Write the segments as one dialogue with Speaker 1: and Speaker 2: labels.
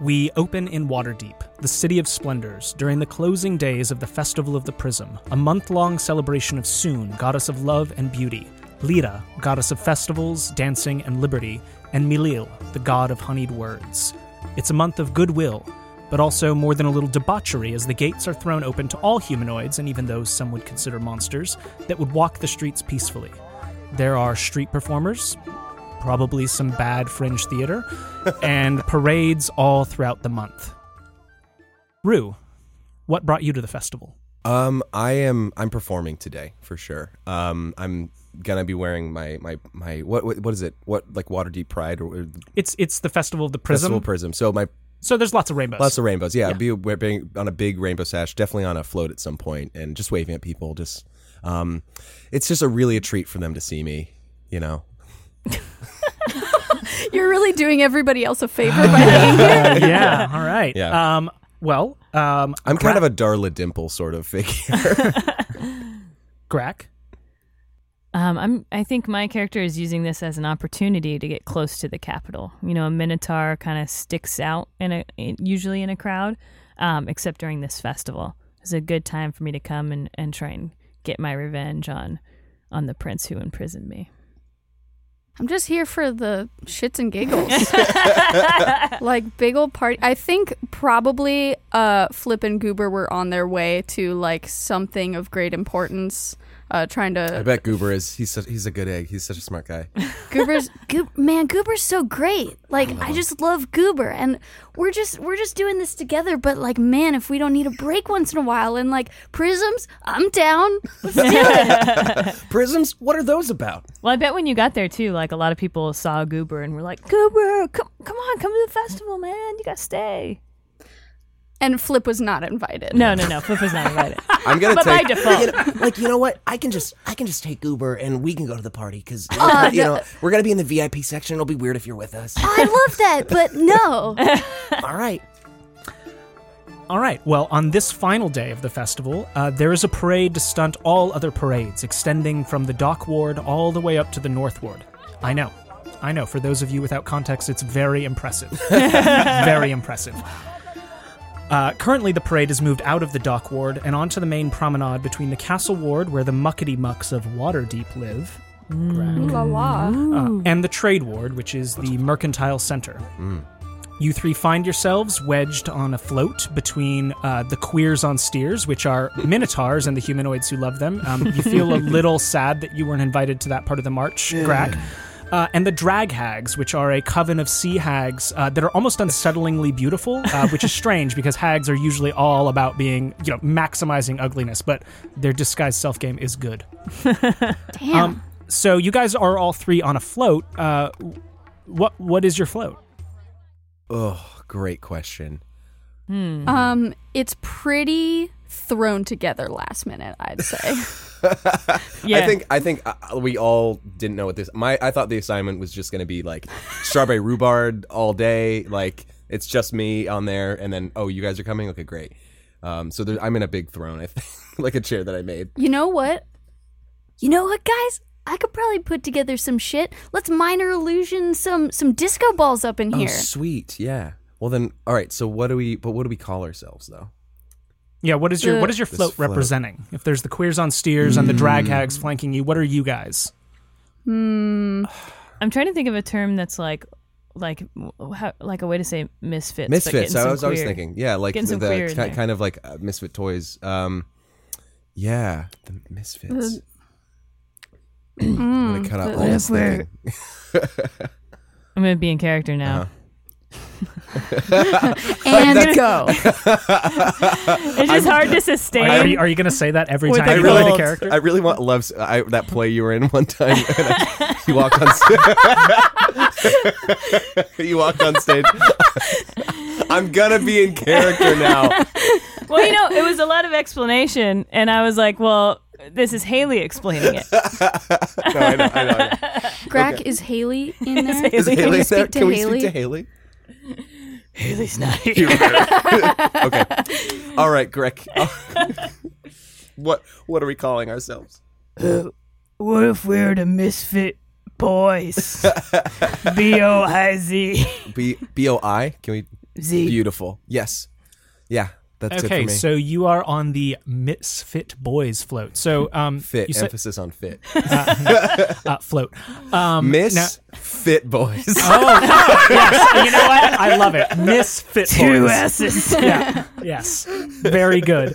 Speaker 1: We open in Waterdeep, the City of Splendors, during the closing days of the Festival of the Prism, a month long celebration of Soon, goddess of love and beauty, Lira, goddess of festivals, dancing, and liberty, and Milil, the god of honeyed words. It's a month of goodwill, but also more than a little debauchery as the gates are thrown open to all humanoids and even those some would consider monsters that would walk the streets peacefully. There are street performers, probably some bad fringe theater, and parades all throughout the month. Rue, what brought you to the festival?
Speaker 2: Um, I am I'm performing today for sure. Um, I'm gonna be wearing my my my what what, what is it? What like Waterdeep Pride or, or
Speaker 1: It's it's the festival of the prism.
Speaker 2: Festival Prism? So my
Speaker 1: so there's lots of rainbows.
Speaker 2: lots of rainbows. Yeah, be wear- being on a big rainbow sash, definitely on a float at some point, and just waving at people. Just um, it's just a really a treat for them to see me. You know.
Speaker 3: You're really doing everybody else a favor by being here.
Speaker 1: Uh, yeah. All right.
Speaker 2: Yeah.
Speaker 1: Um. Well. Um.
Speaker 2: I'm kind of a Darla Dimple sort of figure.
Speaker 1: Grack.
Speaker 4: Um, I'm. I think my character is using this as an opportunity to get close to the capital. You know, a minotaur kind of sticks out in a in, usually in a crowd, um, except during this festival. It's a good time for me to come and, and try and get my revenge on on the prince who imprisoned me.
Speaker 3: I'm just here for the shits and giggles. like big old party. I think probably uh, Flip and Goober were on their way to like something of great importance. Uh, trying
Speaker 2: I
Speaker 3: to
Speaker 2: bet Goober is he's such, he's a good egg. He's such a smart guy.
Speaker 5: Goober's Goob, man, Goober's so great. Like I just love Goober and we're just we're just doing this together, but like man, if we don't need a break once in a while and like prisms, I'm down.
Speaker 2: Prisms? What are those about?
Speaker 4: Well, I bet when you got there too, like a lot of people saw Goober and were like, "Goober, come come on, come to the festival, man! You gotta stay."
Speaker 3: and Flip was not invited.
Speaker 4: No, no, no. Flip was not invited.
Speaker 2: I'm gonna
Speaker 4: But by
Speaker 2: take.
Speaker 4: default,
Speaker 6: like you know what i can just i can just take uber and we can go to the party because
Speaker 7: Uh,
Speaker 6: you know we're gonna be in the vip section it'll be weird if you're with us
Speaker 5: I love that, but no.
Speaker 2: Um,
Speaker 6: all right
Speaker 1: All right. Well, on this final day of the festival, uh, there is a parade to stunt all other parades, extending from the dock ward all the way up to the north ward. I know. I know. For those of you without context, it's very impressive. very impressive. Uh, currently, the parade is moved out of the dock ward and onto the main promenade between the castle ward, where the muckety mucks of Waterdeep live,
Speaker 3: Ooh la la.
Speaker 1: uh, and the trade ward, which is the mercantile center. You three find yourselves wedged on a float between uh, the queers on steers, which are minotaurs, and the humanoids who love them. Um, you feel a little sad that you weren't invited to that part of the march, Grack. Uh, and the drag hags, which are a coven of sea hags uh, that are almost unsettlingly beautiful, uh, which is strange because hags are usually all about being, you know, maximizing ugliness, but their disguised self game is good.
Speaker 5: Damn.
Speaker 1: Um, so you guys are all three on a float. Uh, what what is your float?
Speaker 2: Oh, great question.
Speaker 3: Um, it's pretty thrown together last minute, I'd say.
Speaker 4: Yeah.
Speaker 2: I think I think uh, we all didn't know what this. My I thought the assignment was just going to be like strawberry rhubarb all day. Like it's just me on there, and then oh, you guys are coming. Okay, great. Um, so there, I'm in a big throne, I think, like a chair that I made.
Speaker 3: you know what?
Speaker 5: You know what, guys? I could probably put together some shit. Let's minor illusion some some disco balls up in
Speaker 2: Oh,
Speaker 5: here.
Speaker 2: sweet, yeah. Well then, all right. So what do we? But what do we call ourselves though?
Speaker 1: Yeah, what is your what is your
Speaker 2: This
Speaker 1: float,
Speaker 2: float. Hmm.
Speaker 1: representing? If there's the queers on steers and the drag hags flanking you, what are you guys?
Speaker 4: I'm trying to think of a term that's like, like, w- how, like a way to say misfits. but
Speaker 2: Misfits.
Speaker 4: getting
Speaker 2: I
Speaker 4: some
Speaker 2: was always
Speaker 4: queer-
Speaker 2: thinking, yeah, like
Speaker 4: Getting
Speaker 2: the,
Speaker 4: some queer in
Speaker 2: the ki-
Speaker 4: there.
Speaker 2: kind of like uh, misfit toys. Um, yeah, the misfits. I'm
Speaker 4: Mm,
Speaker 2: gonna cut out all this thinking.
Speaker 4: I'm gonna be in character now.
Speaker 2: Uh-huh.
Speaker 3: And go.
Speaker 4: It's just hard to sustain.
Speaker 1: Are you, are you going to say that every
Speaker 4: With
Speaker 1: time
Speaker 4: the
Speaker 1: you
Speaker 4: I
Speaker 1: play the
Speaker 4: gold.
Speaker 1: character?
Speaker 2: I really want loves I, that play you were in one time. And I, you walked on. St- you walked on stage. I'm gonna be in character now.
Speaker 4: well, you know, it was a lot of explanation, and I was like, well, this is Haley explaining it.
Speaker 2: No, I know. I know. I know.
Speaker 3: Grack is Haley in there.
Speaker 2: Is
Speaker 3: Can
Speaker 2: Haley
Speaker 3: you
Speaker 2: in there?
Speaker 3: speak to
Speaker 2: Can we
Speaker 3: Haley?
Speaker 2: speak to Haley?
Speaker 4: Haley's not here.
Speaker 2: okay. All right, Greg. what What are we calling ourselves?
Speaker 4: What if we're the misfit boys? B O I Z.
Speaker 2: B B O I. Can we?
Speaker 4: Z.
Speaker 2: Beautiful. Yes. Yeah. That's it
Speaker 1: Okay,
Speaker 2: for me.
Speaker 1: so you are on the Misfit Boys float. So, um,
Speaker 2: fit.
Speaker 1: you said-
Speaker 2: emphasis on fit.
Speaker 1: uh, float. Um,
Speaker 2: Miss
Speaker 1: now-
Speaker 2: Fit Boys.
Speaker 1: oh, wow, yes. You know what? I love it. Misfit
Speaker 4: Two
Speaker 1: Boys.
Speaker 4: S's.
Speaker 1: yeah. Yes. Very good.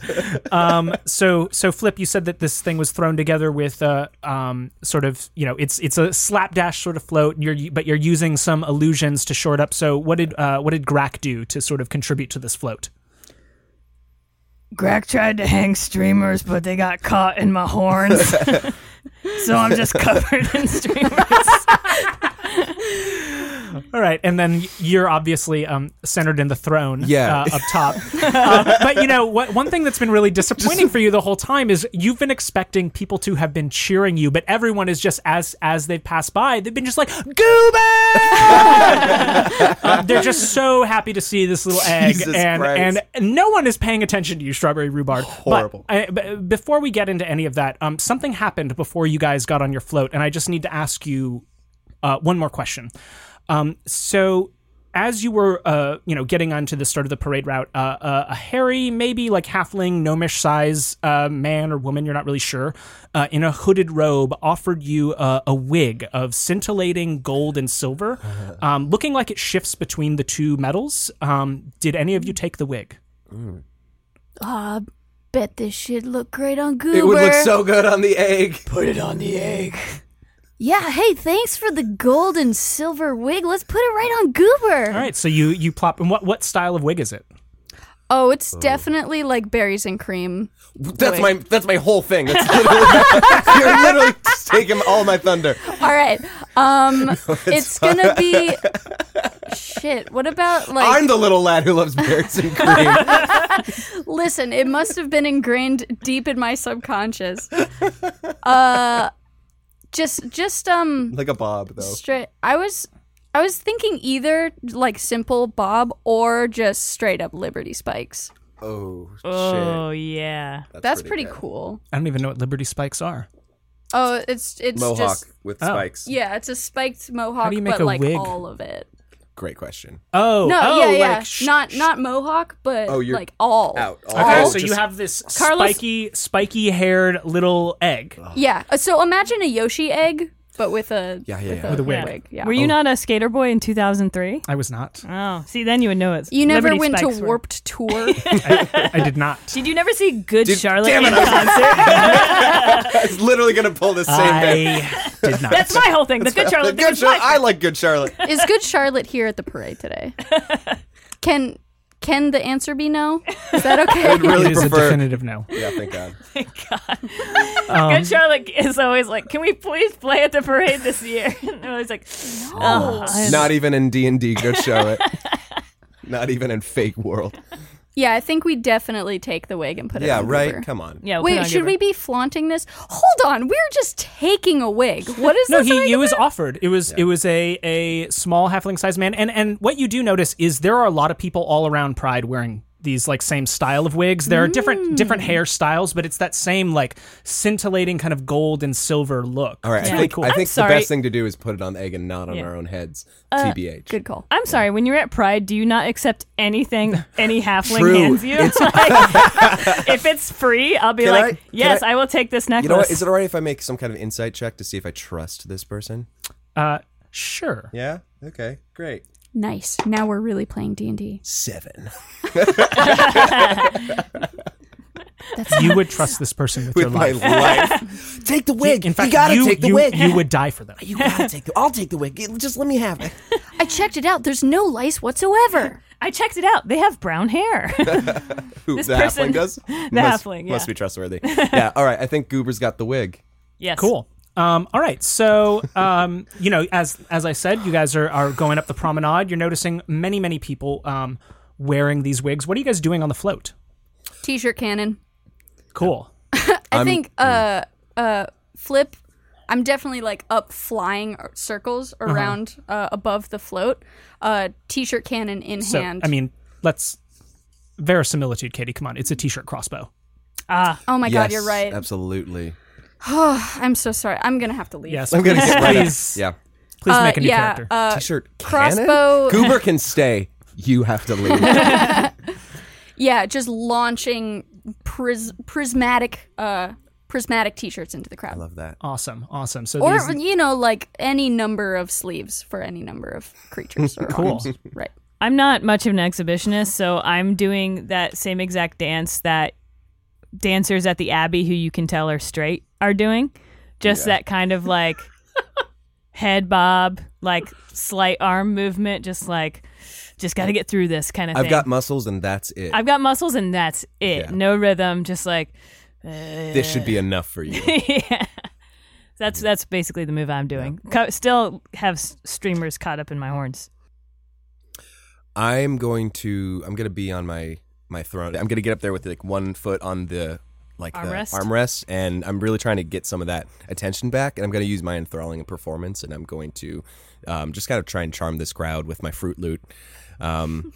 Speaker 1: Um, so so Flip, you said that this thing was thrown together with uh, um, sort of you know it's it's a slapdash sort of float. And you're but you're using some illusions to short up. So what did uh, what did Grack do to sort of contribute to this float?
Speaker 4: Greg tried to hang streamers, but they got caught in my horns. so I'm just covered in streamers.
Speaker 1: All right, and then you're obviously um, centered in the throne,
Speaker 2: Yeah.
Speaker 1: uh, up top. uh, but you know, what, one thing that's been really disappointing for you the whole time is you've been expecting people to have been cheering you, but everyone is just as as they've passed by, they've been just like Goober. Uh, they're just so happy to see this little egg,
Speaker 2: Jesus
Speaker 1: and
Speaker 2: Christ.
Speaker 1: and no one is paying attention to you, Strawberry Rhubarb.
Speaker 2: Horrible.
Speaker 1: But, I, b- before we get into any of that, um, something happened before you guys got on your float, and I just need to ask you uh, one more question. Um, so, as you were, uh, you know, getting onto the start of the parade route, uh, uh, a hairy, maybe like halfling, gnomish size uh, man or woman, you're not really sure, uh, in a hooded robe, offered you uh, a wig of scintillating gold and silver, um, looking like it shifts between the two metals. Um, did any of you take the wig?
Speaker 5: Ah, bet this shit look great on Goober.
Speaker 2: It would look so good on the egg.
Speaker 5: yeah, hey, thanks for the gold and silver wig. Let's put it right on Goober.
Speaker 1: All right, so you you plop. And what what style of wig is it?
Speaker 3: Oh, it's definitely like berries and cream.
Speaker 2: That's my that's my whole thing. That's literally, you're literally just taking all my thunder.
Speaker 3: All right. Um, it's gonna be shit. What about like?
Speaker 2: I'm the little lad who loves berries and cream.
Speaker 3: Listen, it must have been ingrained deep in my subconscious. Uh, just, just um,
Speaker 2: like a bob though.
Speaker 3: straight. I was, I was thinking either like simple bob or just straight up liberty spikes.
Speaker 2: Oh,
Speaker 4: Oh
Speaker 2: shit.
Speaker 4: yeah.
Speaker 3: That's, pretty, cool.
Speaker 1: I don't even know what Liberty Spikes are.
Speaker 3: Oh, it's it's
Speaker 2: Mohawk
Speaker 3: just
Speaker 2: with
Speaker 1: Oh.
Speaker 2: spikes.
Speaker 3: yeah, it's a spiked mohawk,
Speaker 1: do you make
Speaker 3: but
Speaker 1: a
Speaker 3: like
Speaker 1: wig?
Speaker 3: all of it.
Speaker 2: Great question.
Speaker 1: Oh,
Speaker 3: No,
Speaker 1: oh,
Speaker 3: yeah, yeah,
Speaker 1: like sh-
Speaker 3: not not mohawk, but
Speaker 2: Oh, you're
Speaker 3: like all
Speaker 2: out. All
Speaker 1: Okay,
Speaker 2: Oh,
Speaker 1: so you
Speaker 2: just-
Speaker 1: have this
Speaker 3: Carlos-
Speaker 1: spiky, spiky-haired little egg.
Speaker 3: Yeah. uh, So imagine a Yoshi egg, but with a
Speaker 2: Yeah, yeah,
Speaker 3: with
Speaker 2: yeah. Oh.
Speaker 3: a,
Speaker 1: With a wig.
Speaker 3: Yeah.
Speaker 4: Were you not a skater boy in 2003?
Speaker 1: I was not.
Speaker 4: Oh, see, then you would know it.
Speaker 3: you never
Speaker 4: Liberty
Speaker 3: went to
Speaker 4: Spikes were-
Speaker 3: Warped Tour.
Speaker 1: I, I did not.
Speaker 4: Did you never see Good
Speaker 2: Did-
Speaker 4: Charlotte
Speaker 2: damn
Speaker 4: in
Speaker 2: it, I was-
Speaker 4: concert?
Speaker 2: I was literally gonna pull the same thing.
Speaker 1: I did not.
Speaker 4: That's my whole thing. The Good Charlotte.
Speaker 2: Good
Speaker 4: thing is my
Speaker 2: Char- I like Good Charlotte.
Speaker 3: Is Good Charlotte here at the parade today? Can can the answer be no? Is that
Speaker 2: I'd
Speaker 3: okay?
Speaker 2: really
Speaker 1: it is a
Speaker 2: prefer.
Speaker 1: definitive no. Um,
Speaker 2: yeah, thank God. Um,
Speaker 4: Good Charlotte is always like, "Can we please play at the parade this year?" And I was like, "No,
Speaker 2: Not even in D and D, Good Charlotte. Not even in fake world.
Speaker 3: yeah, I think we definitely take the wig and put it.
Speaker 2: Yeah,
Speaker 3: on
Speaker 2: right.
Speaker 3: Goober.
Speaker 2: Come on.
Speaker 4: yeah." we'll put
Speaker 3: Wait,
Speaker 4: on
Speaker 3: should
Speaker 4: Goober.
Speaker 3: we be flaunting this? Hold on, we're just taking a wig. What is
Speaker 1: No,
Speaker 3: this?
Speaker 1: he it was offered. It was it was a a small halfling-sized man, and and what you do notice is there are a lot of people all around Pride wearing these like same style of wigs. There are different different hairstyles, but it's that same like scintillating kind of gold and silver look.
Speaker 2: All right,
Speaker 1: it's
Speaker 2: I
Speaker 1: really
Speaker 2: think,
Speaker 1: cool.
Speaker 2: I think the
Speaker 4: sorry.
Speaker 2: best thing to do is put it on the egg and not on
Speaker 4: Yeah. Uh,
Speaker 2: our own heads. TBH.
Speaker 3: Good call.
Speaker 4: I'm sorry. When you're at Pride, do you not accept anything any halfling
Speaker 2: True.
Speaker 4: hands you? Like, if it's free, I'll be
Speaker 2: Can I-
Speaker 4: like,
Speaker 2: can
Speaker 4: "Yes,
Speaker 2: I-
Speaker 4: I, will take this necklace."
Speaker 2: You know what? Is it alright if I make some kind of insight check to see if I trust this person?
Speaker 1: uh, sure.
Speaker 2: Yeah. Okay. Great.
Speaker 3: Nice. Now we're really playing D and D.
Speaker 2: Seven.
Speaker 1: You would trust this person with, your
Speaker 2: With my
Speaker 1: life.
Speaker 2: life.
Speaker 6: Take the wig.
Speaker 1: In fact,
Speaker 6: you gotta
Speaker 1: you,
Speaker 6: take the
Speaker 1: you-
Speaker 6: wig.
Speaker 1: you would die for them.
Speaker 6: You gotta take the. I'll take the wig. It- Just let me have it.
Speaker 5: I checked it out. There's no lice whatsoever.
Speaker 4: I checked it out. They have brown hair.
Speaker 2: Who
Speaker 4: This
Speaker 2: the
Speaker 4: person-
Speaker 2: halfling does?
Speaker 4: the
Speaker 2: must,
Speaker 4: halfling, yeah.
Speaker 2: Must be trustworthy. yeah. All right. I think Goober's got the wig.
Speaker 4: yes.
Speaker 1: Cool. Um, all right, so um, you know, as as I said, you guys are, are going up the promenade. You're noticing many many people um, wearing these wigs. What are you guys doing on the float?
Speaker 3: T-shirt cannon.
Speaker 1: Cool.
Speaker 3: I think uh uh flip I'm definitely like up flying er, circles around uh above the float. Uh t-shirt cannon in
Speaker 1: So
Speaker 3: hand.
Speaker 1: I mean, let's verisimilitude, Katie. Come on, it's a t-shirt crossbow.
Speaker 4: Ah,
Speaker 3: oh my
Speaker 2: Yes,
Speaker 3: god, you're right.
Speaker 2: Absolutely.
Speaker 3: I'm so sorry. I'm going to have to leave.
Speaker 1: Yes,
Speaker 2: I'm gonna
Speaker 1: please,
Speaker 2: get right up.
Speaker 1: please,
Speaker 2: Yeah.
Speaker 1: please
Speaker 3: Uh,
Speaker 1: make a new
Speaker 3: yeah,
Speaker 1: character.
Speaker 3: uh,
Speaker 2: T-shirt.
Speaker 3: crossbow-
Speaker 2: Cannon? Goober can stay. You have to leave.
Speaker 3: Yeah, just launching pris- prismatic uh prismatic t-shirts into the crowd.
Speaker 2: Love that.
Speaker 1: Awesome, awesome. So
Speaker 3: or
Speaker 1: these,
Speaker 3: you know like any number of sleeves for any number of creatures or
Speaker 1: cool.
Speaker 3: arms. Right.
Speaker 4: I'm not much of an exhibitionist, so I'm doing that same exact dance that dancers at the Abbey who you can tell are straight are doing. Just that kind of like head bob, like slight arm movement, just like just got to get through this kind of
Speaker 2: I've
Speaker 4: thing.
Speaker 2: got muscles and that's it.
Speaker 4: I've got muscles and that's it.
Speaker 2: Yeah.
Speaker 4: No rhythm, just like
Speaker 2: this should be enough for you.
Speaker 4: yeah. That's that's basically the move I'm doing. Co- still have s- streamers caught up in my horns.
Speaker 2: I'm going to I'm gonna be on my my throne. I'm gonna get up there with like one foot on the like the
Speaker 4: Armrest?
Speaker 2: armrest, and I'm really trying to get some of that attention back. And I'm gonna use my enthralling performance, and I'm going to um, just kind of try and charm this crowd with my fruit loot. Um,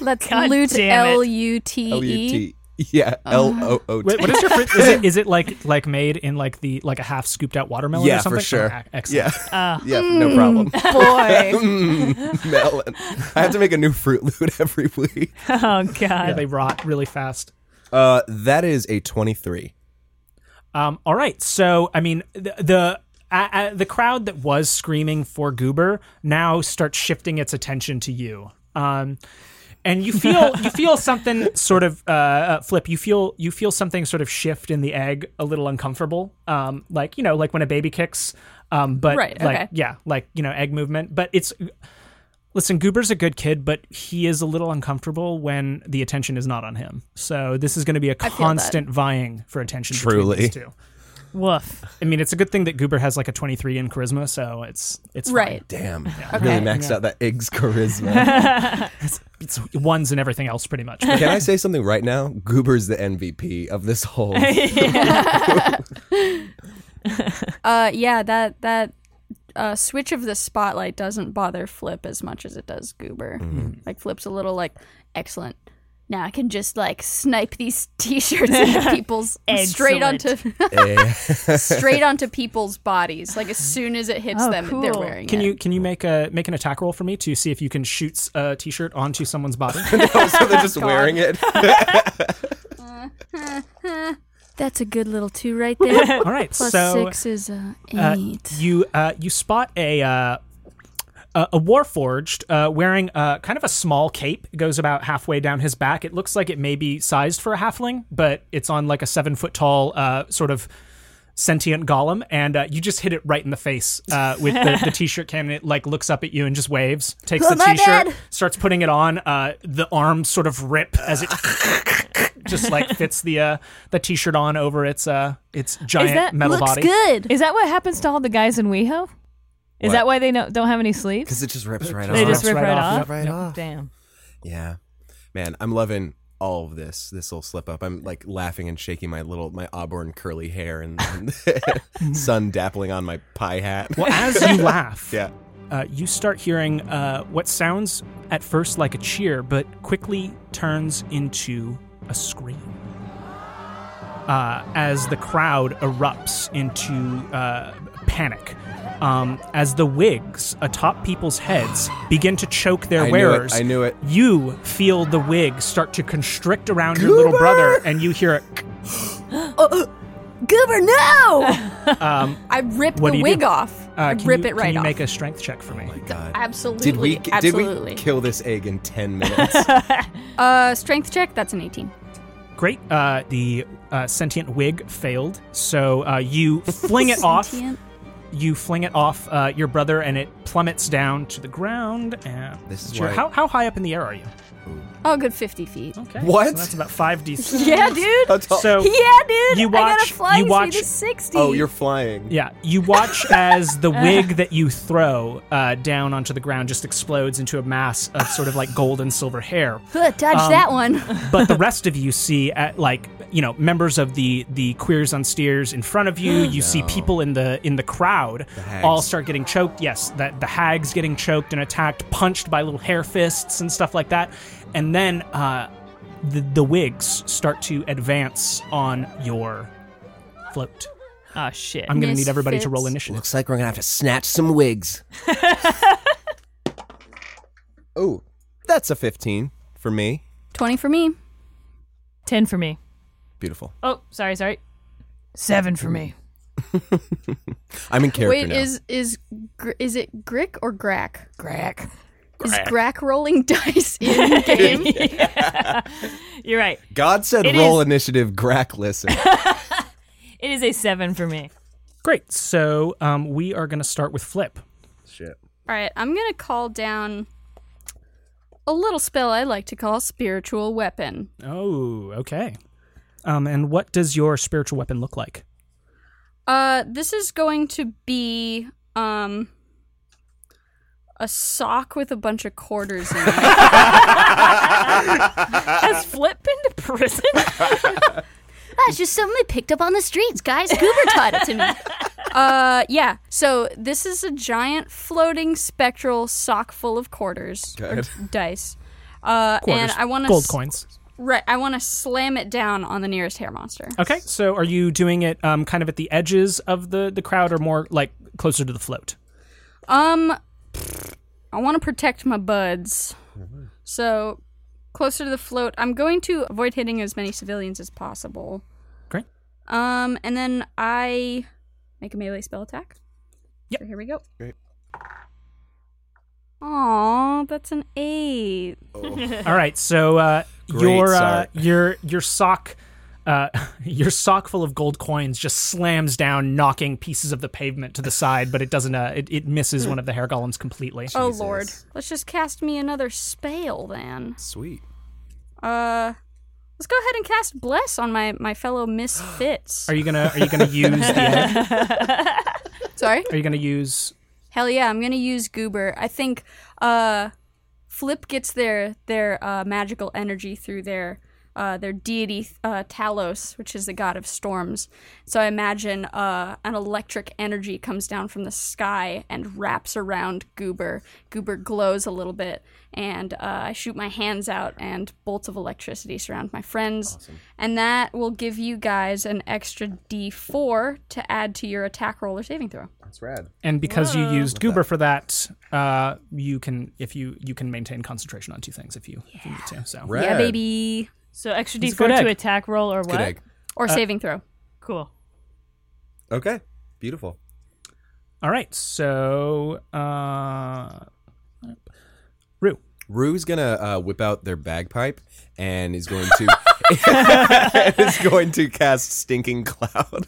Speaker 3: Let's
Speaker 4: God
Speaker 3: loot
Speaker 4: damn it.
Speaker 3: L U T
Speaker 2: L U
Speaker 3: E.
Speaker 2: T. Yeah, L O O
Speaker 1: Wait,
Speaker 2: T.
Speaker 1: what is your? Fr- is it is it like like made in like the like a half scooped out watermelon? or
Speaker 2: Yeah, for
Speaker 1: something?
Speaker 2: sure.
Speaker 1: Oh, excellent.
Speaker 2: Yeah, yeah, no problem.
Speaker 3: Boy.
Speaker 2: Mm, melon. I have to make a new fruit loot every week.
Speaker 4: Oh god.
Speaker 1: yeah, they rot really fast.
Speaker 2: Uh, that is a twenty-three.
Speaker 1: Um, all right, so I mean the the, uh, uh, the crowd that was screaming for Goober now starts shifting its attention to you, um, and you feel you feel something sort of uh, uh, flip. You feel you feel something sort of shift in the egg, a little uncomfortable, um, like you know, like when a baby kicks. Um, but
Speaker 3: Right,
Speaker 1: like
Speaker 3: okay.
Speaker 1: yeah, like you know, egg movement. But it's listen, Goober's a good kid, but he is a little uncomfortable when the attention is not on him. So this is going to be a
Speaker 3: that.
Speaker 1: constant vying for attention. between
Speaker 2: Truly.
Speaker 1: these two.
Speaker 4: Woof.
Speaker 1: I mean, it's a good thing that Goober has like a 23 in charisma, so it's it's fine.
Speaker 3: Right.
Speaker 2: Damn,
Speaker 3: Okay.
Speaker 2: really maxed out that egg's charisma.
Speaker 1: It's ones and everything else pretty much.
Speaker 2: Can I say something right now? Goober's the MVP of this whole.
Speaker 3: Uh yeah, that that uh, switch of the spotlight doesn't bother Flip as much as it does Goober.
Speaker 1: Mm-hmm.
Speaker 3: Like Flip's a little like excellent. Now I can just like snipe these T-shirts into people's straight onto
Speaker 2: Eh.
Speaker 3: straight onto people's bodies. Like as soon as it hits
Speaker 4: Oh,
Speaker 3: them, they're
Speaker 4: cool.
Speaker 3: wearing
Speaker 1: Can
Speaker 3: it.
Speaker 1: you can you make a make an attack roll for me to see if you can shoot a t-shirt onto someone's body?
Speaker 2: so they're just wearing it.
Speaker 5: That's a good little two right there.
Speaker 1: All right,
Speaker 5: Plus
Speaker 1: so
Speaker 5: six is uh,
Speaker 1: uh,
Speaker 5: eight.
Speaker 1: you uh, you spot a uh, a, a warforged uh, wearing uh, kind of a small cape. It goes about halfway down his back. It looks like it may be sized for a halfling, but it's on like a seven foot tall uh, sort of sentient golem, and uh, you just hit it right in the face uh, with the, the t-shirt cannon. It like looks up at you and just waves, takes
Speaker 5: Oh,
Speaker 1: the
Speaker 5: my
Speaker 1: t-shirt,
Speaker 5: bad.
Speaker 1: starts putting it on. Uh, the arms sort of rip as it. Just like fits the uh, the t-shirt on over its uh its giant
Speaker 4: that-
Speaker 1: metal
Speaker 5: Looks
Speaker 1: body.
Speaker 5: good.
Speaker 4: Is that what happens to all the guys in WeHo? Is
Speaker 2: What?
Speaker 4: that why they no- don't have any sleeves?
Speaker 6: Because it just rips right
Speaker 4: They
Speaker 6: off.
Speaker 4: just rip
Speaker 1: Uh-huh. Right
Speaker 4: right,
Speaker 1: off,
Speaker 4: off.
Speaker 1: yep,
Speaker 6: right off.
Speaker 4: Damn.
Speaker 2: Yeah, man, I'm loving all of this. This little slip up. I'm like laughing and shaking my little my auburn curly hair and, and sun dappling on my pie hat.
Speaker 1: Well, as you laugh,
Speaker 2: Yeah.
Speaker 1: uh, you start hearing uh, what sounds at first like a cheer, but quickly turns into a scream. Uh, as the crowd erupts into uh, panic, um, as the wigs atop people's heads begin to choke their
Speaker 2: I knew
Speaker 1: wearers,
Speaker 2: it. I knew it.
Speaker 1: you feel the wig start to constrict around your little brother, and you hear uh, it.
Speaker 3: Goober, no!
Speaker 1: Um,
Speaker 3: I ripped
Speaker 1: What do
Speaker 3: the
Speaker 1: you
Speaker 3: wig
Speaker 1: do?
Speaker 3: off.
Speaker 1: uh,
Speaker 3: I
Speaker 1: can
Speaker 3: rip
Speaker 1: you,
Speaker 3: it right
Speaker 1: can you
Speaker 3: off.
Speaker 1: make a strength check for me?
Speaker 2: God.
Speaker 3: absolutely.
Speaker 2: Did we did
Speaker 3: absolutely.
Speaker 2: we kill this egg in ten minutes?
Speaker 3: uh, strength check. That's an 18.
Speaker 1: Great. Uh, the uh, sentient wig failed, so uh, you fling it off.
Speaker 5: Sentient.
Speaker 1: You fling it off uh, your brother, and it plummets down to the ground. And
Speaker 2: This is
Speaker 1: Sure.
Speaker 2: why-
Speaker 1: how, how high up in the air are you?
Speaker 3: Oh, good 50 feet.
Speaker 1: Okay,
Speaker 2: What?
Speaker 1: So that's about five d.
Speaker 3: Yeah, dude.
Speaker 2: That's all-
Speaker 1: So
Speaker 3: Yeah, dude.
Speaker 1: You
Speaker 3: I
Speaker 1: watch-
Speaker 3: gotta fly
Speaker 1: you watch-
Speaker 3: to 60.
Speaker 2: oh, you're flying.
Speaker 1: yeah, you watch as the wig that you throw uh, down onto the ground just explodes into a mass of sort of like gold and silver hair.
Speaker 5: Huh, dodge
Speaker 1: Um,
Speaker 5: that one.
Speaker 1: but the rest of you see at like you know members of the the queers on steers in front of you you see people in the in the crowd
Speaker 2: hags.
Speaker 1: all start getting choked yes that the hags getting choked and attacked punched by little hair fists and stuff like that and then uh the, the wigs start to advance on your float
Speaker 4: Oh shit.
Speaker 1: i'm gonna need everybody to roll
Speaker 3: Misfits.
Speaker 1: initiative
Speaker 6: Looks like we're gonna have to snatch some wigs.
Speaker 2: Oh, that's a 15 for me.
Speaker 3: 20 for me.
Speaker 4: 10 for me.
Speaker 2: Beautiful.
Speaker 4: Oh, sorry, sorry. 7 for me.
Speaker 2: I'm in character
Speaker 3: Wait,
Speaker 2: now.
Speaker 3: is is gr- is it Grick or Grack?
Speaker 4: Crack.
Speaker 3: Is Grack rolling dice in game?
Speaker 4: You're right.
Speaker 2: God said
Speaker 4: It
Speaker 2: roll
Speaker 4: is-
Speaker 2: initiative, Grack listen.
Speaker 4: It is a 7 for me.
Speaker 1: Great. So um, we are going to start with Flip.
Speaker 2: Shit.
Speaker 3: All right, I'm going to call down a little spell I like to call spiritual weapon.
Speaker 1: Oh, okay. Um, and what does your spiritual weapon look like?
Speaker 3: Uh this is going to be um a sock with a bunch of quarters in it.
Speaker 4: Has Flip been to prison?
Speaker 5: That's just something I picked up on the streets, guys. Goober taught it to me.
Speaker 3: uh yeah, so this is a giant floating spectral sock full of quarters or dice. Uh
Speaker 1: Quarters,
Speaker 3: and I want to
Speaker 1: gold coins.
Speaker 3: Right, I want to slam it down on the nearest hair monster.
Speaker 1: Okay. So are you doing it um, kind of at the edges of the the crowd, or more like closer to the float?
Speaker 3: Um, I want to protect my buds. So, closer to the float, I'm going to avoid hitting as many civilians as possible.
Speaker 1: Great.
Speaker 3: Um, and then I make a melee spell attack.
Speaker 1: Yep.
Speaker 3: So here we go.
Speaker 2: Great.
Speaker 3: Aw, that's an eight.
Speaker 1: All right, so uh,
Speaker 2: Great
Speaker 1: your uh,
Speaker 2: start.
Speaker 1: your your sock. Uh, your sock full of gold coins just slams down, knocking pieces of the pavement to the side, but it doesn't. Uh, it, it misses one of the hair golems completely.
Speaker 3: Oh lord. Let's just cast me another spell then.
Speaker 2: Sweet.
Speaker 3: Uh, let's go ahead and cast bless on my my fellow misfits.
Speaker 1: Are you gonna Are you gonna use the
Speaker 3: Sorry.
Speaker 1: Are you gonna use
Speaker 3: Hell yeah, I'm gonna use Goober. I think uh, Flip gets their their uh, magical energy through their uh, their deity uh, Talos, which is the god of storms. So I imagine uh, an electric energy comes down from the sky and wraps around Goober. Goober glows a little bit, and uh, I shoot my hands out, and bolts of electricity surround my friends. And that will give you guys an extra D4 to add to your attack roll or saving throw.
Speaker 2: That's rad.
Speaker 1: and because you used goober for that, uh, you can if you you can maintain concentration on two things if you, if you need to. So
Speaker 2: Rad.
Speaker 3: Yeah, baby.
Speaker 4: So extra
Speaker 1: It's a good
Speaker 4: D4
Speaker 1: egg.
Speaker 4: to attack roll or
Speaker 2: Good
Speaker 4: what?
Speaker 2: egg.
Speaker 3: Or saving throw.
Speaker 4: Cool.
Speaker 2: Okay. Beautiful.
Speaker 1: all right, so uh, Rue,
Speaker 2: Rue's gonna uh, whip out their bagpipe and is going to is going to cast stinking cloud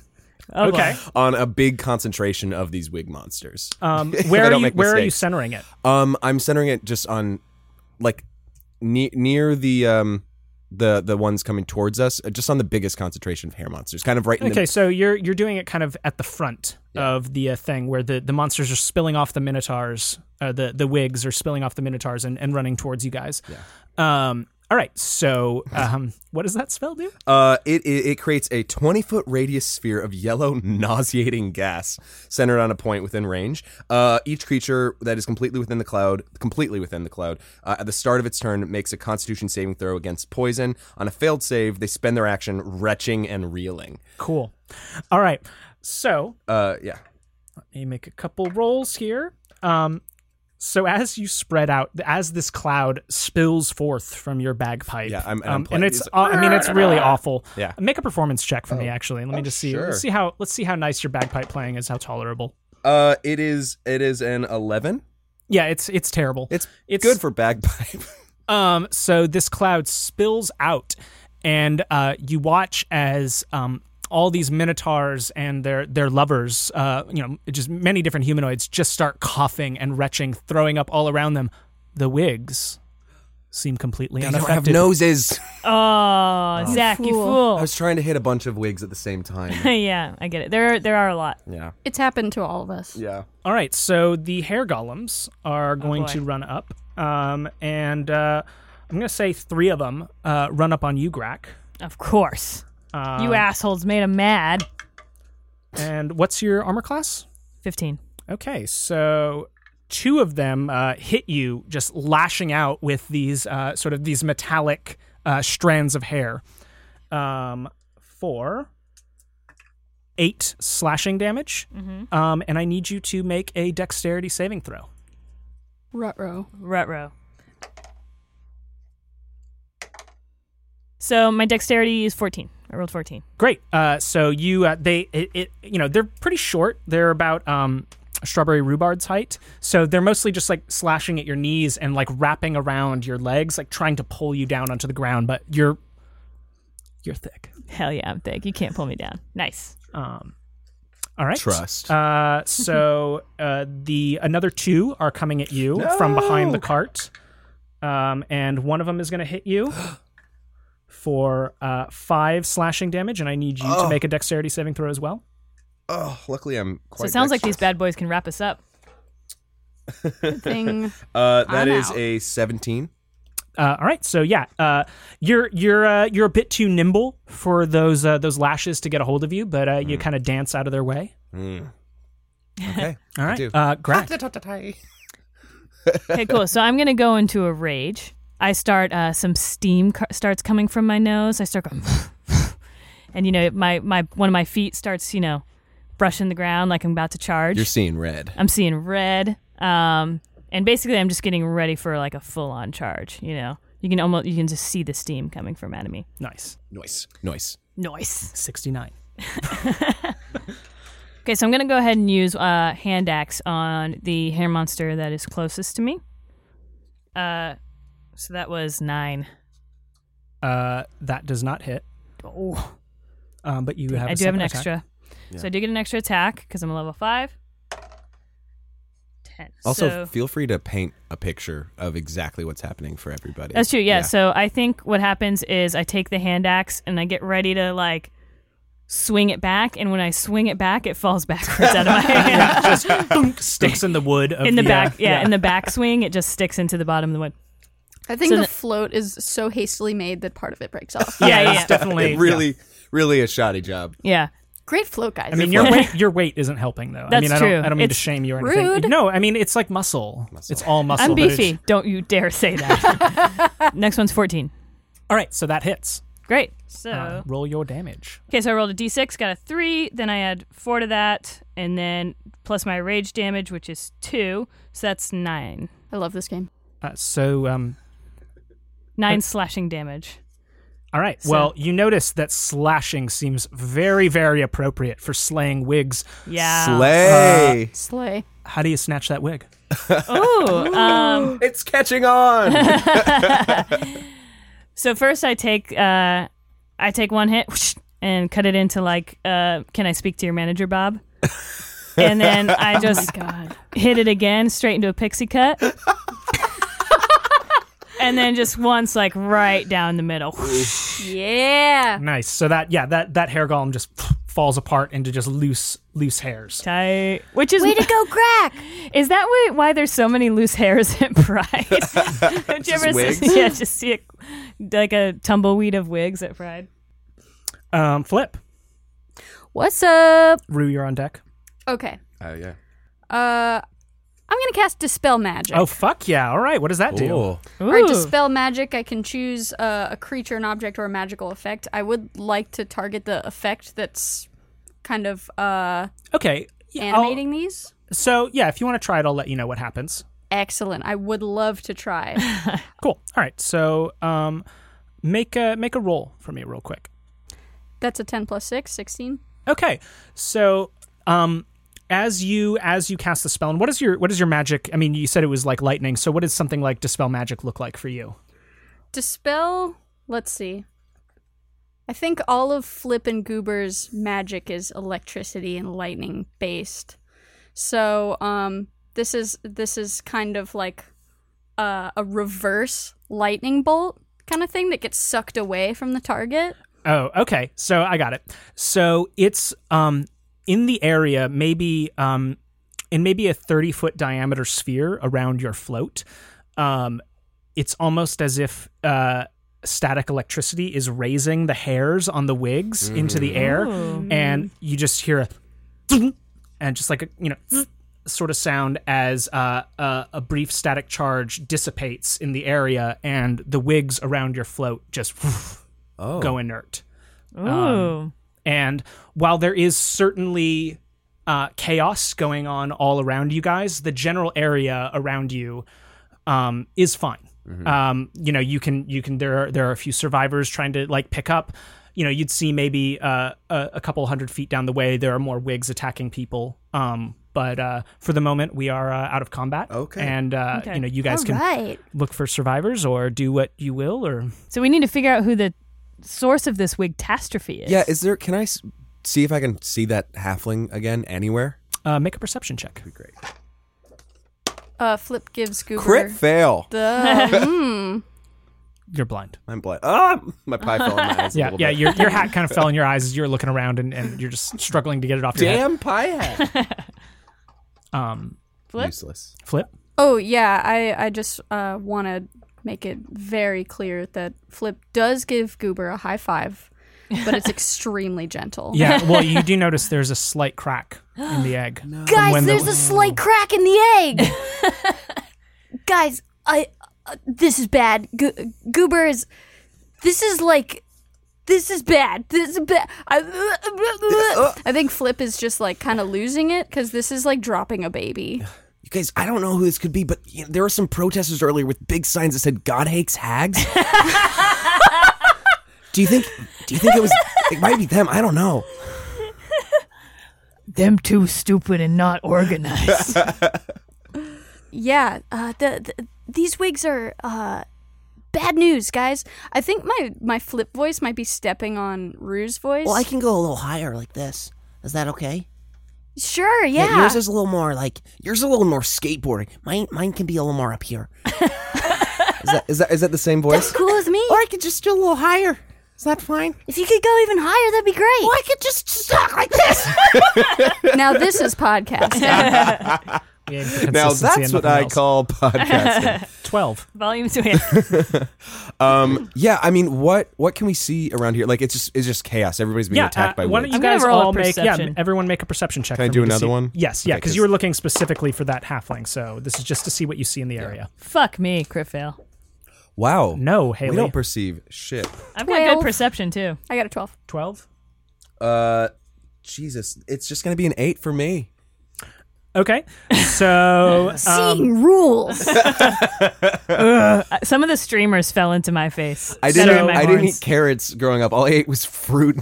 Speaker 4: Oh,
Speaker 1: okay,
Speaker 4: boy.
Speaker 2: on a big concentration of these wig monsters.
Speaker 1: um,
Speaker 2: If I
Speaker 1: where are
Speaker 2: don't
Speaker 1: you
Speaker 2: make
Speaker 1: where are you
Speaker 2: mistakes.
Speaker 1: centering it?
Speaker 2: Um, I'm centering it just on like ne- near the um the the ones coming towards us, uh, just on the biggest concentration of hair monsters, kind of right in
Speaker 1: Okay,
Speaker 2: the
Speaker 1: so you're you're doing it kind of at the front of the uh, thing where the, the monsters are spilling off the minotaurs, uh, the the wigs are spilling off the minotaurs and, and running towards you guys. Yeah. Um. All right. So, um, what does that spell do?
Speaker 2: Uh, it, it it creates a 20 foot radius sphere of yellow, nauseating gas centered on a point within range. Uh, each creature that is completely within the cloud, completely within the cloud, uh, at the start of its turn makes a Constitution saving throw against poison. On a failed save, they spend their action retching and reeling.
Speaker 1: Cool. All right. So
Speaker 2: Uh, yeah.
Speaker 1: Let me make a couple rolls here. Um, so as you spread out, as this cloud spills forth from your bagpipe,
Speaker 2: Yeah, I'm- and I'm
Speaker 1: um,
Speaker 2: playing
Speaker 1: and it's,
Speaker 2: these-
Speaker 1: aw- I mean, it's really awful.
Speaker 2: Ah! Yeah. Oh,
Speaker 1: make a performance check for me actually. Let me just see,
Speaker 2: sure.
Speaker 1: let's see how, let's see how nice your bagpipe playing is, how tolerable.
Speaker 2: Uh, it is it is an 11.
Speaker 1: Yeah, it's it's terrible.
Speaker 2: It's,
Speaker 1: It's-
Speaker 2: good for bagpipe.
Speaker 1: Um, so this cloud spills out, and uh, you watch as um, all these minotaurs and their their lovers, uh, you know, just many different humanoids, just start coughing and retching, throwing up all around them. The wigs seem completely
Speaker 2: they don't have
Speaker 1: unaffected.
Speaker 2: noses.
Speaker 4: Oh, Zach, you
Speaker 3: Fool.
Speaker 4: fool.
Speaker 2: I was trying to hit a bunch of wigs at the same time.
Speaker 4: yeah, I get it. There, there are a lot.
Speaker 2: yeah.
Speaker 3: It's happened to all of us.
Speaker 2: Yeah.
Speaker 1: all right, so the hair golems
Speaker 2: Oh,
Speaker 1: are going
Speaker 4: boy.
Speaker 1: to run up, um, and uh, I'm going to say three of them uh, run up on you, Grack.
Speaker 4: Of course,
Speaker 1: Um,
Speaker 4: you assholes made him mad.
Speaker 1: and what's your armor class?
Speaker 4: Fifteen.
Speaker 1: Okay, so two of them uh, hit you, just lashing out with these uh, sort of these metallic uh, strands of hair. Um, for eight slashing damage, um, and I need you to make a dexterity saving throw.
Speaker 3: Rutro.
Speaker 4: Rutro. So my dexterity is 14. I rolled 14.
Speaker 1: Great. Uh, so you uh, they it, it you know they're pretty short. They're about um, strawberry rhubarb's height. So they're mostly just like slashing at your knees and like wrapping around your legs, like trying to pull you down onto the ground. But you're you're thick.
Speaker 4: Hell yeah, I'm thick. You can't pull me down. Nice.
Speaker 1: Um, all right.
Speaker 2: Trust.
Speaker 1: Uh, so uh, the another two are coming at you from behind the cart, um, and one of them is going to hit you for uh, five slashing damage, and I need you to make a dexterity saving throw as well.
Speaker 2: oh, luckily I'm
Speaker 4: So
Speaker 2: quite.
Speaker 4: it sounds like these
Speaker 2: dexterous.
Speaker 4: bad boys can wrap us up.
Speaker 3: thing.
Speaker 2: Uh, that
Speaker 3: I'm
Speaker 2: is
Speaker 3: out.
Speaker 2: a 17.
Speaker 1: Uh, all right, so yeah, uh, you're you're uh, you're a bit too nimble for those uh, those lashes to get a hold of you, but uh, you kind of dance out of their way.
Speaker 2: Mm. Okay.
Speaker 1: All
Speaker 2: I
Speaker 1: right,
Speaker 2: do.
Speaker 1: uh, Grant.
Speaker 4: Okay, cool. So I'm gonna go into a rage. I start uh, some steam co- starts coming from my nose. I start going, and you know my my one of my feet starts you know brushing the ground like I'm about to charge.
Speaker 2: You're seeing red.
Speaker 4: I'm seeing red. Um, and basically I'm just getting ready for like a full on charge. You know, you can almost you can just see the steam coming from out of me.
Speaker 1: Nice,
Speaker 2: Noise. Noise.
Speaker 4: Nice.
Speaker 1: sixty nine.
Speaker 4: Okay, so I'm gonna go ahead and use uh, hand axe on the hair monster that is closest to me. Uh, so that was nine.
Speaker 1: Uh, that does not hit,
Speaker 4: Oh.
Speaker 1: um, but you have.
Speaker 4: I
Speaker 1: a
Speaker 4: do have
Speaker 1: second
Speaker 4: an
Speaker 1: attack.
Speaker 4: extra. So I do get an extra attack because I'm a level five. Ten.
Speaker 2: Also,
Speaker 4: So-
Speaker 2: feel free to paint a picture of exactly what's happening for everybody.
Speaker 4: that's true. Yeah, So I think what happens is I take the hand axe and I get ready to like swing it back, and when I swing it back, it falls backwards out of my hand.
Speaker 1: Just thunk, sticks in the wood. Of
Speaker 4: in the
Speaker 1: uh,
Speaker 4: back, yeah, in the back swing, it just sticks into the bottom of the wood.
Speaker 3: I think
Speaker 4: So
Speaker 3: the
Speaker 4: the-
Speaker 3: float is so hastily made that part of it breaks off.
Speaker 1: yeah,
Speaker 4: Yeah,
Speaker 1: it's
Speaker 4: yeah.
Speaker 1: definitely
Speaker 2: It really, really a shoddy job.
Speaker 4: Yeah.
Speaker 3: Great float, guys.
Speaker 1: I mean, your weight, your weight isn't helping though. I
Speaker 4: That's
Speaker 1: mean, I don't,
Speaker 4: true.
Speaker 1: I don't mean
Speaker 4: It's
Speaker 1: to shame you or anything.
Speaker 3: rude.
Speaker 1: No, I mean it's like muscle. It's all muscle.
Speaker 4: I'm
Speaker 1: but it's-
Speaker 4: beefy. Don't you dare say that. Next one's 14.
Speaker 1: All right, so that hits.
Speaker 4: Great. So.
Speaker 1: Uh, roll your damage.
Speaker 4: Okay, so I rolled a d6, got a three, then I add four to that, and then plus my rage damage, which is two, so that's nine.
Speaker 3: I love this game.
Speaker 1: Uh, so, um,
Speaker 4: Nine slashing damage.
Speaker 1: all right. Well, you notice that slashing seems very, very appropriate for slaying wigs.
Speaker 4: Yeah.
Speaker 2: Slay.
Speaker 4: uh,
Speaker 3: Slay.
Speaker 1: How do you snatch that wig?
Speaker 4: Ooh. Um,
Speaker 2: it's catching on.
Speaker 4: so first I take uh, I take one hit whoosh, and cut it into like, uh, can I speak to your manager, Bob? and then I just
Speaker 3: God.
Speaker 4: hit it again straight into a pixie cut. and then just once, like right down the middle.
Speaker 3: Yeah.
Speaker 1: Nice. So that, yeah, that that hair golem just falls apart into just loose loose hairs.
Speaker 4: Tight. Which is
Speaker 5: Way to go, Crack!
Speaker 4: Is that why, why there's so many loose hairs at Pride? Don't you ever
Speaker 2: wigs?
Speaker 4: See, yeah, just see a, like a tumbleweed of wigs at Pride.
Speaker 1: Um, flip.
Speaker 3: What's up?
Speaker 1: Rue, you're on deck.
Speaker 3: Okay.
Speaker 2: Oh yeah.
Speaker 3: Uh, I'm gonna cast dispel magic.
Speaker 1: Oh fuck yeah! All right. What does that do?
Speaker 2: Ooh.
Speaker 3: All right,
Speaker 4: Ooh.
Speaker 3: dispel magic. I can choose uh, a creature, an object, or a magical effect. I would like to target the effect that's kind of uh,
Speaker 1: Okay. Yeah, I'll-
Speaker 3: animating these.
Speaker 1: so yeah, if you want to try it, I'll let you know what happens.
Speaker 3: Excellent. I would love to try.
Speaker 1: Cool. All right. So um, make a make a roll for me real quick.
Speaker 3: That's a 10 plus 6, 16.
Speaker 1: Okay. So um, as you as you cast the spell, and what is your what is your magic? I mean, you said it was like lightning. So what does something like dispel magic look like for you?
Speaker 3: Dispel. Let's see. I think all of Flip and Goober's magic is electricity and lightning based. So um, this is this is kind of like uh, a reverse lightning bolt kind of thing that gets sucked away from the target.
Speaker 1: Oh, okay. So I got it. So it's um in the area, maybe um in maybe a thirty foot diameter sphere around your float. Um, it's almost as if uh static electricity is raising the hairs on the wigs into the air,
Speaker 4: Ooh.
Speaker 1: and you just hear a thunk and just like a you know thunk sort of sound as uh, a, a brief static charge dissipates in the area, and the wigs around your float just
Speaker 2: Oh.
Speaker 1: go inert.
Speaker 4: Ooh.
Speaker 1: And while there is certainly uh, chaos going on all around you guys, the general area around you um, is fine.
Speaker 2: Mm-hmm.
Speaker 1: Um, you know, you can you can there are, there are a few survivors trying to like pick up. You know, you'd see maybe uh, a, a couple hundred feet down the way there are more wigs attacking people. Um, but uh, for the moment, we are uh, out of combat.
Speaker 2: Okay.
Speaker 1: and uh,
Speaker 4: Okay.
Speaker 1: you know, you guys
Speaker 5: All
Speaker 1: can
Speaker 5: right.
Speaker 1: look for survivors or do what you will or
Speaker 4: So we need to figure out who the source of this wig catastrophe is.
Speaker 2: Yeah, is there? Can I s- see if I can see that halfling again anywhere?
Speaker 1: uh, make a perception check.
Speaker 2: Be great.
Speaker 3: Uh, Flip gives Goober
Speaker 2: Crit fail.
Speaker 3: the mm,
Speaker 1: You're blind.
Speaker 2: I'm blind. Ah, my pie fell in my eyes. a
Speaker 1: Yeah,
Speaker 2: little
Speaker 1: yeah.
Speaker 2: bit.
Speaker 1: Your your hat kind of fell in your eyes as you're looking around and, and you're just struggling to get it off your head.
Speaker 2: damn pie hat.
Speaker 1: Um,
Speaker 4: Flip?
Speaker 2: Useless.
Speaker 1: flip.
Speaker 3: Oh yeah, I I just uh, want to make it very clear that Flip does give Goober a high five, but it's extremely gentle.
Speaker 1: Yeah. Well, you do notice there's a slight crack in the egg. no.
Speaker 5: Guys, there's a slight crack in the egg. Guys, I uh, this is bad. Go- Goober is this is like this is bad. This is bad. I,
Speaker 3: I think Flip is just like kind of losing it because this is like dropping a baby.
Speaker 6: You guys, I don't know who this could be, but you know, there were some protesters earlier with big signs that said "God hates hags." do you think? Do you think it was? It might be them. I don't know.
Speaker 4: Them too stupid and not organized.
Speaker 3: Yeah,
Speaker 5: uh, the, the these wigs are uh bad news, guys.
Speaker 3: I think my my Flip voice might be stepping on Rue's voice.
Speaker 7: Well, I can go a little higher like this. Is that okay?
Speaker 5: Sure, yeah.
Speaker 7: yours is a little more like yours is a little more skateboarding. Mine, mine can be a little more up here.
Speaker 2: Is that, is that is that the same voice?
Speaker 5: cool with me.
Speaker 7: Or I could just do a little higher. Is that fine?
Speaker 5: If you could go even higher, that'd be great.
Speaker 7: Or I could just talk like this.
Speaker 3: now this is podcasting.
Speaker 1: We aim for
Speaker 2: Now
Speaker 1: consistency and
Speaker 2: that's what
Speaker 1: nothing
Speaker 2: I
Speaker 1: else.
Speaker 2: call podcasting.
Speaker 1: twelve.
Speaker 4: Volume two.
Speaker 2: um, yeah, I mean, what what can we see around here? Like, it's just it's just chaos. Everybody's being
Speaker 1: yeah.
Speaker 2: attacked
Speaker 1: uh,
Speaker 2: by
Speaker 1: why don't
Speaker 2: wolves.
Speaker 1: you
Speaker 4: I'm gonna
Speaker 1: guys
Speaker 4: roll a
Speaker 1: all make? Yeah.
Speaker 4: perception.
Speaker 1: Everyone make a perception check.
Speaker 2: Can I
Speaker 1: for
Speaker 2: do
Speaker 1: me to
Speaker 2: another
Speaker 1: see-
Speaker 2: one?
Speaker 1: Yes. Yeah.
Speaker 2: Okay,
Speaker 1: Because
Speaker 2: 'cause-
Speaker 1: you were looking specifically for that halfling, so this is just to see what you see in the area.
Speaker 4: Fuck me, crit fail.
Speaker 2: Wow.
Speaker 1: No, Haley.
Speaker 2: we don't perceive shit.
Speaker 4: I've got good
Speaker 3: Twelve.
Speaker 4: perception too.
Speaker 3: I got a twelve.
Speaker 1: Twelve.
Speaker 2: Uh, Jesus, it's just gonna be an eight for me.
Speaker 1: Okay. So um,
Speaker 5: Seeing rules.
Speaker 4: Uh, Some of the streamers fell into my face.
Speaker 2: I
Speaker 4: Fell in
Speaker 2: didn't.
Speaker 4: my
Speaker 2: I didn't
Speaker 4: horns.
Speaker 2: eat carrots growing up. All I ate was fruit.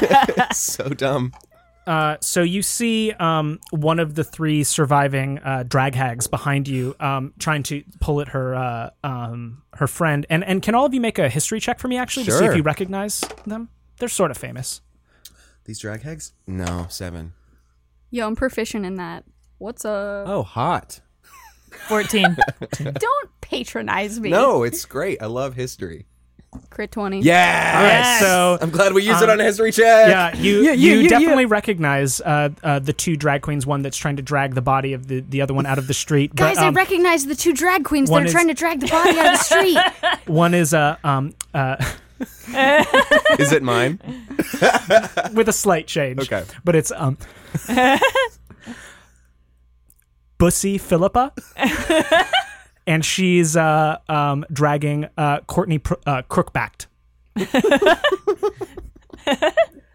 Speaker 2: so dumb.
Speaker 1: Uh, so you see um, one of the three surviving uh, drag hags behind you, um, trying to pull at her uh, um, her friend. And and can all of you make a history check for me actually to see if
Speaker 2: Sure.
Speaker 1: you recognize them? They're sort of famous.
Speaker 2: These drag hags? No, seven.
Speaker 3: Yo, I'm proficient in that. What's up?
Speaker 2: Oh, hot.
Speaker 4: Fourteen.
Speaker 3: Don't patronize me.
Speaker 2: No, it's great. I love history.
Speaker 3: Crit twenty.
Speaker 2: Yeah.
Speaker 4: Yes.
Speaker 1: So
Speaker 2: I'm glad we used it on a history check.
Speaker 1: yeah, you
Speaker 2: Uh, Yeah,
Speaker 1: you,
Speaker 2: yeah, yeah,
Speaker 1: definitely recognize uh, uh, the two drag queens. One that's trying to drag the body of the, the other one out of the street.
Speaker 5: Guys,
Speaker 1: but, um,
Speaker 5: I recognize the two drag queens that
Speaker 1: one
Speaker 5: are
Speaker 1: is-
Speaker 5: trying to drag the body out of the street.
Speaker 1: one is a um uh,
Speaker 2: Is it mine?
Speaker 1: with a slight change.
Speaker 2: Okay.
Speaker 1: but it's um. Bussy Philippa, and she's uh, um, dragging uh, Courtney Pr- uh, Crookbacked.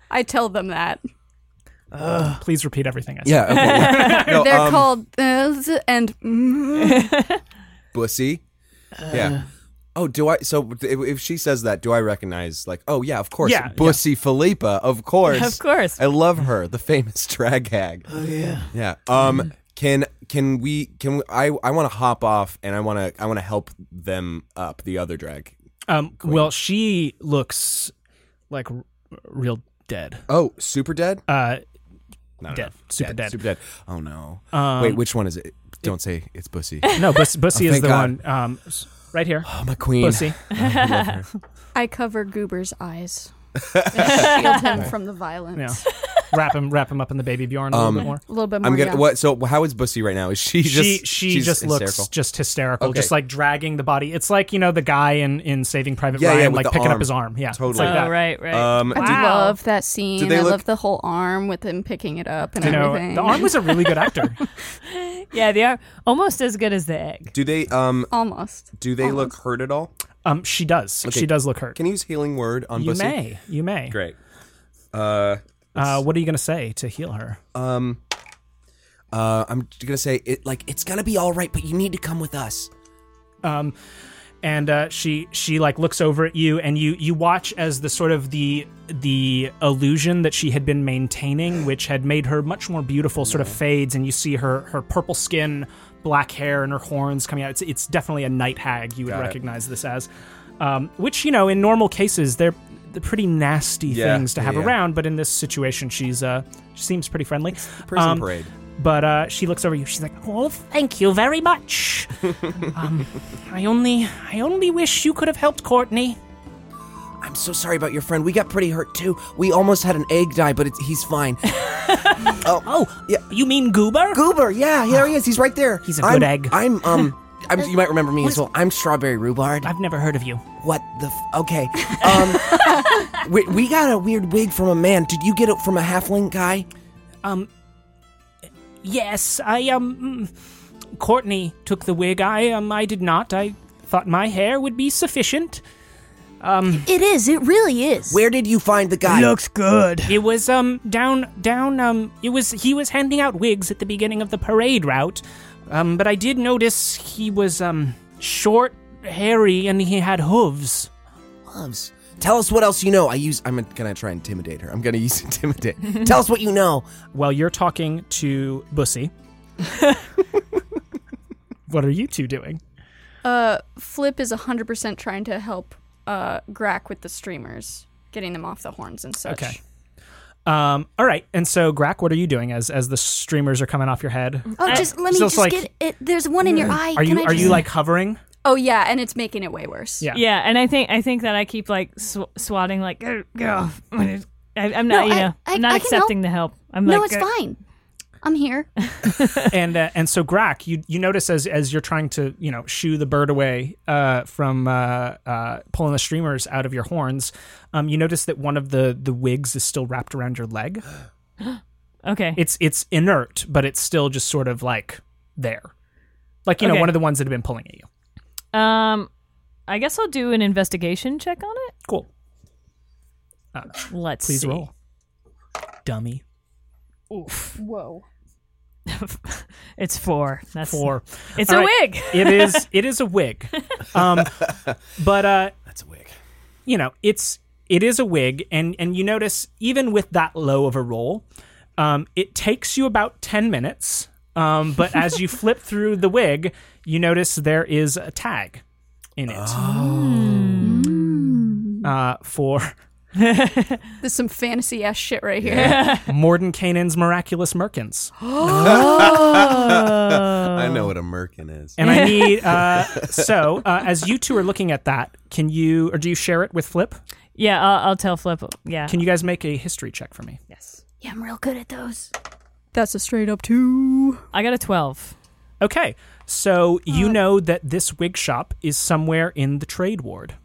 Speaker 3: I tell them that
Speaker 1: Please repeat everything I said.
Speaker 2: Yeah. Okay. No,
Speaker 3: they're
Speaker 2: um,
Speaker 3: called uh, z- and mm,
Speaker 2: Bussy. yeah. Oh, do I? So if, if she says that, do I recognize? Like, oh yeah, of course.
Speaker 1: Yeah, yeah.
Speaker 2: Bussy Philippa, of course.
Speaker 4: Of course.
Speaker 2: I love her, the famous drag hag. Oh yeah. Yeah. Um. Can can we can we, I I want to hop off and I want to I want to help them up the other drag.
Speaker 1: Um, well, she looks like r- real dead.
Speaker 2: Oh, super dead.
Speaker 1: Uh,
Speaker 2: No, no,
Speaker 1: dead.
Speaker 2: no.
Speaker 1: Super dead.
Speaker 2: Super dead. Oh no.
Speaker 1: Um,
Speaker 2: Wait, which one is it? Don't say it's Bussy.
Speaker 1: no, Bus- Bussy
Speaker 2: Oh,
Speaker 1: is
Speaker 2: thank
Speaker 1: the
Speaker 2: God.
Speaker 1: one um, s- right here.
Speaker 2: Oh, my queen.
Speaker 1: Bussy.
Speaker 2: I love her.
Speaker 3: I cover Goober's eyes. Shield him from the violence.
Speaker 1: Yeah. wrap him, wrap him up in the baby Bjorn a
Speaker 2: Um,
Speaker 1: little bit more.
Speaker 3: A little bit more.
Speaker 2: I'm gonna
Speaker 3: yeah.
Speaker 2: what? So how is Bussy right now? Is she just
Speaker 1: she she
Speaker 2: she's
Speaker 1: just looks
Speaker 2: hysterical?
Speaker 1: just hysterical,
Speaker 2: Okay.
Speaker 1: just like dragging the body. It's like you know the guy in in Saving Private
Speaker 2: Yeah, yeah,
Speaker 1: Ryan,
Speaker 2: with
Speaker 1: like
Speaker 2: the
Speaker 1: picking up
Speaker 2: arm.
Speaker 1: his arm. Yeah, it's
Speaker 2: Totally.
Speaker 1: like
Speaker 4: oh,
Speaker 1: that.
Speaker 4: right, right.
Speaker 2: Um,
Speaker 3: I do
Speaker 4: Wow.
Speaker 3: love that scene.
Speaker 2: they
Speaker 3: I
Speaker 2: look-
Speaker 3: love the whole arm with him picking it up and
Speaker 1: You know,
Speaker 3: everything.
Speaker 1: the arm was a really good actor.
Speaker 4: yeah, they are almost as good as the egg.
Speaker 2: do they um
Speaker 3: almost.
Speaker 2: do they look hurt at all?
Speaker 1: Um, she does.
Speaker 2: Okay.
Speaker 1: She does look hurt.
Speaker 2: Can you use healing word on
Speaker 1: you
Speaker 2: Bussy?
Speaker 1: may. You may.
Speaker 2: Great. Uh,
Speaker 1: Uh, what are you going to say to heal her?
Speaker 2: um, uh, I'm gonna say it like
Speaker 7: It's gonna be all right, but you need to come with us.
Speaker 1: Um, and uh, she she like looks over at you, and you you watch as the sort of the the illusion that she had been maintaining, which had made her much more beautiful, sort of fades, and you see her her purple skin, black hair, and her horns coming out. It's it's definitely a night hag. You would recognize this as, um, which you know in normal cases they're. they're pretty nasty
Speaker 2: Yeah,
Speaker 1: things to have
Speaker 2: yeah, yeah.
Speaker 1: around, but in this situation, she's uh, she seems pretty friendly.
Speaker 2: Prison
Speaker 1: Um,
Speaker 2: parade.
Speaker 1: but uh, she looks over at you. She's like, "Oh, thank you very much. um, I only, I only wish you could have helped Courtney.
Speaker 6: I'm so sorry about your friend. We got pretty hurt too. We almost had an egg die, but it's, he's fine.
Speaker 1: Oh, you mean Goober?
Speaker 6: Goober, yeah, there he is. He's right there.
Speaker 1: He's a
Speaker 6: I'm-
Speaker 1: good egg.
Speaker 6: I'm um, I'm, you might remember me as well. I'm Strawberry Rhubarb.
Speaker 1: I've never heard of you.
Speaker 6: What the? F- okay. Um, we, we got a weird wig from a man. Did you get it from a halfling guy?
Speaker 1: Yes, I um, mm, Courtney took the wig. I um, I did not. I thought my hair would be sufficient.
Speaker 5: It is. It really is.
Speaker 6: Where did you find the guy?
Speaker 4: good.
Speaker 1: It was um down down um it was he was handing out wigs at the beginning of the parade route. Um but I did notice he was um short, hairy and he had hooves.
Speaker 6: Loves.
Speaker 2: Tell us what else you know. I use. I'm gonna try and intimidate her. I'm gonna use intimidate.
Speaker 6: Tell us what you know.
Speaker 1: Well, you're talking to Bussy. what are you two doing?
Speaker 3: Uh, Flip is 100% trying to help uh, Grack with the streamers, getting them off the horns and such.
Speaker 1: Okay. Um, all right, and so Grack, what are you doing as as the streamers are coming off your head?
Speaker 5: Oh, just let me
Speaker 1: uh, so it's
Speaker 5: just
Speaker 1: like- Mm.
Speaker 5: get it. There's one in your eye.
Speaker 1: Are
Speaker 5: Can
Speaker 1: you
Speaker 5: I
Speaker 1: are
Speaker 5: just...
Speaker 1: you like hovering?
Speaker 3: Oh, yeah, and it's making it way worse.
Speaker 1: Yeah.
Speaker 4: Yeah, and I think I think that I keep like sw- swatting like go. I, I'm
Speaker 5: No,
Speaker 4: not, you
Speaker 5: I-
Speaker 4: know, I,
Speaker 5: I-
Speaker 4: am not
Speaker 5: I can
Speaker 4: accepting the help. I'm
Speaker 5: No,
Speaker 4: like,
Speaker 5: it's
Speaker 1: uh,
Speaker 4: "Go."
Speaker 5: fine. I'm here.
Speaker 1: and uh, and so Grack, you you notice as as you're trying to you know shoo the bird away uh, from uh, uh, pulling the streamers out of your horns, um, you notice that one of the the wigs is still wrapped around your leg.
Speaker 4: Okay,
Speaker 1: It's it's inert, but it's still just sort of like there, like you know
Speaker 4: Okay.
Speaker 1: one of the ones that have been pulling at you.
Speaker 4: um, I guess I'll do an investigation check on it.
Speaker 1: Cool.
Speaker 4: Let's
Speaker 1: Please
Speaker 4: see.
Speaker 1: roll. Dummy.
Speaker 4: It's four. That's
Speaker 1: Four.
Speaker 4: It's
Speaker 1: All
Speaker 4: a
Speaker 1: right.
Speaker 4: wig.
Speaker 1: it is it is a wig um but uh that's a wig you know it's it is a wig and and you notice even with that low of a roll um it takes you about 10 minutes um but as you flip through the wig you notice there is a tag in it uh for
Speaker 3: This is some fantasy ass shit right here.
Speaker 1: Mordenkainen's miraculous merkins
Speaker 2: I know what a merkin is.
Speaker 1: and i need uh so uh, as you two are looking at that can you or do you share it with flip
Speaker 4: Yeah, I'll, I'll tell Flip. Yeah.
Speaker 1: can you guys make a history check for me
Speaker 4: yes.
Speaker 5: Yeah, I'm real good at those.
Speaker 3: That's a straight up two.
Speaker 4: I got a twelve.
Speaker 1: Okay, so you
Speaker 4: Uh,
Speaker 1: know that this wig shop is somewhere in the trade ward.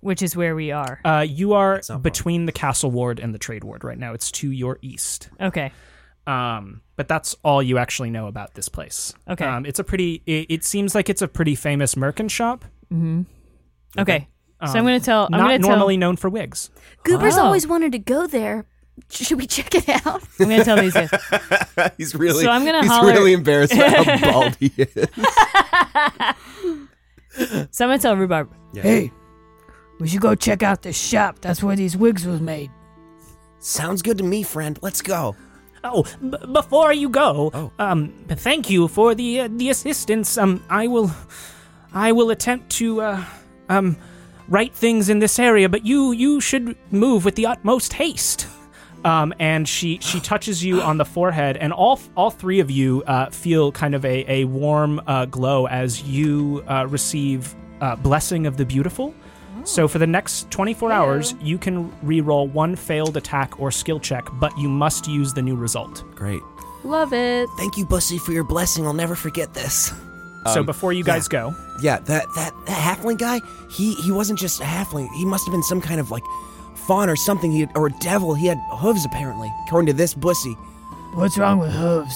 Speaker 4: Which is where we are.
Speaker 1: Uh, you are between the castle ward and the trade ward right now. It's to your east.
Speaker 4: Okay.
Speaker 1: Um, but that's all you actually know about this place.
Speaker 4: Okay.
Speaker 1: Um, it's a pretty. It, it seems like it's a pretty famous merchant shop.
Speaker 4: Okay. so I'm gonna tell.
Speaker 1: Um,
Speaker 4: I'm
Speaker 1: not
Speaker 4: gonna
Speaker 1: normally known for wigs.
Speaker 5: Goober's
Speaker 4: Oh.
Speaker 5: always wanted to go there. Should we check it out?
Speaker 4: Tell, I'm gonna tell these guys.
Speaker 2: he's really.
Speaker 4: So I'm gonna
Speaker 2: he's
Speaker 4: holler-
Speaker 2: really embarrassed by how bald he is.
Speaker 4: So I'm gonna tell Rhubarb.
Speaker 8: Hey, we should go check out this shop. That's where these wigs was made.
Speaker 6: Sounds good to me, friend. Let's go.
Speaker 1: Oh, b- before you go, um, thank you for the uh, the assistance. Um, I will, I will attempt to, uh, um, right things in this area. But you you should move with the utmost haste. Um, and she she touches you on the forehead, and all all three of you uh, feel kind of a a warm uh, glow as you uh, receive uh, blessing of the beautiful. So for the next 24 hours, you can re-roll one failed attack or skill check, but you must use the new result.
Speaker 2: Great.
Speaker 3: Love it.
Speaker 6: Thank you, Bussy, for your blessing. I'll never forget this.
Speaker 1: so before you guys go,
Speaker 6: Yeah, that that, that halfling guy. He he wasn't just a halfling. He must have been some kind of like faun or something. He or a devil. He had hooves apparently, according to this Bussy.
Speaker 8: What's wrong with hooves?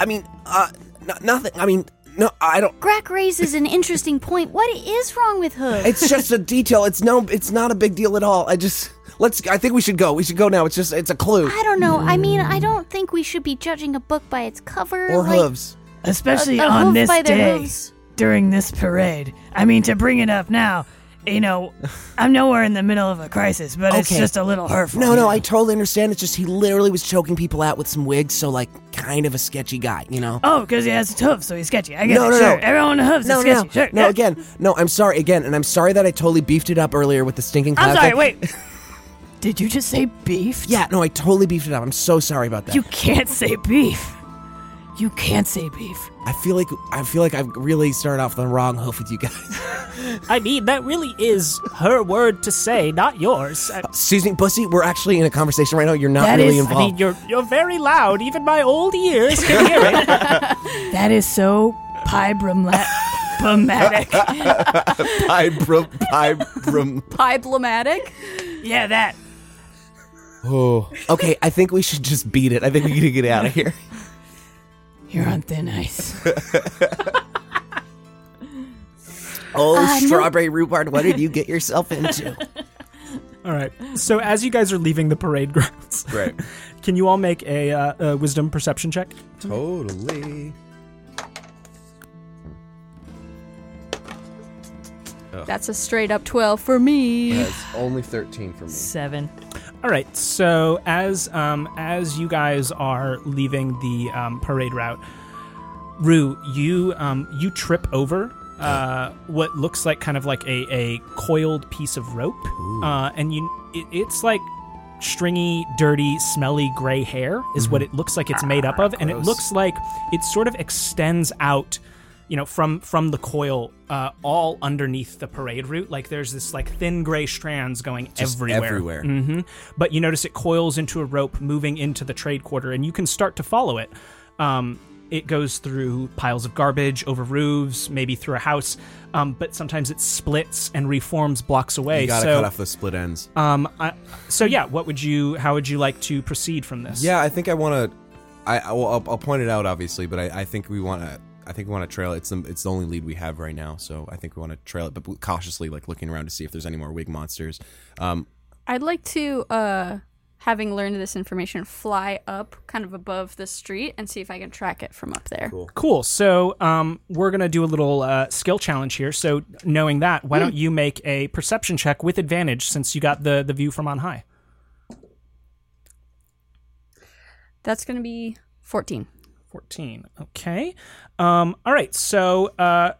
Speaker 6: I mean, uh, no, nothing. I mean, no, I don't.
Speaker 5: Grack raises an interesting point. What is wrong with Hood?
Speaker 6: It's just a detail. It's no. It's not a big deal at all. I just let's. I think we should go. We should go now. It's just. It's a clue
Speaker 5: I don't know. I mean, I don't think we should be judging a book by its cover.
Speaker 6: or
Speaker 5: like,
Speaker 6: hooves.
Speaker 8: Especially
Speaker 5: a
Speaker 8: on
Speaker 5: hoof
Speaker 8: this
Speaker 5: by their
Speaker 8: day.
Speaker 5: hooves.
Speaker 8: during this parade. I mean, to bring it up now, you know, I'm nowhere in the middle of a crisis, but it's
Speaker 6: Okay.
Speaker 8: just a little hurtful.
Speaker 6: No,
Speaker 8: you
Speaker 6: no,
Speaker 8: know?
Speaker 6: I totally understand. It's just he literally was choking people out with some wigs, so like kind of a sketchy guy, you know.
Speaker 8: Oh, because he has hooves, so he's sketchy. I get
Speaker 6: No,
Speaker 8: it.
Speaker 6: no,
Speaker 8: sure.
Speaker 6: no.
Speaker 8: Everyone with hooves
Speaker 6: no,
Speaker 8: is sketchy.
Speaker 6: no,
Speaker 8: Sure.
Speaker 6: no.
Speaker 8: yeah.
Speaker 6: Again, no. I'm sorry again, and I'm sorry that I totally beefed it up earlier with the stinking.
Speaker 8: I'm
Speaker 6: cloud
Speaker 8: sorry.
Speaker 6: thing.
Speaker 8: Wait. Did you just say beef?
Speaker 6: Yeah, no, I totally beefed it up. I'm so sorry about that.
Speaker 8: You can't say beef. You can't say beef.
Speaker 6: I feel like I feel like I've really started off the wrong hoof with you guys.
Speaker 1: I mean, that really is her word to say, not yours. I,
Speaker 2: Uh-huh.
Speaker 6: Excuse me, Bussy. We're actually in a conversation right now. You're not
Speaker 8: That
Speaker 6: really
Speaker 8: is- I
Speaker 1: I
Speaker 6: involved.
Speaker 1: mean, you're you're very loud. Even my old ears can hear it.
Speaker 8: That is so pybromlatic.
Speaker 2: Pibrum, pibrum.
Speaker 3: Problematic.
Speaker 8: yeah, that.
Speaker 2: Oh,
Speaker 6: okay, I think we should just beat it. I think we need to get out of here.
Speaker 8: You're on thin ice.
Speaker 6: Oh,
Speaker 5: Uh, no.
Speaker 6: strawberry rhubarb, what did you get yourself into?
Speaker 1: All right. So as you guys are leaving the parade grounds,
Speaker 2: right.
Speaker 1: can you all make a, uh, a wisdom perception check?
Speaker 2: Totally.
Speaker 3: That's a straight up 12 for me.
Speaker 2: That's only 13 for me.
Speaker 4: Seven.
Speaker 1: All right. So as um, as you guys are leaving the um, parade route, Rue, you um, you trip over uh, what looks like kind of like a, a coiled piece of rope, uh, and you it, it's like stringy, dirty, smelly gray hair is what it looks like it's made up of, and it looks like it sort of extends out. You know, from from the coil, uh, all underneath the parade route, like there's this like thin gray strands going everywhere.
Speaker 2: everywhere.
Speaker 1: hmm But you notice it coils into a rope, moving into the trade quarter, and you can start to follow it. Um, it goes through piles of garbage, over roofs, maybe through a house, um, but sometimes it splits and reforms blocks away.
Speaker 2: You gotta
Speaker 1: so,
Speaker 2: cut off the split ends.
Speaker 1: um, I, so yeah, what would you? How would you like to proceed from this?
Speaker 2: Yeah, I think I want to. I I- well, I'll, I'll point it out obviously, but I, I think we want to. I think we want to trail it. It's the, it's the only lead we have right now, so I think we want to trail it, but cautiously, like looking around to see if there's any more wig monsters. Um,
Speaker 3: I'd like to, uh, having learned this information, fly up kind of above the street and see if I can track it from up there.
Speaker 1: Cool. So um, we're gonna do a little uh, skill challenge here. So knowing that, why
Speaker 2: Hmm.
Speaker 1: don't you make a perception check with advantage since you got the the view from on high?
Speaker 3: That's going to be 14.
Speaker 1: 14 okay um all right so uh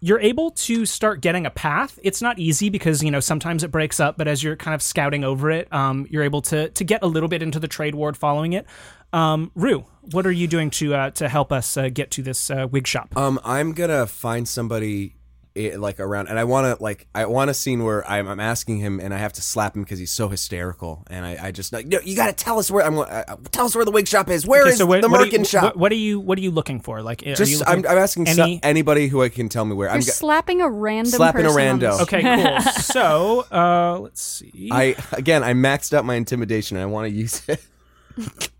Speaker 1: you're able to start getting a path it's not easy because you know sometimes it breaks up but as you're kind of scouting over it um you're able to to get a little bit into the trade ward following it um rue what are you doing to uh to help us uh, get to this uh, wig shop
Speaker 2: um, I'm gonna find somebody eh, like around, and I want to like I want a scene where I'm, I'm asking him, and I have to slap him because he's so hysterical, and I, I just like no, you gotta tell us where I'm. Uh, tell us where the wig shop is. Where is
Speaker 1: Okay, so what-
Speaker 2: the
Speaker 1: what are you-
Speaker 2: merkin shop?
Speaker 1: what, what are you what are you looking for like are you
Speaker 2: just I'm,
Speaker 1: looking
Speaker 2: I'm asking so-
Speaker 1: any-
Speaker 2: anybody who I can tell me where.
Speaker 3: You're
Speaker 2: I'm g-
Speaker 3: slapping a random
Speaker 2: Slapping a
Speaker 3: person on the
Speaker 2: rando.
Speaker 3: street.
Speaker 1: okay cool so uh let's see
Speaker 2: I again, I maxed out my intimidation, and I want to use it.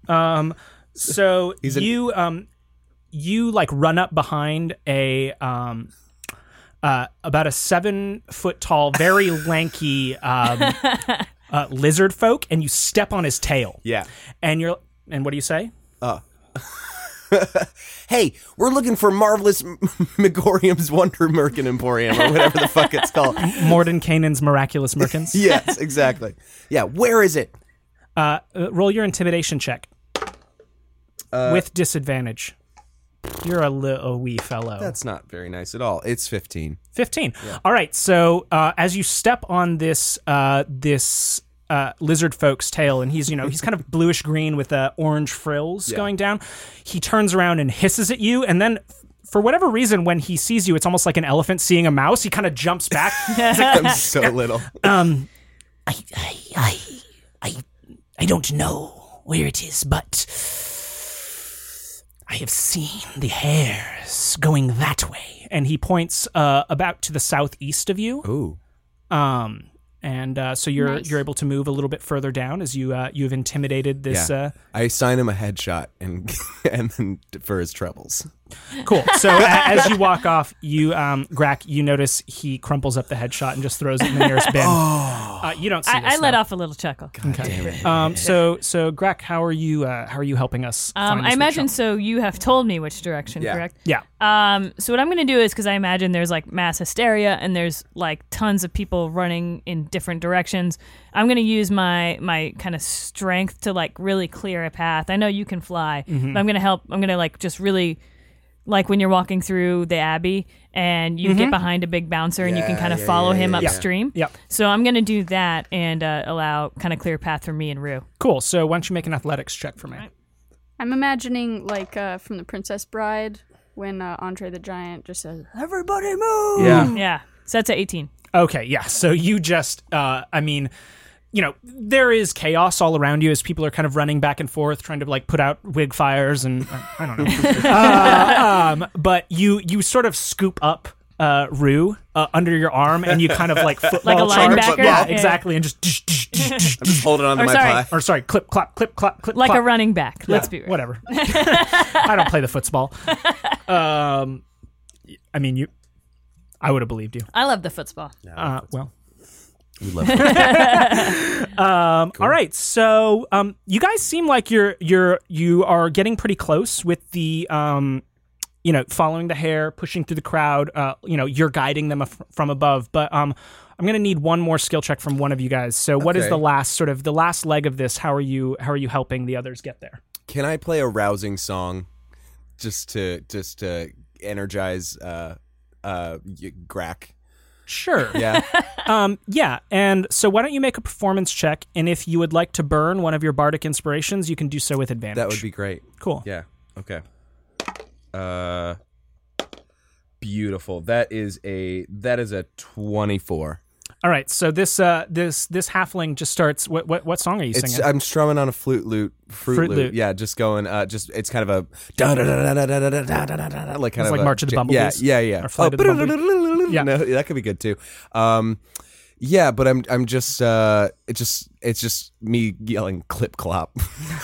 Speaker 1: Um, so
Speaker 2: He's a-
Speaker 1: you um, you like run up behind a um, uh, about a seven foot tall, very lanky um, uh, lizard folk, and you step on his tail.
Speaker 2: Yeah.
Speaker 1: and you're and what do you say?
Speaker 2: Hey, we're looking for marvelous M- Megorium's Wonder Merkin Emporium or whatever the fuck it's called.
Speaker 1: Morden Kanan's miraculous merkins.
Speaker 2: Yes, exactly. Yeah, where is it?
Speaker 1: uh, uh, roll your intimidation check
Speaker 2: Uh,
Speaker 1: with disadvantage. You're a little wee fellow.
Speaker 2: That's not very nice at all. It's 15.
Speaker 1: 15 all right so uh, as you step on this uh, this uh, lizard folk's tail and he's you know he's kind of bluish green with uh, orange frills going down he turns around and hisses at you and then f- for whatever reason when he sees you it's almost like an elephant seeing a mouse he kind of jumps back He's like,
Speaker 2: I'm so little.
Speaker 8: I, I, I, I, I don't know where it is, but
Speaker 1: i have seen the hairs going that way and he points uh, about to the southeast of you
Speaker 2: Ooh.
Speaker 1: um and uh, so you're
Speaker 3: Nice.
Speaker 1: you're able to move a little bit further down as you uh, you have intimidated this
Speaker 2: Yeah.
Speaker 1: uh,
Speaker 2: I assign him a headshot and and then for his troubles.
Speaker 1: Cool. So a- as you walk off, you um, Grack, you notice he crumples up the headshot and just throws it in the nearest bin. Uh, you don't see
Speaker 4: I, I
Speaker 1: this
Speaker 4: let
Speaker 1: now.
Speaker 4: off a little chuckle.
Speaker 1: Um, so, so Greg, how are you? Uh, how are you helping us?
Speaker 4: Um,
Speaker 1: find
Speaker 4: I
Speaker 1: this
Speaker 4: imagine
Speaker 1: workshop?
Speaker 4: so. You have told me which direction,
Speaker 2: Yeah.
Speaker 4: correct?
Speaker 1: Yeah.
Speaker 4: Um, so what I'm going to do is because I imagine there's like mass hysteria and there's like tons of people running in different directions. I'm going to use my my kind of strength to like really clear a path. I know you can fly, but I'm going to help. I'm going to like just really like when you're walking through the abbey and you get behind a big bouncer and you can kind of follow him upstream.
Speaker 1: Yep.
Speaker 4: So I'm going to do that and uh, allow kind of clear path for me and Rue.
Speaker 1: Cool. So why don't you make an athletics check for me?
Speaker 3: I'm imagining like uh, from the Princess Bride when uh, Andre the Giant just says,
Speaker 8: Everybody move!
Speaker 2: Yeah.
Speaker 4: Yeah. So that's at 18.
Speaker 1: Okay, yeah. So you just, uh, I mean, you know, there is chaos all around you as people are kind of running back and forth, trying to like put out wig fires, and uh, I don't know. uh, um, but you you sort of scoop up uh, Rue uh, under your arm, and you kind of like football
Speaker 4: Like a
Speaker 1: charge.
Speaker 4: linebacker?
Speaker 1: yeah,
Speaker 4: Yeah.
Speaker 1: exactly, and just.
Speaker 2: Just holding on to
Speaker 4: Or
Speaker 2: my
Speaker 4: sorry.
Speaker 2: pie.
Speaker 1: Or sorry, clip, clap, clip, clap, clip.
Speaker 4: Like
Speaker 1: clap.
Speaker 4: a running back. Let's
Speaker 1: Yeah,
Speaker 4: be real.
Speaker 1: whatever. I don't play the football. Um, I mean, you. I would have believed you.
Speaker 4: I love the football.
Speaker 1: Uh, well,
Speaker 2: We love it.
Speaker 1: Um, All right, so um, you guys seem like you're you're you are getting pretty close with the um, you know following the hair, pushing through the crowd. Uh, you know, you're guiding them af- from above, but um, I'm gonna need one more skill check from one of you guys. So, what is
Speaker 2: Okay.
Speaker 1: the last sort of the last leg of this? How are you how are you helping the others get there?
Speaker 2: Can I play a rousing song just to just to energize uh uh y- Grack?
Speaker 1: Sure.
Speaker 2: Yeah.
Speaker 1: um, yeah. And so, why don't you make a performance check? And if you would like to burn one of your bardic inspirations, you can do so with advantage.
Speaker 2: that would be great.
Speaker 1: cool.
Speaker 2: Yeah. Okay. Uh beautiful. That is a that is a 24.
Speaker 1: All right, so this uh, this this halfling just starts. What what, what song are you
Speaker 2: It's
Speaker 1: singing?
Speaker 2: I'm strumming on a flute lute fruit,
Speaker 1: Fruit
Speaker 2: lute.
Speaker 1: lute.
Speaker 2: Yeah, just going uh just it's kind of a da da da da da da da da da da da da like kind
Speaker 1: It's
Speaker 2: of
Speaker 1: like
Speaker 2: a,
Speaker 1: March of the
Speaker 2: ja-
Speaker 1: Bumblebees.
Speaker 2: Yeah, yeah, yeah.
Speaker 1: Or Flight of the
Speaker 2: Oh,
Speaker 1: Yeah.
Speaker 2: no, that could be good too. Um yeah, but I'm I'm just uh it just it's just me yelling clip clop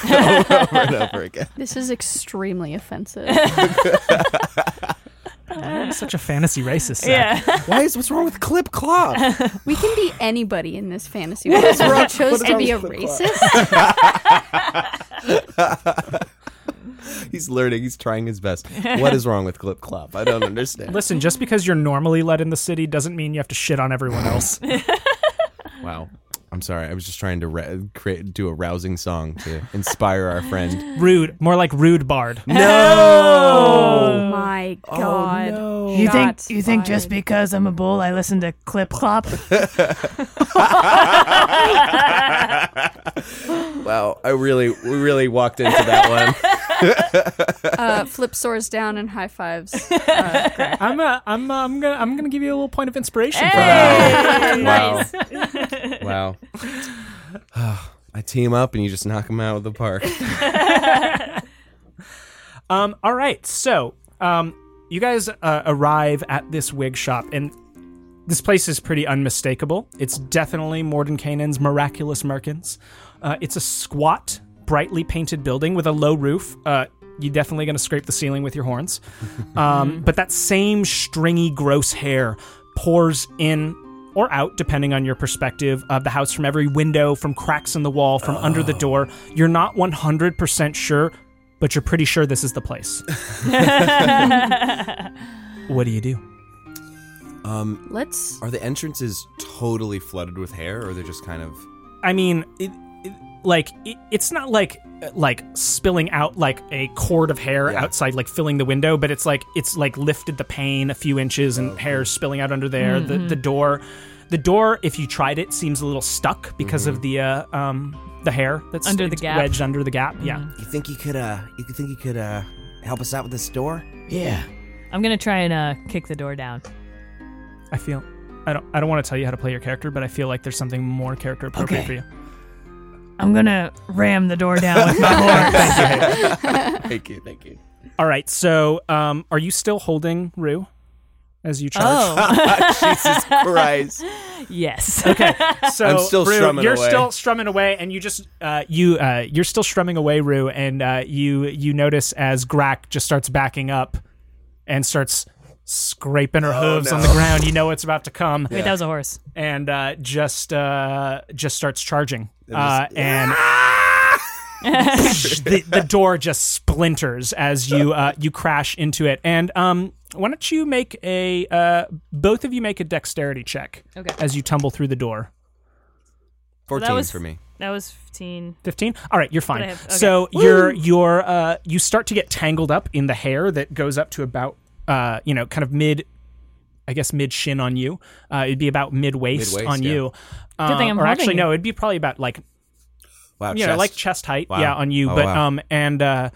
Speaker 2: over and over again.
Speaker 3: This is extremely offensive.
Speaker 1: You're such a fantasy racist. Zach.
Speaker 4: Yeah.
Speaker 2: Why is what's wrong with clip clop?
Speaker 3: we can be anybody in this fantasy world. I chose to be a racist.
Speaker 2: He's learning. He's trying his best. What is wrong with clip clop? I don't understand.
Speaker 1: Listen, just because you're normally led in the city doesn't mean you have to shit on everyone else.
Speaker 2: wow. I'm sorry. I was just trying to re- create do a rousing song to inspire our friend.
Speaker 1: rude, more like rude bard.
Speaker 3: Oh my god.
Speaker 8: You think
Speaker 3: Shots
Speaker 8: you think just
Speaker 3: fired.
Speaker 8: because I'm a bull, I listen to clip clop?
Speaker 2: Wow. I really, we really walked into that one.
Speaker 3: Uh, flip soars down and high fives.
Speaker 1: I'm uh, I'm uh, I'm gonna I'm gonna give you a little point of inspiration. for that.
Speaker 2: Wow. Wow. wow. I team up and you just knock him out of the park.
Speaker 1: Um, all right, so um, you guys uh, arrive at this wig shop, and this place is pretty unmistakable. It's definitely Mordenkainen's Miraculous Merkins. Uh, it's a squat, brightly painted building with a low roof. Uh, you're definitely going to scrape the ceiling with your horns. Um, but that same stringy, gross hair pours in or out, depending on your perspective, of the house from every window, from cracks in the wall, from under the door. You're not 100% sure, but you're pretty sure this is the place. what do you do?
Speaker 2: Um,
Speaker 3: Let's
Speaker 2: are the entrances totally flooded with hair, or they're just kind of?
Speaker 1: I mean, it, it, like it, it's not like like spilling out like a cord of hair
Speaker 2: Yeah.
Speaker 1: outside, like filling the window, but it's like it's like lifted the pane a few inches and hair spilling out under there. The
Speaker 4: Mm-hmm.
Speaker 1: the door, the door, if you tried it, seems a little stuck because of the uh, um the hair that's
Speaker 4: Under the
Speaker 1: it's
Speaker 4: gap. Mm-hmm.
Speaker 1: wedged under the gap. Yeah.
Speaker 7: You think you could, uh, you think you could, uh, help us out with this door?
Speaker 6: Yeah.
Speaker 4: I'm gonna try and uh, kick the door down.
Speaker 1: I feel. I don't. I don't want to tell you how to play your character, but I feel like there's something more character appropriate
Speaker 8: Okay.
Speaker 1: for you.
Speaker 8: I'm gonna ram the door down with my horn.
Speaker 2: Thank you, thank you.
Speaker 1: All right. So, um, are you still holding Rue as you charge?
Speaker 2: Jesus Christ!
Speaker 4: Oh, Yes.
Speaker 1: so
Speaker 2: I'm still
Speaker 1: Rue,
Speaker 2: strumming
Speaker 1: you're
Speaker 2: away.
Speaker 1: still strumming away, and you just uh, you uh, you're still strumming away, Rue, and uh, you you notice as Grack just starts backing up and starts scraping her hooves on the ground. You know it's about to come,
Speaker 4: Wait, that was a horse.
Speaker 1: and uh, just uh, just starts charging, uh, and. the, the door just splinters as you uh, you crash into it, and um, why don't you make a uh, both of you make a dexterity check
Speaker 4: Okay.
Speaker 1: as you tumble through the door.
Speaker 2: 14
Speaker 4: was-
Speaker 2: for me.
Speaker 4: That was 15.
Speaker 1: 15 all right you're fine
Speaker 4: I have- okay.
Speaker 1: so you're you're uh you start to get tangled up in the hair that goes up to about uh you know kind of mid i guess mid shin on you uh it'd be about mid waist
Speaker 2: Mid-waist,
Speaker 1: on
Speaker 2: yeah.
Speaker 1: you uh,
Speaker 4: thing I'm
Speaker 1: or actually
Speaker 4: holding
Speaker 1: no
Speaker 4: you.
Speaker 1: it'd be probably about like
Speaker 2: Wow,
Speaker 1: you know like chest height
Speaker 2: Wow.
Speaker 1: yeah on you
Speaker 2: Oh,
Speaker 1: but
Speaker 2: wow.
Speaker 1: um and uh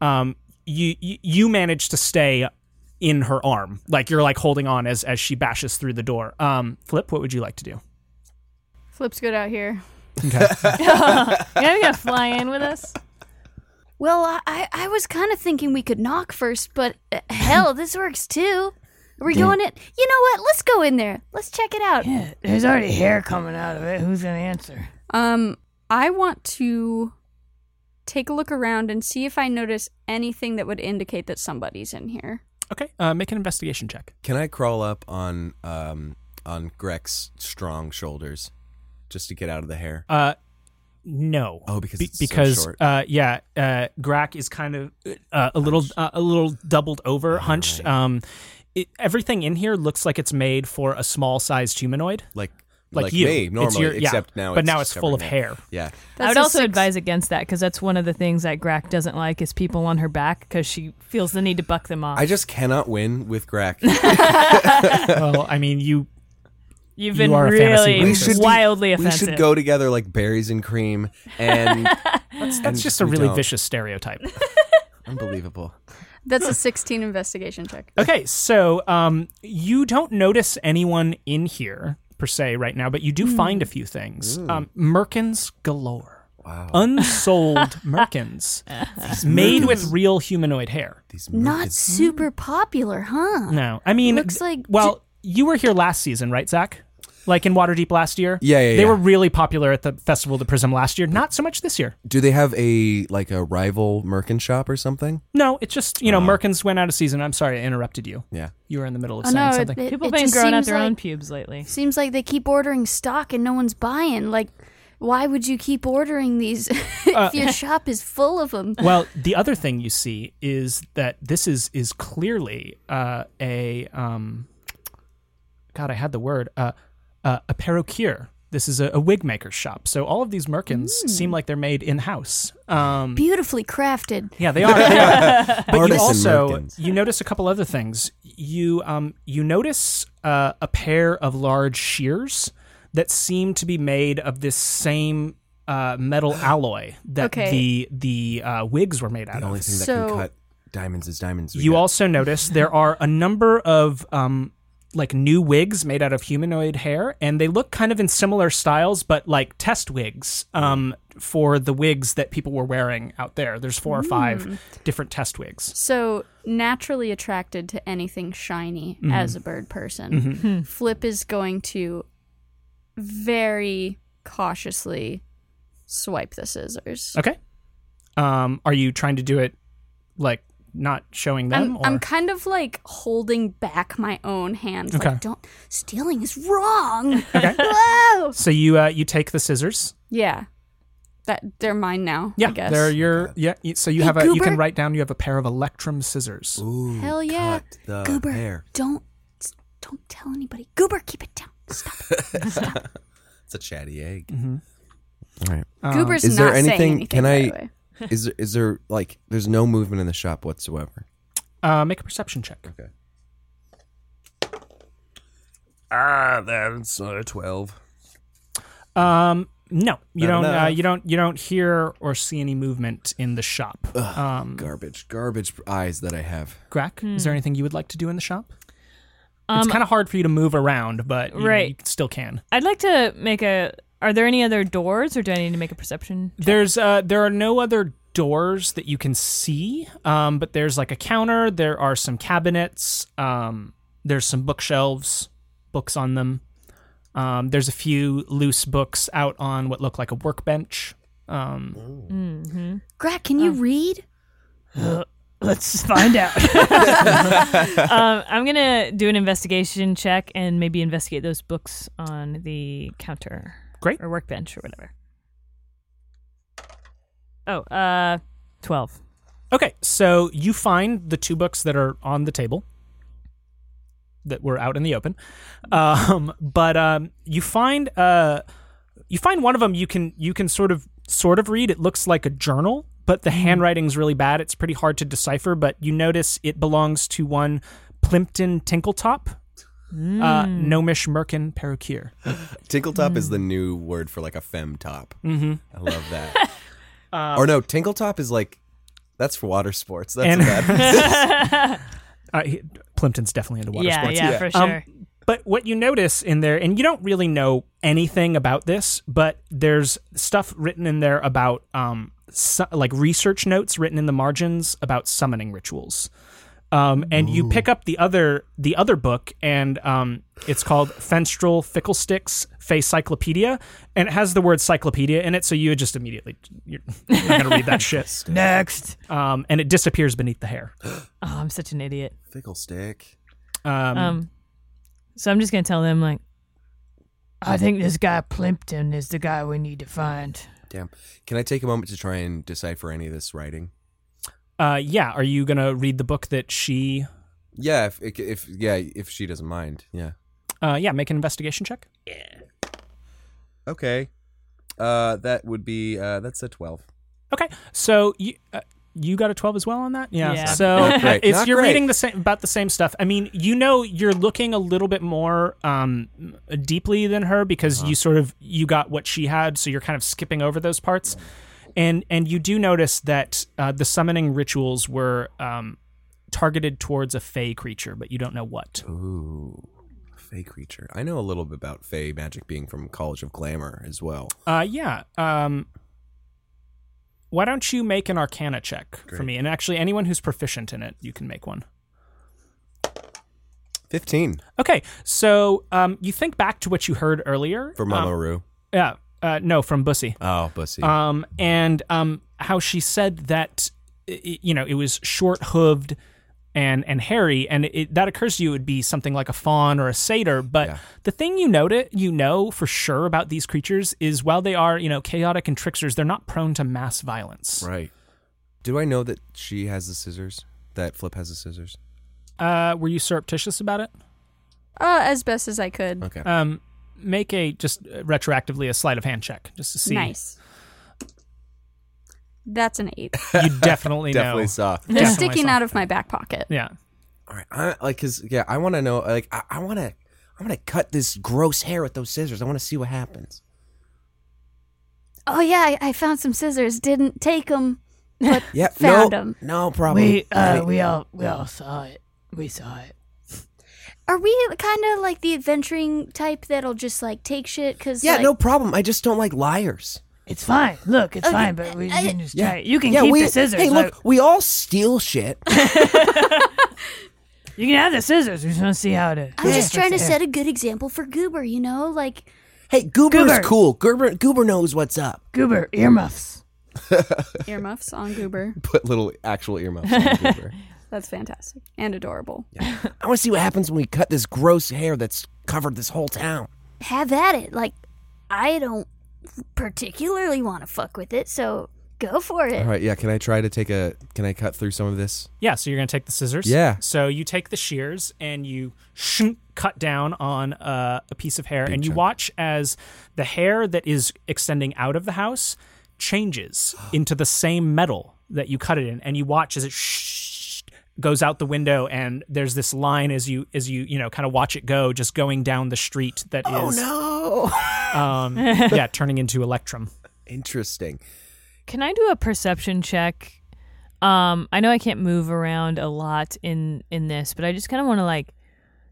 Speaker 1: um you you, you manage to stay in her arm like you're like holding on as as she bashes through the door um flip what would you like to do
Speaker 3: Flip's good out here.
Speaker 4: Yeah, we gotta fly in with us.
Speaker 5: Well, I- I, I was kind of thinking we could knock first, but uh, hell, this works too. Are we going it? You know what? Let's go in there. Let's check it out.
Speaker 8: Yeah, there's already hair coming out of it. Who's gonna answer?
Speaker 3: Um, I want to take a look around and see if I notice anything that would indicate that somebody's in here.
Speaker 1: okay uh make an investigation check
Speaker 2: Can I crawl up on um on Greg's strong shoulders just to get out of the hair?
Speaker 1: Uh, no.
Speaker 2: Oh, because it's so
Speaker 1: because
Speaker 2: short.
Speaker 1: uh, yeah, uh, Grack is kind of uh, a little uh, a little doubled over, hunched. Um, it, everything in here looks like it's made for a small sized humanoid,
Speaker 2: Like
Speaker 1: like,
Speaker 2: like
Speaker 1: you.
Speaker 2: me
Speaker 1: It's
Speaker 2: normally,
Speaker 1: your- yeah,
Speaker 2: except now
Speaker 1: but
Speaker 2: it's
Speaker 1: now it's
Speaker 2: just
Speaker 1: full of
Speaker 2: covering
Speaker 1: hair.
Speaker 2: Yeah.
Speaker 4: I would
Speaker 3: a
Speaker 4: also
Speaker 3: six.
Speaker 4: advise against that because that's one of the things that Grack doesn't like is people on her back because she feels the need to buck them off.
Speaker 2: I just cannot win with Greg.
Speaker 1: well, I mean, you
Speaker 4: You've
Speaker 1: you
Speaker 4: been
Speaker 1: are a fantasy
Speaker 4: really
Speaker 1: We should
Speaker 4: wildly
Speaker 2: we
Speaker 4: offensive.
Speaker 2: should go together like berries and cream and
Speaker 1: that's just a
Speaker 2: we
Speaker 1: really
Speaker 2: don't.
Speaker 1: vicious stereotype.
Speaker 2: unbelievable.
Speaker 3: That's a 16 investigation check.
Speaker 1: okay, so um, you don't notice anyone in here per se right now, but you
Speaker 2: Hmm.
Speaker 1: do find a few things. Um, merkins galore. Wow. Unsold merkins made with real humanoid hair.
Speaker 2: These
Speaker 5: Not super popular, huh?
Speaker 1: No, I mean,
Speaker 5: Looks like-
Speaker 1: well, you were here last season, right, Zach? Like in Waterdeep last year.
Speaker 2: Yeah, yeah,
Speaker 1: They
Speaker 2: yeah.
Speaker 1: were really popular at the Festival of the Prism last year. Not so much this year.
Speaker 2: Do they have a like a rival merkin shop or something?
Speaker 1: No, it's just you know,
Speaker 2: Uh-huh.
Speaker 1: Merkins went out of season. I'm sorry, I interrupted you.
Speaker 2: Yeah.
Speaker 1: You were in the middle of
Speaker 3: Oh,
Speaker 1: saying
Speaker 3: no,
Speaker 1: something.
Speaker 5: It-
Speaker 4: People
Speaker 5: it
Speaker 4: have been
Speaker 5: just
Speaker 4: growing out
Speaker 5: seems
Speaker 4: their own
Speaker 5: like-
Speaker 4: pubes lately.
Speaker 5: Seems like they keep ordering stock and no one's buying. Like, why would you keep ordering these if
Speaker 1: Uh.
Speaker 5: your shop is full of them?
Speaker 1: well, the other thing you see is that this is is clearly uh, a um, God, I had the word uh, uh, a perruquier. This is a, a wig maker's shop. So all of these merkins seem like they're made in house. Um,
Speaker 5: Beautifully crafted.
Speaker 1: Yeah, they are. They are. but you
Speaker 2: Artisan
Speaker 1: also
Speaker 2: merkins.
Speaker 1: you notice a couple other things. You um you notice uh, a pair of large shears that seem to be made of this same uh, metal alloy that
Speaker 3: Okay.
Speaker 1: the the uh, wigs were made out
Speaker 2: The only
Speaker 1: of.
Speaker 2: thing that
Speaker 3: So-
Speaker 2: can cut diamonds is diamonds. We
Speaker 1: You
Speaker 2: got-
Speaker 1: also notice there are a number of um like new wigs made out of humanoid hair, and they look kind of in similar styles, but like test wigs. Um. For the wigs that people were wearing out there, there's four or five different test wigs.
Speaker 3: So, naturally attracted to anything shiny
Speaker 1: Mm-hmm.
Speaker 3: as a bird person, Flip is going to very cautiously swipe the scissors.
Speaker 1: Okay. Um, are you trying to do it like not showing them?
Speaker 3: I'm, I'm
Speaker 1: or-
Speaker 3: kind of like holding back my own hand.
Speaker 1: Okay.
Speaker 3: Like, don't.
Speaker 5: Stealing is wrong.
Speaker 3: Whoa!
Speaker 1: so you uh, you take the scissors.
Speaker 3: Yeah. That they're mine now. I
Speaker 1: Yeah,
Speaker 3: guess.
Speaker 1: they're your yeah. y- So you have a you can
Speaker 5: Goober.
Speaker 1: write down you have a pair of electrum scissors.
Speaker 2: Ooh,
Speaker 3: Hell yeah.
Speaker 2: cut the
Speaker 5: Goober,
Speaker 2: hair.
Speaker 5: don't don't tell anybody. Goober, keep it down. Stop.
Speaker 2: It's a chatty egg.
Speaker 3: Goober's
Speaker 2: Um, Is
Speaker 3: not
Speaker 2: there
Speaker 3: saying
Speaker 2: anything-
Speaker 3: anything.
Speaker 2: can
Speaker 3: by
Speaker 2: I-
Speaker 3: the way.
Speaker 2: is there, is there like there's no movement in the shop whatsoever?
Speaker 1: Uh, make a perception check.
Speaker 2: Okay. Ah, that's uh, twelve.
Speaker 1: Um, no, you
Speaker 2: Not
Speaker 1: don't. Uh,
Speaker 2: enough.
Speaker 1: you don't. You don't hear or see any movement in the shop. um,
Speaker 2: Oh, Garbage, garbage eyes that I have.
Speaker 1: Grack, is there
Speaker 3: Hmm.
Speaker 1: anything you would like to do in the shop?
Speaker 3: Um,
Speaker 1: it's kind of hard for you to move around, but you know,
Speaker 4: Right.
Speaker 1: you still can.
Speaker 4: I'd like to make a. Are there any other doors, or do I need to make a perception?
Speaker 1: There's uh there are no other doors that you can see. Um, but there's like a counter, there are some cabinets, um, there's some bookshelves, books on them. Um, there's a few loose books out on what look like a workbench. Um,
Speaker 3: Oh.
Speaker 5: Grat, can you read?
Speaker 8: Let's find out.
Speaker 4: um, I'm gonna do an investigation check and maybe investigate those books on the counter.
Speaker 1: Great.
Speaker 4: Or workbench or whatever. Oh, uh, twelve.
Speaker 1: Okay, so you find the two books that are on the table that were out in the open, um, but um, you find uh, you find one of them you can you can sort of sort of read. It looks like a journal, but the handwriting's really bad. It's pretty hard to decipher. But you notice it belongs to one Plimpton Tinkletop, uh, Gnomish Merkin Perukir.
Speaker 2: Tinkletop is the new word for like a fem top. Mm. Mm-hmm. I love that. or no, Tinkletop is like that's for water sports. That's
Speaker 1: And-
Speaker 2: a bad.
Speaker 1: Uh, he- Plimpton's definitely into water
Speaker 4: yeah,
Speaker 1: sports.
Speaker 4: yeah, for
Speaker 1: Um,
Speaker 4: sure.
Speaker 1: But what you notice in there, and you don't really know anything about this, but there's stuff written in there about, um, su- like research notes written in the margins about summoning rituals. Um, and you pick up the other the other book, and um, it's called Fenstrel Fickle Sticks Face Cyclopedia, and it has the word cyclopedia in it, so you just immediately you're not gonna read that shit.
Speaker 8: Next.
Speaker 1: Um, and it disappears beneath the hair.
Speaker 4: oh, I'm such an idiot.
Speaker 2: Fickle stick.
Speaker 1: Um,
Speaker 4: Um, so I'm just gonna tell them like,
Speaker 8: I think this guy Plimpton is the guy we need to find.
Speaker 2: Damn. Can I take a moment to try and decipher any of this writing?
Speaker 1: uh, yeah, are you gonna read the book that she?
Speaker 2: Yeah, if, if, if yeah, if she doesn't mind. Yeah.
Speaker 1: Uh, yeah, make an investigation check.
Speaker 2: Okay. Uh, that would be uh, that's a twelve.
Speaker 1: Okay, so you uh, you got a twelve as well on that. Yeah.
Speaker 4: Yeah.
Speaker 1: So
Speaker 2: Not great.
Speaker 1: it's
Speaker 2: Not
Speaker 1: you're
Speaker 2: great.
Speaker 1: reading the same about the same stuff. I mean, you know, you're looking a little bit more um, deeply than her because
Speaker 2: Uh-huh.
Speaker 1: you sort of you got what she had, so you're kind of skipping over those parts. And and you do notice that uh, the summoning rituals were um, targeted towards a fey creature, but you don't know what.
Speaker 2: Ooh, fey creature. I know a little bit about fey magic being from College of Glamour as well.
Speaker 1: Uh, yeah. Um, why don't you make an Arcana check for
Speaker 2: Great.
Speaker 1: me? And actually, anyone who's proficient in it, you can make one.
Speaker 2: Fifteen
Speaker 1: Okay, so um, you think back to what you heard earlier
Speaker 2: for
Speaker 8: Oh.
Speaker 2: Mama
Speaker 1: Um,
Speaker 2: Roo.
Speaker 1: yeah, uh, no, from Bussy,
Speaker 2: Oh, bussy.
Speaker 8: Uh,
Speaker 1: um, and um, how she said that i- i- you know it was short hooved and and hairy, and it, that occurs to you would be something like a fawn or a satyr. But
Speaker 2: Yeah.
Speaker 1: the thing you note it you know for sure about these creatures is while they are you know chaotic and tricksters, they're not prone to mass violence.
Speaker 2: right. Do I know that she has the scissors? That Flip has the scissors.
Speaker 1: Uh, were you surreptitious about it?
Speaker 3: Uh, as best as I could.
Speaker 2: Okay.
Speaker 1: Um, make a just uh, retroactively a sleight of hand check just to see.
Speaker 3: Nice. That's an eight.
Speaker 1: You definitely,
Speaker 2: Definitely
Speaker 1: know.
Speaker 2: saw.
Speaker 3: They're
Speaker 1: Definitely
Speaker 3: sticking
Speaker 1: saw.
Speaker 3: out of my back pocket.
Speaker 1: Yeah.
Speaker 2: All right. I, like, cause yeah, I want to know. Like, I,
Speaker 7: I want to. I want to cut this gross hair with those scissors. I want to see what happens.
Speaker 5: Oh yeah, I, I found some scissors. Didn't take them, but
Speaker 7: Yeah,
Speaker 5: found
Speaker 7: no,
Speaker 5: them.
Speaker 7: No problem.
Speaker 8: We uh, we all we all saw it. We saw it.
Speaker 5: Are we kind of like the adventuring type that'll just like take shit? Cause
Speaker 7: yeah,
Speaker 5: like,
Speaker 7: no problem. I just don't like liars.
Speaker 8: It's fine. Look, it's fine. But we can just try. It. You can keep
Speaker 7: we,
Speaker 8: the scissors.
Speaker 7: Hey,
Speaker 8: like,
Speaker 7: look, we all steal shit.
Speaker 8: you can have the scissors. We just want to see how it is.
Speaker 5: I'm just
Speaker 8: Yeah.
Speaker 5: trying to
Speaker 8: Yeah.
Speaker 5: set a good example for Goober. You know, like
Speaker 7: hey, Goober's
Speaker 8: Goober.
Speaker 7: cool. Goober, Goober knows what's up.
Speaker 8: Goober earmuffs.
Speaker 3: Earmuffs on Goober.
Speaker 2: put little actual earmuffs. on the paper.
Speaker 3: That's fantastic and adorable.
Speaker 7: I want to see what happens when we cut this gross hair that's covered this whole town.
Speaker 5: have at it. Like I don't particularly want to fuck with it, so go for it.
Speaker 2: All right. Yeah. Can I try to take a? Can I cut through some of this?
Speaker 1: Yeah, so you're going to take the scissors.
Speaker 2: Yeah.
Speaker 1: So you take the shears and you shunk, cut down on uh, a piece of hair, and you
Speaker 2: chunk.
Speaker 1: watch as the hair that is extending out of the house changes into the same metal that you cut it in, and you watch as it sh- goes out the window, and there's this line as you as you you know kind of watch it go, just going down the street that is
Speaker 7: Oh
Speaker 1: um, yeah, turning into Electrum.
Speaker 2: Interesting.
Speaker 4: Can I do a perception check? Um, I know I can't move around a lot in in this, but I just kind of want to like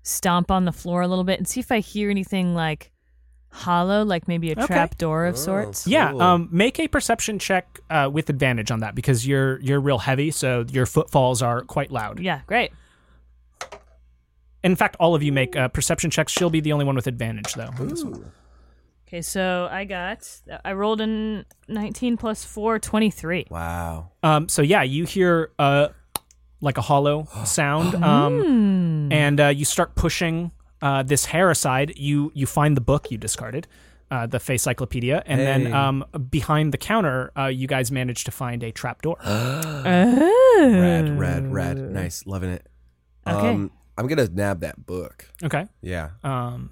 Speaker 4: stomp on the floor a little bit and see if I hear anything like hollow, like maybe a
Speaker 1: Okay.
Speaker 4: trap door
Speaker 2: Oh.
Speaker 4: of sorts.
Speaker 1: Yeah,
Speaker 2: Cool.
Speaker 1: um, make a perception check uh, with advantage on that because you're you're real heavy, so your footfalls are quite loud.
Speaker 4: Yeah, great.
Speaker 1: In fact, all of you make uh, perception checks. She'll be the only one with advantage, though. on this one.
Speaker 4: Okay, so I got I rolled in 19 plus 4 23.
Speaker 2: Wow.
Speaker 1: Um, so yeah, you hear uh, like a hollow sound. Um, and uh, you start pushing uh, this hair aside. You you find the book you discarded, uh, the Face Cyclopedia, and then um, behind the counter, uh, you guys manage to find a trapdoor.
Speaker 2: Rad, rad, rad. Nice, loving it.
Speaker 4: Oh, Okay.
Speaker 2: Um, I'm gonna nab that book.
Speaker 1: okay.
Speaker 2: Yeah,
Speaker 1: Um,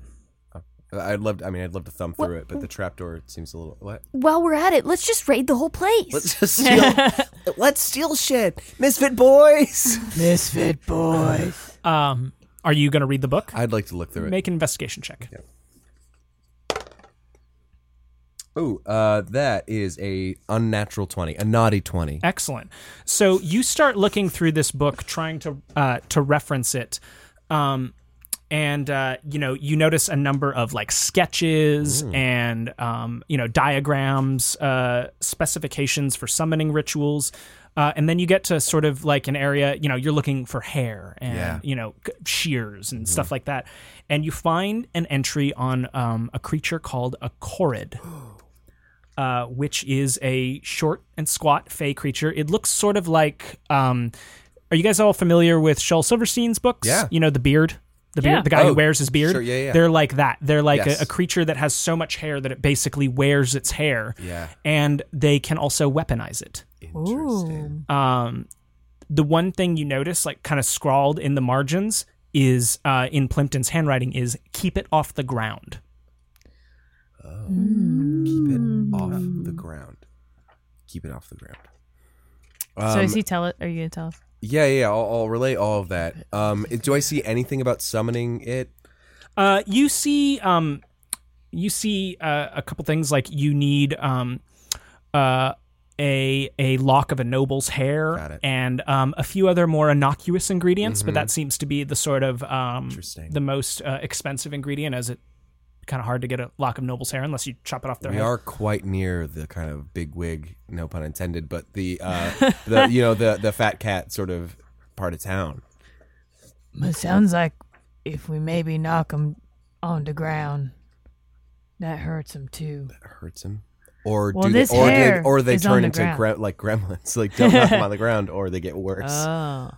Speaker 2: I'd love. To, I mean, I'd love to thumb through it, but the trapdoor seems a little. What?
Speaker 5: While we're at it, let's just raid the whole place.
Speaker 7: Let's just steal. let's steal shit, misfit boys.
Speaker 8: Misfit boys.
Speaker 1: um, are you going to read the book?
Speaker 2: I'd like to look through it.
Speaker 1: Make an investigation check.
Speaker 2: Oh, uh, that is a unnatural twenty, a naughty twenty.
Speaker 1: Excellent. So you start looking through this book, trying to uh, to reference it, um, and uh, you know you notice a number of like sketches and um, you know diagrams, uh, specifications for summoning rituals, uh, and then you get to sort of like an area. You know you're looking for hair and
Speaker 2: Yeah.
Speaker 1: you know c- shears and stuff like that, and you find an entry on um, a creature called a chorid uh, which is a short and squat fey creature. It looks sort of like. Um, are you guys all familiar with Shel Silverstein's books?
Speaker 2: Yeah.
Speaker 1: You know the beard, the beard,
Speaker 4: Yeah.
Speaker 1: the guy who
Speaker 2: Oh,
Speaker 1: wears his beard.
Speaker 2: sure, yeah, yeah.
Speaker 1: They're like that. They're like
Speaker 2: Yes.
Speaker 1: a, a creature that has so much hair that it basically wears its hair.
Speaker 2: Yeah.
Speaker 1: And they can also weaponize it.
Speaker 2: Interesting.
Speaker 1: Um, the one thing you notice, like kind of scrawled in the margins, is uh, in Plimpton's handwriting, is "keep it off the ground."
Speaker 2: Oh. Keep
Speaker 4: Mm-hmm.
Speaker 2: it off
Speaker 3: Mm-hmm. Mm.
Speaker 2: the ground. Keep it off the ground. Um,
Speaker 4: so is he tell it? Are you gonna tell us?
Speaker 2: Yeah, yeah. I'll, I'll relay all of that. Um, do I see anything about summoning it?
Speaker 1: Uh, you see, um, you see uh, a couple things like you need um, uh, a a lock of a noble's
Speaker 2: Got
Speaker 1: hair
Speaker 2: it. Mm-hmm.
Speaker 1: and um, a few other more innocuous ingredients, but that seems to be the sort of um,
Speaker 2: Interesting.
Speaker 1: the most uh, expensive ingredient, as it kind of hard to get a lock of noble's hair unless you chop it off their
Speaker 2: We
Speaker 1: head.
Speaker 2: are quite near the kind of big wig, no pun intended, but the uh, the you know the the fat cat sort of part of town.
Speaker 8: It sounds like if we maybe knock him on the ground, that hurts him too.
Speaker 2: That hurts him. Or
Speaker 4: Well,
Speaker 2: do they,
Speaker 4: this
Speaker 2: or
Speaker 4: hair
Speaker 2: they or they
Speaker 4: is on
Speaker 2: turn
Speaker 4: the
Speaker 2: into
Speaker 4: ground.
Speaker 2: gre- like gremlins, like don't knock them on the ground, or they get worse.
Speaker 4: Oh,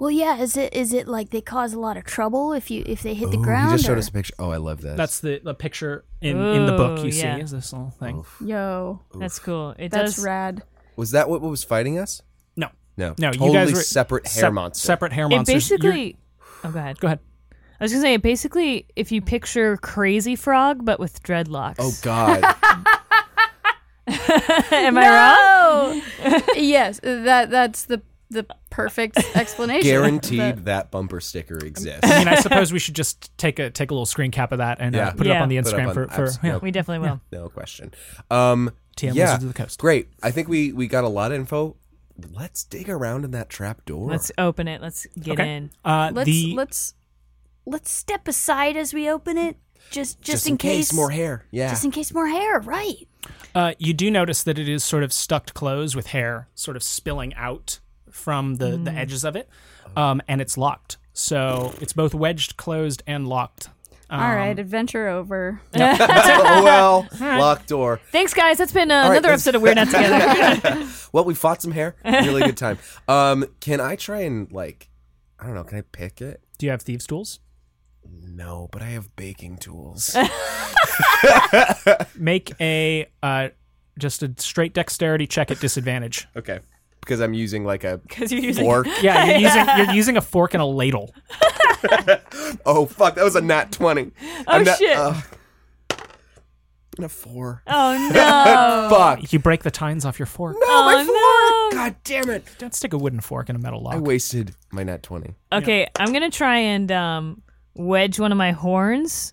Speaker 5: Well, yeah. Is it is it like they cause a lot of trouble if you if they hit the
Speaker 2: Ooh,
Speaker 5: ground?
Speaker 2: He just showed
Speaker 5: or-
Speaker 2: us a picture. Oh, I love this.
Speaker 1: That's the, the picture in, in the book
Speaker 4: Ooh,
Speaker 1: you
Speaker 4: yeah.
Speaker 1: see is this little thing.
Speaker 3: Yo,
Speaker 4: that's cool. It
Speaker 3: that's
Speaker 4: does.
Speaker 3: rad.
Speaker 2: was that what was fighting us?
Speaker 1: No,
Speaker 2: No,
Speaker 1: no,
Speaker 2: totally
Speaker 1: you guys were
Speaker 2: separate hair
Speaker 1: sep-
Speaker 2: monster.
Speaker 1: Separate hair
Speaker 4: It
Speaker 1: monsters. You're-
Speaker 4: basically. Oh, go ahead.
Speaker 1: go ahead.
Speaker 4: I was gonna say it basically if you picture Crazy Frog but with dreadlocks.
Speaker 2: Oh God,
Speaker 4: Am I wrong?
Speaker 3: yes, that that's the the perfect explanation.
Speaker 2: guaranteed that bumper sticker exists.
Speaker 1: I mean, I suppose we should just take a take a little screen cap of that and uh,
Speaker 2: Yeah.
Speaker 1: put it up
Speaker 4: Yeah.
Speaker 1: on the
Speaker 2: Put up
Speaker 1: Instagram
Speaker 2: on-
Speaker 1: for, for
Speaker 2: abs-
Speaker 1: yeah.
Speaker 2: no,
Speaker 4: We definitely will.
Speaker 2: no question. Um,
Speaker 1: TM
Speaker 2: yeah,
Speaker 1: Wizards of the Coast.
Speaker 2: great. I think we we got a lot of info. Let's dig around in that trap door.
Speaker 4: Let's open it. Let's get
Speaker 1: Okay.
Speaker 4: in.
Speaker 1: Uh,
Speaker 3: Let's
Speaker 1: the
Speaker 3: let's
Speaker 5: Let's step aside as we open it, just just, in, case,
Speaker 2: more hair. Yeah.
Speaker 5: Just in case more hair, right?
Speaker 1: uh, you do notice that it is sort of stucked closed with hair sort of spilling out from the, the
Speaker 4: Mm.
Speaker 1: edges of it, um, and it's locked. So it's both wedged closed and locked. Um,
Speaker 3: all right, adventure over.
Speaker 2: oh well, locked door.
Speaker 4: Thanks, guys. That's been uh,
Speaker 2: right,
Speaker 4: another
Speaker 2: let's-
Speaker 4: episode of We're Not Together.
Speaker 2: Well, we fought some hair. Really good time. Um, can I try and like, I don't know, can I pick it?
Speaker 1: Do you have thieves' tools?
Speaker 2: No, but I have baking tools.
Speaker 1: Make a uh, just a straight dexterity check at disadvantage.
Speaker 2: okay, because I'm using like a
Speaker 4: Because you're using.
Speaker 2: fork.
Speaker 1: Yeah, you're using you're using a fork and a ladle.
Speaker 2: Oh fuck, that was a nat twenty. Oh
Speaker 4: shit.
Speaker 2: and a four.
Speaker 4: Oh no.
Speaker 2: Fuck.
Speaker 1: You break the tines off your fork.
Speaker 2: Oh, my
Speaker 4: Oh,
Speaker 2: fork. God damn it.
Speaker 1: Don't stick a wooden fork in a metal lock.
Speaker 2: I wasted my nat twenty.
Speaker 4: Okay, I'm gonna try and um, wedge one of my horns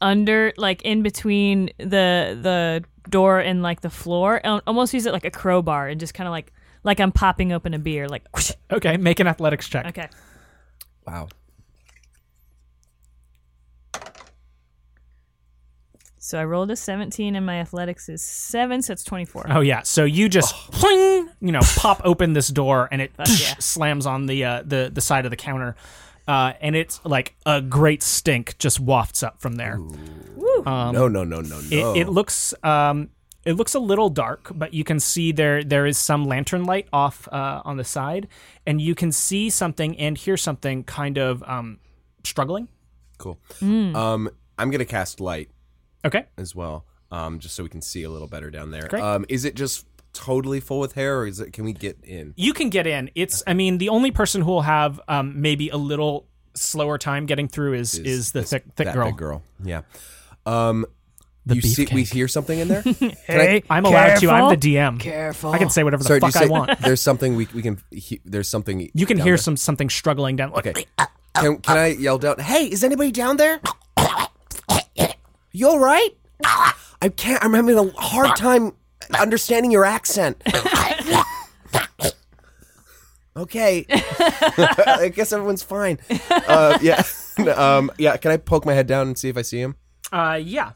Speaker 4: under, like in between the the door and like the floor. and Almost use it like a crowbar and just kind of like like I'm popping open a beer. Like whoosh.
Speaker 1: Okay, make an athletics check.
Speaker 4: okay,
Speaker 2: Wow.
Speaker 4: so I rolled a 17 and my athletics is seven, so it's 24.
Speaker 1: Oh yeah, so you just pling, you know, pop open this door and it
Speaker 4: yeah.
Speaker 1: slams on the uh, the the side of the counter, uh, and it's like a great stink just wafts up from there.
Speaker 2: no, no, no, no, no.
Speaker 1: It, it looks um, It looks a little dark, but you can see there there is some lantern light off uh, on the side, and you can see something and hear something kind of um, struggling.
Speaker 2: Cool.
Speaker 4: Mm.
Speaker 2: Um, I'm gonna cast light
Speaker 1: Okay,
Speaker 2: as well, um, just so we can see a little better down there.
Speaker 1: Great.
Speaker 2: Um, is it just totally full with hair, or is it? Can we get in?
Speaker 1: you can get in. It's I mean the only person who will have um, maybe a little slower time getting through is is, the thick thick
Speaker 2: that
Speaker 1: girl.
Speaker 2: big girl. Yeah. Um,
Speaker 1: The
Speaker 2: you see, we
Speaker 1: beefcake.
Speaker 2: hear something in there. Can
Speaker 8: Hey,
Speaker 1: I'm allowed to. I'm the
Speaker 8: careful.
Speaker 1: DM.
Speaker 8: Careful.
Speaker 1: I can say whatever the
Speaker 2: Sorry, did
Speaker 1: fuck
Speaker 2: you say
Speaker 1: I want.
Speaker 2: There's something we we can. He, there's something
Speaker 1: You can
Speaker 2: down
Speaker 1: hear
Speaker 2: there.
Speaker 1: some something struggling down.
Speaker 2: Okay. Can, can I yell down? Hey, is anybody down there?
Speaker 6: You all right? I can't. I'm having a hard time understanding your accent. okay.
Speaker 2: I guess everyone's fine. Uh, yeah. um, yeah. Can I poke my head down and see if I see him?
Speaker 1: Uh, yeah.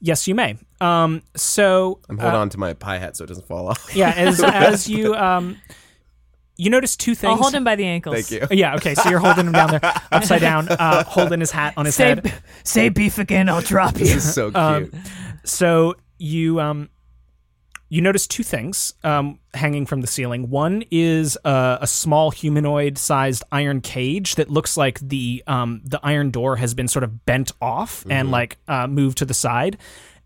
Speaker 1: Yes, you may. Um, so
Speaker 2: I'm holding on to my pie hat so it doesn't fall off.
Speaker 1: yeah, as as you um, you notice two things. Oh,
Speaker 4: I'll hold him by the ankles.
Speaker 2: Thank you.
Speaker 1: Yeah. Okay. So you're holding him down there, upside down, uh, holding his hat on his
Speaker 8: say,
Speaker 1: head.
Speaker 8: say beef again, I'll drop you.
Speaker 2: This is so cute.
Speaker 1: um, So you um, you notice two things um, hanging from the ceiling. One is uh, a small humanoid-sized iron cage that looks like the um, the iron door has been sort of bent off
Speaker 5: Mm-hmm.
Speaker 1: and like uh, moved to the side,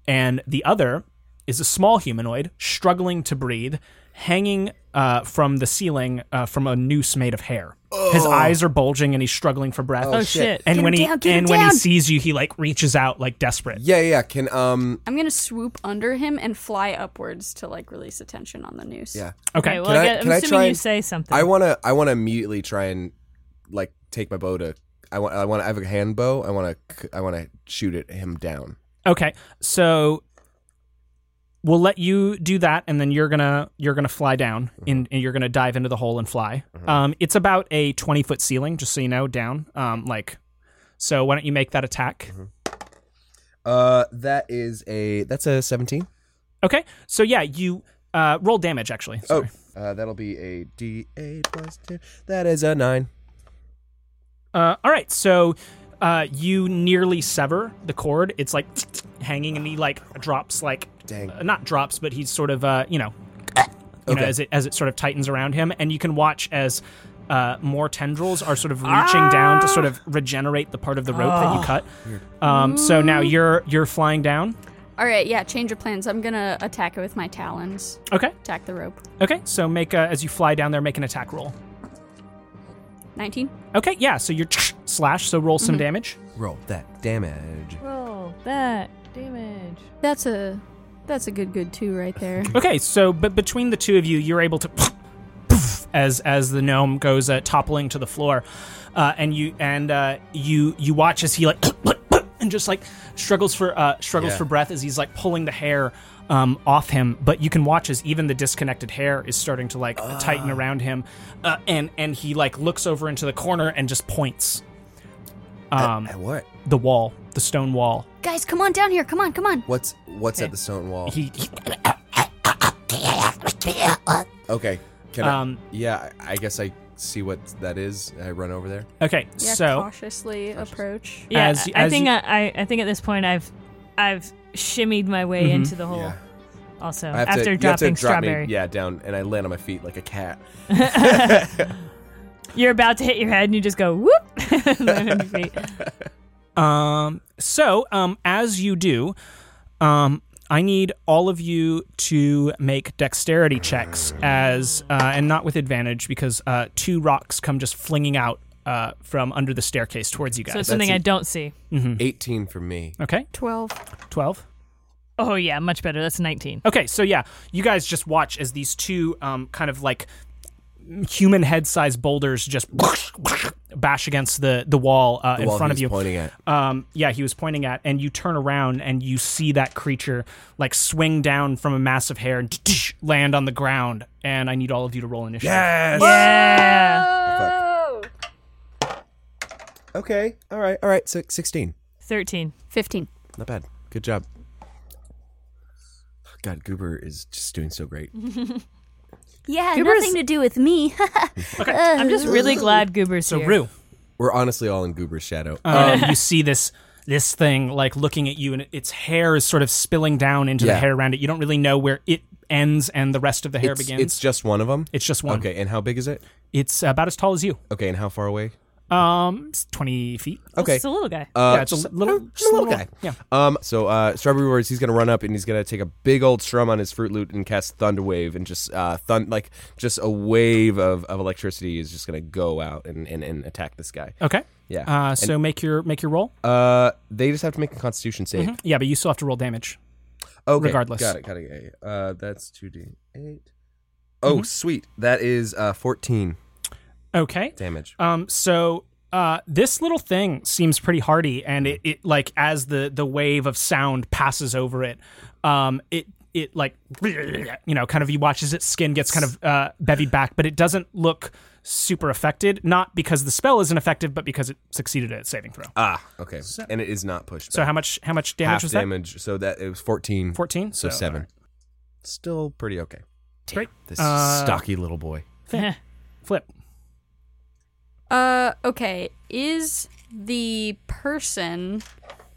Speaker 1: and the other is a small humanoid struggling to breathe, hanging uh, from the ceiling uh, from a noose made of hair. His eyes are bulging and he's struggling for breath.
Speaker 4: Oh shit.
Speaker 1: And
Speaker 5: Oh. Get
Speaker 1: when
Speaker 5: him
Speaker 1: he
Speaker 5: down, get him
Speaker 1: and when he
Speaker 5: down.
Speaker 1: sees you, he like reaches out like desperate.
Speaker 2: yeah, yeah. Can um,
Speaker 3: I'm gonna swoop under him and fly upwards to like release attention on the noose.
Speaker 2: yeah.
Speaker 1: Okay.
Speaker 4: Okay, well,
Speaker 2: Can
Speaker 4: I,
Speaker 2: I-
Speaker 4: get,
Speaker 2: can I
Speaker 4: I'm assuming
Speaker 2: try
Speaker 4: you
Speaker 2: and-
Speaker 4: say something.
Speaker 2: I wanna, I wanna immediately try and like take my bow to. I want, I want. I have a hand bow. I want to, I want to shoot at him down.
Speaker 1: Okay. So we'll let you do that and then you're gonna you're gonna fly down and, and you're gonna dive into the hole and fly. Um, it's about a twenty foot ceiling, just so you know, down. Um, like so why don't you make that attack?
Speaker 2: Uh, that is a, that's a 17.
Speaker 1: Okay. So yeah, you uh, roll damage actually.
Speaker 2: Oh,
Speaker 1: Sorry.
Speaker 2: uh, that'll be a D8 plus two. That is a nine.
Speaker 1: Uh, all right, so uh, you nearly sever the cord. It's like hanging and he like drops like
Speaker 2: Dang.
Speaker 1: uh, not drops, but he's sort of uh, you know, you know,
Speaker 2: Okay.
Speaker 1: as it as it sort of tightens around him, and you can watch as uh, more tendrils are sort of reaching down to sort of regenerate the part of the rope that you cut. Um, so now you're you're flying down.
Speaker 3: All right. Yeah. Change of plans. I'm gonna attack it with my talons.
Speaker 1: Okay,
Speaker 3: Attack the rope.
Speaker 1: okay. So make a, as you fly down there, make an attack roll.
Speaker 3: 19.
Speaker 1: Okay, yeah. So you're slash. So roll some damage.
Speaker 2: Roll that damage.
Speaker 4: Roll that damage.
Speaker 3: That's a that's a good good two right there.
Speaker 1: Okay, so but between the two of you, you're able to as as the gnome goes uh, toppling to the floor, uh, and you and uh, you you watch as he like and just like struggles for uh, struggles
Speaker 2: Yeah.
Speaker 1: for breath as he's like pulling the hair um, off him. But you can watch as even the disconnected hair is starting to like
Speaker 2: Ah.
Speaker 1: tighten around him, uh, and and he like looks over into the corner and just points um,
Speaker 2: At what?
Speaker 1: the wall, the stone wall.
Speaker 5: Guys, come on down here. Come on, come on.
Speaker 2: What's, what's at the stone wall?
Speaker 1: He, he
Speaker 2: Okay. Can
Speaker 1: Um,
Speaker 2: I? Yeah, I I guess I see what that is. I run over there.
Speaker 1: okay,
Speaker 3: Yeah.
Speaker 1: so
Speaker 3: cautiously approach.
Speaker 4: Yeah,
Speaker 1: As-
Speaker 4: I, I
Speaker 1: as
Speaker 4: think
Speaker 1: you-
Speaker 4: I, I think at this point I've I've shimmied my way
Speaker 1: Mm-hmm.
Speaker 4: into
Speaker 1: Oh.
Speaker 4: the hole.
Speaker 2: Yeah.
Speaker 4: Also,
Speaker 2: I have
Speaker 4: after
Speaker 2: to, you have to
Speaker 4: dropping
Speaker 2: drop
Speaker 4: strawberry,
Speaker 2: Me, yeah, down, and I land on my feet like a cat.
Speaker 4: you're about to hit your head and you just go whoop. Land on your feet.
Speaker 1: Um, so, um, as you do, um, I need all of you to make dexterity checks as, uh, and not with advantage because uh, two rocks come just flinging out uh, from under the staircase towards you
Speaker 4: So it's
Speaker 1: guys.
Speaker 4: something
Speaker 2: it.
Speaker 4: I don't see.
Speaker 1: Hmm.
Speaker 2: 18 for me.
Speaker 1: okay,
Speaker 3: 12.
Speaker 1: twelve.
Speaker 4: Oh yeah, much better. That's a 19.
Speaker 1: Okay, so yeah, you guys just watch as these two um, kind of like human head-sized boulders just bash against the the wall uh,
Speaker 2: The
Speaker 1: in
Speaker 2: wall
Speaker 1: front of
Speaker 2: he's
Speaker 1: you.
Speaker 2: pointing at.
Speaker 1: um, yeah, he was pointing at, and you turn around and you see that creature like swing down from a mass of hair and land on the ground. And I need all of you to roll initiative.
Speaker 4: Yeah,
Speaker 2: Okay. All right. All right. So 16.
Speaker 4: 13.
Speaker 3: 15.
Speaker 2: Not bad. Good job. Oh, God, Goober is just doing so great.
Speaker 5: Yeah,
Speaker 4: Goobers-
Speaker 5: nothing to do with me.
Speaker 4: I'm just really glad Goober's
Speaker 1: So
Speaker 4: here.
Speaker 1: Rue,
Speaker 2: We're honestly all in Goober's shadow.
Speaker 1: uh, you see this this thing like looking at you and its hair is sort of spilling down into the
Speaker 2: Yeah.
Speaker 1: hair around it. You don't really know where it ends and the rest of the hair
Speaker 2: it's,
Speaker 1: begins.
Speaker 2: it's just one of them.
Speaker 1: It's just one.
Speaker 2: Okay, and how big is it?
Speaker 1: It's about as tall as you.
Speaker 2: Okay, and how far away?
Speaker 1: Um, it's 20 feet.
Speaker 2: Okay,
Speaker 4: It's a little guy.
Speaker 2: Uh,
Speaker 1: yeah, it's a
Speaker 2: just-
Speaker 1: little,
Speaker 2: just
Speaker 1: just
Speaker 2: a little guy.
Speaker 1: Yeah.
Speaker 2: Um, so uh, Strawberry Rewards, he's gonna run up and he's gonna take a big old strum on his fruit loot and cast Thunder Wave and just uh, thun like just a wave of, of electricity is just gonna go out and, and, and attack this guy.
Speaker 1: Okay.
Speaker 2: Yeah.
Speaker 1: Uh, so make your make your roll.
Speaker 2: And, uh, they just have to make a Constitution save.
Speaker 1: Yeah, but you still have to roll damage.
Speaker 2: Okay.
Speaker 1: Regardless.
Speaker 2: Got it. Got it. got it. Uh, that's two d eight. Oh,
Speaker 1: Mm-hmm.
Speaker 2: sweet. That is uh, fourteen
Speaker 1: Okay.
Speaker 2: damage.
Speaker 1: Um, so uh, this little thing seems pretty hardy, and it, it like as the the wave of sound passes over it, um, it it like you know kind of you watch as its skin gets kind of uh, bevied back, but it doesn't look super affected. Not because the spell isn't effective, but because it succeeded at its saving throw.
Speaker 2: Ah, okay. and it is not pushed.
Speaker 1: so
Speaker 2: back.
Speaker 1: how much how much damage
Speaker 2: half
Speaker 1: was
Speaker 2: damage? So that it was fourteen.
Speaker 1: that? Fourteen.
Speaker 2: So, seven.
Speaker 1: alright.
Speaker 2: Still pretty okay.
Speaker 1: Great.
Speaker 2: This
Speaker 1: Uh,
Speaker 2: stocky little boy.
Speaker 1: Flip.
Speaker 3: Uh, okay. Is the person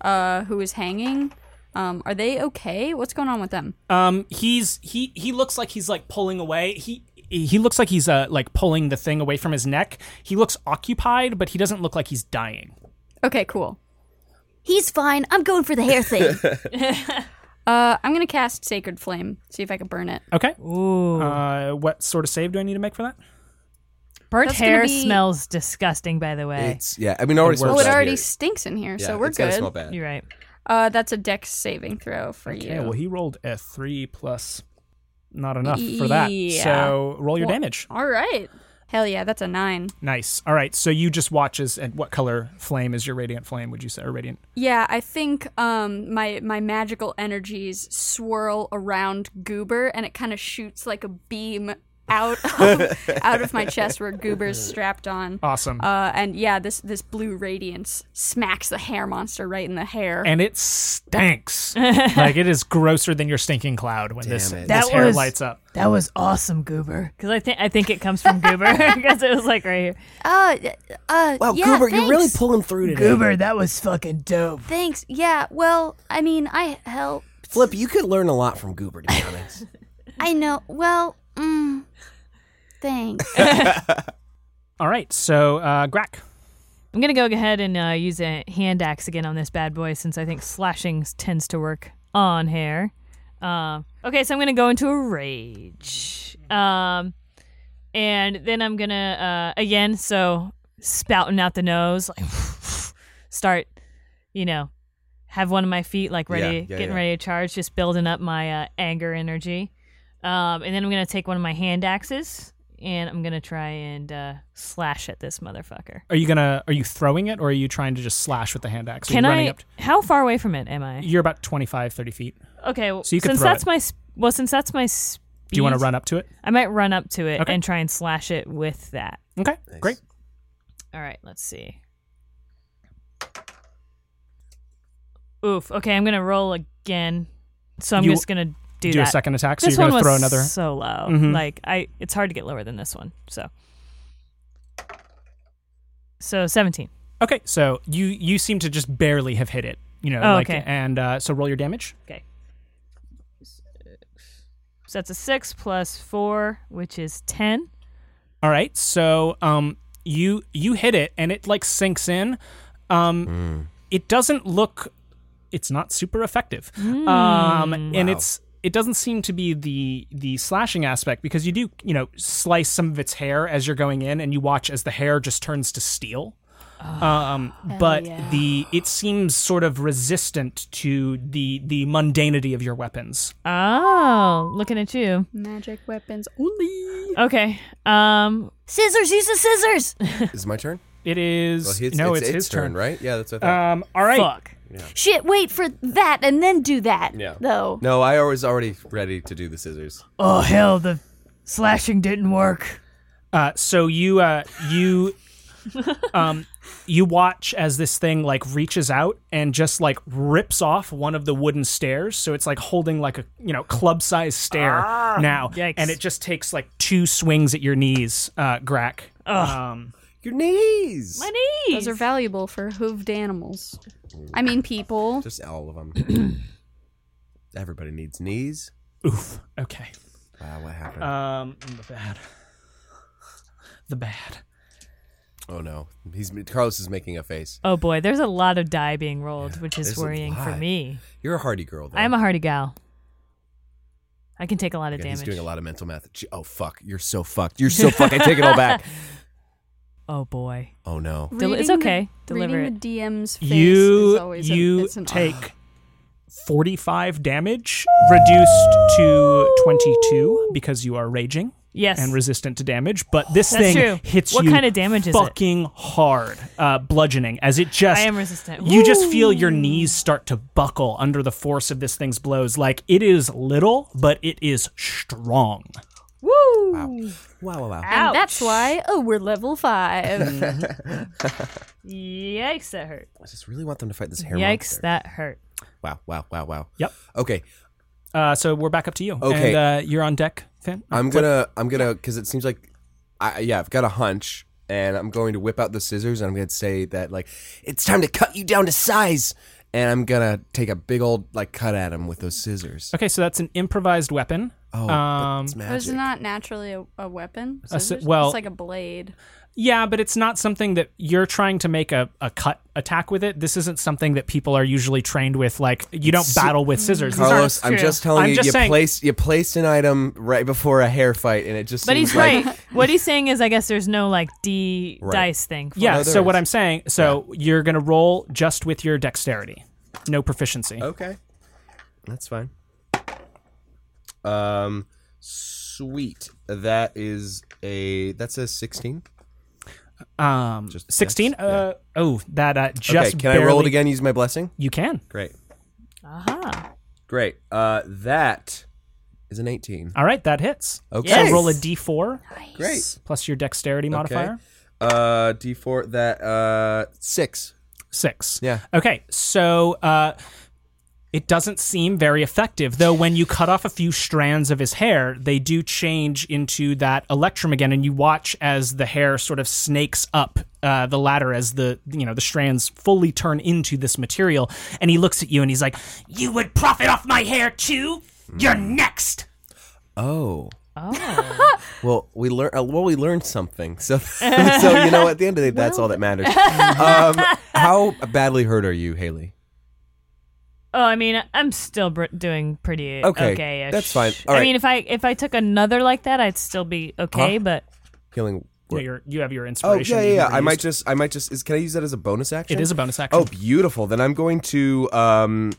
Speaker 3: uh who is hanging um are they okay? What's going on with them?
Speaker 1: Um, he's he he looks like he's like pulling away. He he looks like he's uh like pulling the thing away from his neck. He looks occupied, but he doesn't look like he's dying.
Speaker 3: Okay, cool.
Speaker 5: He's fine. I'm going for the hair thing.
Speaker 3: Uh, I'm gonna cast Sacred Flame. See if I can burn it.
Speaker 1: Okay.
Speaker 4: Ooh.
Speaker 1: Uh, what sort of save do I need to make for that?
Speaker 4: Burnt
Speaker 3: that's gonna
Speaker 4: hair
Speaker 3: be-
Speaker 4: smells disgusting, by the way.
Speaker 2: It's yeah. I mean, it already
Speaker 1: It works.
Speaker 2: smells
Speaker 3: Eh. Oh, it
Speaker 2: bad
Speaker 3: already
Speaker 2: here.
Speaker 3: stinks in here,
Speaker 2: yeah,
Speaker 3: so we're
Speaker 2: it's gonna
Speaker 3: good.
Speaker 2: Smell bad.
Speaker 4: You're right.
Speaker 3: Uh, that's a Dex saving throw for
Speaker 1: Okay.
Speaker 3: you.
Speaker 1: Well, he rolled a three plus, not enough for that.
Speaker 3: Yeah.
Speaker 1: So roll your
Speaker 3: Well-
Speaker 1: damage.
Speaker 3: All right. Hell yeah, that's a nine.
Speaker 1: Nice. All right. So you just watch as and what color flame is your radiant flame? Would you say or radiant?
Speaker 3: Yeah, I think um my my magical energies swirl around Goober and it kind of shoots like a beam out of out of my chest where Goober's strapped on.
Speaker 1: Awesome.
Speaker 3: Uh and yeah, this this blue radiance smacks the hair monster right in the hair.
Speaker 1: and it stinks. like it is grosser than your stinking cloud when this,
Speaker 2: it.
Speaker 1: this
Speaker 8: That
Speaker 1: hair
Speaker 8: was-
Speaker 1: lights up.
Speaker 8: That was awesome, Goober.
Speaker 4: Because I think I think it comes from Goober. Because it was like right here.
Speaker 5: uh, uh,
Speaker 6: Wow,
Speaker 5: yeah,
Speaker 6: Goober,
Speaker 5: thanks.
Speaker 6: you're really pulling through today.
Speaker 8: Goober, that was fucking dope.
Speaker 5: Thanks. Yeah. Well, I mean, I help.
Speaker 6: Flip, you could learn a lot from Goober, to be honest.
Speaker 5: I know. Well, mm, thanks.
Speaker 1: All right. So uh, Grack.
Speaker 4: I'm gonna go ahead and uh, use a hand axe again on this bad boy, since I think slashing s- tends to work on hair. Um, okay, so I'm gonna go into a rage, um, and then I'm gonna uh, again, so spouting out the nose, like start, you know, have one of my feet like ready,
Speaker 2: Yeah, yeah,
Speaker 4: getting
Speaker 2: yeah.
Speaker 4: ready to charge, just building up my uh, anger energy, um, and then I'm gonna take one of my hand axes and I'm gonna try and uh, slash at this motherfucker.
Speaker 1: Are you gonna? Are you throwing it, or are you trying to just slash with the hand axe? Are
Speaker 4: Can
Speaker 1: you running
Speaker 4: I?
Speaker 1: Up to,
Speaker 4: how far away from it am I?
Speaker 1: you're about 25, 30 feet. Do
Speaker 4: Okay. Well,
Speaker 1: So you could
Speaker 4: since
Speaker 1: throw
Speaker 4: that's
Speaker 1: it.
Speaker 4: my s- well, since that's my speed,
Speaker 1: you want to run up to it?
Speaker 4: I might run up to it
Speaker 1: Okay.
Speaker 4: and try and slash it with that.
Speaker 1: Okay, great.
Speaker 4: All right. Let's see. Oof. Okay. I'm gonna roll again. So I'm
Speaker 1: You-
Speaker 4: just gonna do,
Speaker 1: Do,
Speaker 4: that.
Speaker 1: a second attack. So
Speaker 4: this
Speaker 1: you're
Speaker 4: one
Speaker 1: gonna
Speaker 4: was
Speaker 1: throw another.
Speaker 4: so low.
Speaker 1: Mhm.
Speaker 4: Like I, it's hard to get lower than this one. So. So 17.
Speaker 1: Okay, so you you seem to just barely have hit it. You know,
Speaker 4: Oh,
Speaker 1: like,
Speaker 4: okay.
Speaker 1: and uh, so roll your damage.
Speaker 4: Okay. So that's a six plus four, which is ten.
Speaker 1: All right, so um, you you hit it, and it like sinks in. Um, it doesn't look. It's not super effective. Um, and it's it doesn't seem to be the the slashing aspect because you do you know slice some of its hair as you're going in, and you watch as the hair just turns to steel. um, but the it seems sort of resistant to the the mundanity of your weapons.
Speaker 4: Oh, looking at you.
Speaker 3: Magic weapons only.
Speaker 4: Okay. Um.
Speaker 5: scissors. Use the scissors.
Speaker 2: Is it my turn?
Speaker 1: It is
Speaker 2: Well, his,
Speaker 1: no,
Speaker 2: it's,
Speaker 1: it's,
Speaker 2: its
Speaker 1: his turn.
Speaker 2: right? Yeah, that's what I thought.
Speaker 1: Um, all right.
Speaker 4: Fuck.
Speaker 5: Shit. Wait for that, and then do that.
Speaker 2: Yeah.
Speaker 5: Though.
Speaker 2: no, I was already ready to do the scissors.
Speaker 8: Oh, hell, the slashing didn't work.
Speaker 1: Uh, so you uh, you um, you watch as this thing like reaches out and just like rips off one of the wooden stairs. So it's like holding like a you know club sized stair now,
Speaker 3: Ah,
Speaker 4: yikes.
Speaker 1: and it just takes like two swings at your knees, uh, Grack. Um,
Speaker 2: Your knees.
Speaker 4: My knees.
Speaker 3: Those are valuable for hooved animals. I mean, people.
Speaker 2: Just all of them. Everybody needs knees.
Speaker 1: Oof. Okay.
Speaker 2: Wow, what happened?
Speaker 4: Uh,
Speaker 1: Um, the bad. The bad.
Speaker 2: oh no, he's Carlos is making a face.
Speaker 4: Oh boy, there's a lot of die being rolled, which is
Speaker 2: there's a
Speaker 4: worrying for
Speaker 2: lot.
Speaker 4: me.
Speaker 2: You're a hardy girl. Though.
Speaker 4: I'm a hardy gal. I can take a lot of
Speaker 2: Yeah,
Speaker 4: damage.
Speaker 2: He's doing a lot of mental math. Gee, Oh fuck, you're so fucked. You're so fucked. I take it all back.
Speaker 4: Oh boy,
Speaker 2: Oh no.
Speaker 4: Del- it's
Speaker 3: Reading
Speaker 4: okay.
Speaker 3: The,
Speaker 4: Deliver
Speaker 3: reading
Speaker 4: it.
Speaker 3: the DM's face is
Speaker 1: you
Speaker 3: always a-
Speaker 1: you
Speaker 3: it's an
Speaker 1: take 45 damage reduced to 22 because you are raging
Speaker 4: Yes.
Speaker 1: and resistant to damage but this
Speaker 4: That's
Speaker 1: thing
Speaker 4: true.
Speaker 1: hits
Speaker 4: What
Speaker 1: you
Speaker 4: kind of damage is it?
Speaker 1: fucking hard uh, bludgeoning as it just
Speaker 4: I am resistant.
Speaker 1: you just feel your knees start to buckle under the force of this thing's blows like it is little but it is strong
Speaker 2: Wow, wow, wow.
Speaker 3: And that's why, oh, we're level five.
Speaker 4: Yikes, that hurt.
Speaker 2: I just really want them to fight this hair
Speaker 4: Yikes,
Speaker 2: monster.
Speaker 4: that hurt.
Speaker 2: Wow, wow, wow, wow.
Speaker 1: Yep.
Speaker 2: Okay,
Speaker 1: uh, so we're back up to you
Speaker 2: Okay. Uh,
Speaker 1: and uh, you're on deck Finn?
Speaker 2: I'm gonna, I'm gonna, because it seems like, I yeah, I've got a hunch, and I'm going to whip out the scissors, and I'm gonna say that like, it's time to cut you down to size, and I'm gonna take a big old like cut at him with those scissors.
Speaker 1: okay so that's an improvised weapon
Speaker 2: Oh, but
Speaker 1: um,
Speaker 2: it's magic.
Speaker 3: It's not naturally a, a weapon.
Speaker 1: A s-
Speaker 3: Scissors?
Speaker 1: well-
Speaker 3: it's like a blade.
Speaker 1: Yeah, but it's not something that you're trying to make a, a cut attack with it. This isn't something that people are usually trained with. Like, you don't battle
Speaker 4: Mm,
Speaker 1: with scissors. These aren't-
Speaker 2: Carlos, I'm just telling
Speaker 1: I'm
Speaker 2: you,
Speaker 1: just
Speaker 2: you
Speaker 1: saying-
Speaker 2: placed you placed an item right before a hair fight, and it just.
Speaker 4: But
Speaker 2: seems
Speaker 4: he's
Speaker 2: like,
Speaker 4: right. what he's saying is, I guess there's no like D
Speaker 2: Right.
Speaker 4: dice thing. For
Speaker 1: yeah,
Speaker 2: No, there
Speaker 1: so what
Speaker 2: is.
Speaker 1: I'm saying, so you're going to roll just with your dexterity, no proficiency.
Speaker 2: Okay, that's fine. Um, sweet. That is a that's a sixteen.
Speaker 1: Um,
Speaker 2: Oh. Just dex,
Speaker 1: 16? Uh, Oh, that uh, just.
Speaker 2: okay, can I roll it
Speaker 1: barely-
Speaker 2: again? Use my blessing.
Speaker 1: You can.
Speaker 2: Great,
Speaker 1: Uh-huh.
Speaker 4: Aha.
Speaker 2: great. Uh, that is an eighteen.
Speaker 1: All right, that hits.
Speaker 2: Okay,
Speaker 1: So roll a d4
Speaker 2: Great.
Speaker 1: plus your dexterity modifier.
Speaker 2: Uh, D four. That uh six.
Speaker 1: Six.
Speaker 2: Yeah.
Speaker 1: Okay, so uh, it doesn't seem very effective, though. When you cut off a few strands of his hair, they do change into that electrum again, and you watch as the hair sort of snakes up uh, the ladder as the you know the strands fully turn into this material. And he looks at you and he's like, "You would profit off my hair too. You're
Speaker 2: Mm.
Speaker 1: next."
Speaker 2: Oh.
Speaker 4: Oh.
Speaker 2: Well, we learned. Uh, well, we learned something. So, so you know, at the end of the day, that's all that matters. Um, how badly hurt are you, Haley?
Speaker 4: oh, I mean, I'm still br- doing pretty
Speaker 2: Okay,
Speaker 4: okay.
Speaker 2: that's fine. All right.
Speaker 4: I mean, if I if I took another like that, I'd still be okay.
Speaker 2: Huh?
Speaker 4: But
Speaker 2: Healing.
Speaker 1: Yeah, you're, you have your
Speaker 2: Oh
Speaker 1: inspiration.
Speaker 2: yeah,
Speaker 1: that
Speaker 2: yeah.
Speaker 1: you
Speaker 2: yeah.
Speaker 1: can
Speaker 2: I
Speaker 1: use.
Speaker 2: might just. I might just. Is, can I use that as a bonus action?
Speaker 1: It is a bonus action.
Speaker 2: Oh, beautiful. Then I'm going to um,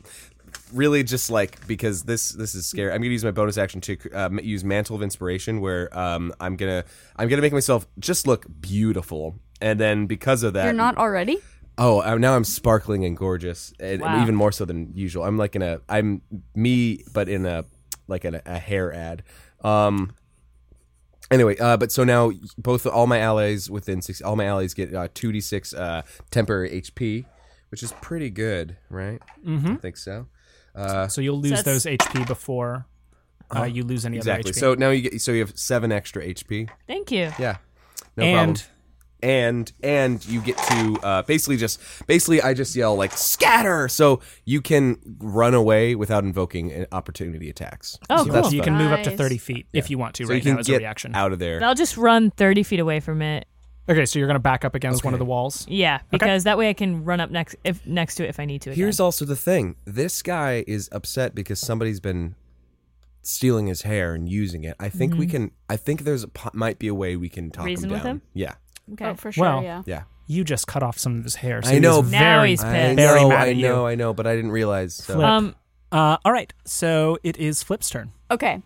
Speaker 2: really just like because this this is scary. I'm going to use my bonus action to uh, m- use mantle of inspiration, where um, I'm gonna I'm gonna make myself just look beautiful, and then because of that,
Speaker 3: You're not already?
Speaker 2: Oh, I'm, now I'm sparkling and gorgeous, and even more so than usual. I'm like in a I'm me, but in a like in a, a hair ad. Um. Anyway, uh, but so now both all my allies within six, all my allies get uh, two d six temporary HP, which is pretty good, right? Mm-hmm. I think so. Uh,
Speaker 1: so you'll lose those HP before uh, you lose any
Speaker 2: exactly.
Speaker 1: other HP.
Speaker 2: So now you get so you have seven extra HP.
Speaker 4: thank you.
Speaker 2: Yeah. No problem.
Speaker 1: and
Speaker 2: and and you get to uh, basically just basically I just yell like scatter, so you can run away without invoking an opportunity attacks.
Speaker 4: Oh,
Speaker 2: so
Speaker 4: cool.
Speaker 2: that's
Speaker 1: So you
Speaker 2: fun.
Speaker 1: can move up to
Speaker 3: Nice.
Speaker 1: 30 feet if you want to
Speaker 2: So
Speaker 1: right
Speaker 2: you can
Speaker 1: now as
Speaker 2: get
Speaker 1: a reaction.
Speaker 2: out of there.
Speaker 4: I'll just run 30 feet away from it.
Speaker 1: Okay, so you're going to back up against one of
Speaker 2: Okay.
Speaker 1: the walls.
Speaker 4: Yeah, because that way I can run up next if next to it if I need to. Again.
Speaker 2: Here's also the thing: this guy is upset because somebody's been stealing his hair and using it. I think
Speaker 1: Mm-hmm.
Speaker 2: we can. I think there's a, po- might be a way we can talk
Speaker 4: Reason
Speaker 2: him
Speaker 4: with
Speaker 2: down.
Speaker 4: him?
Speaker 2: Yeah,
Speaker 4: okay.
Speaker 3: Oh, for sure,
Speaker 1: Well,
Speaker 3: yeah.
Speaker 2: yeah.
Speaker 1: You just cut off some of his hair. So
Speaker 2: I
Speaker 1: he was
Speaker 2: know.
Speaker 4: Now
Speaker 1: very-
Speaker 4: he's pissed.
Speaker 2: I
Speaker 1: Very
Speaker 2: know,
Speaker 1: mad
Speaker 2: I
Speaker 1: at you.
Speaker 2: know, I know, but I didn't realize. So.
Speaker 1: Flip.
Speaker 4: um,
Speaker 1: Uh, all right, so it is Flip's turn.
Speaker 3: Okay.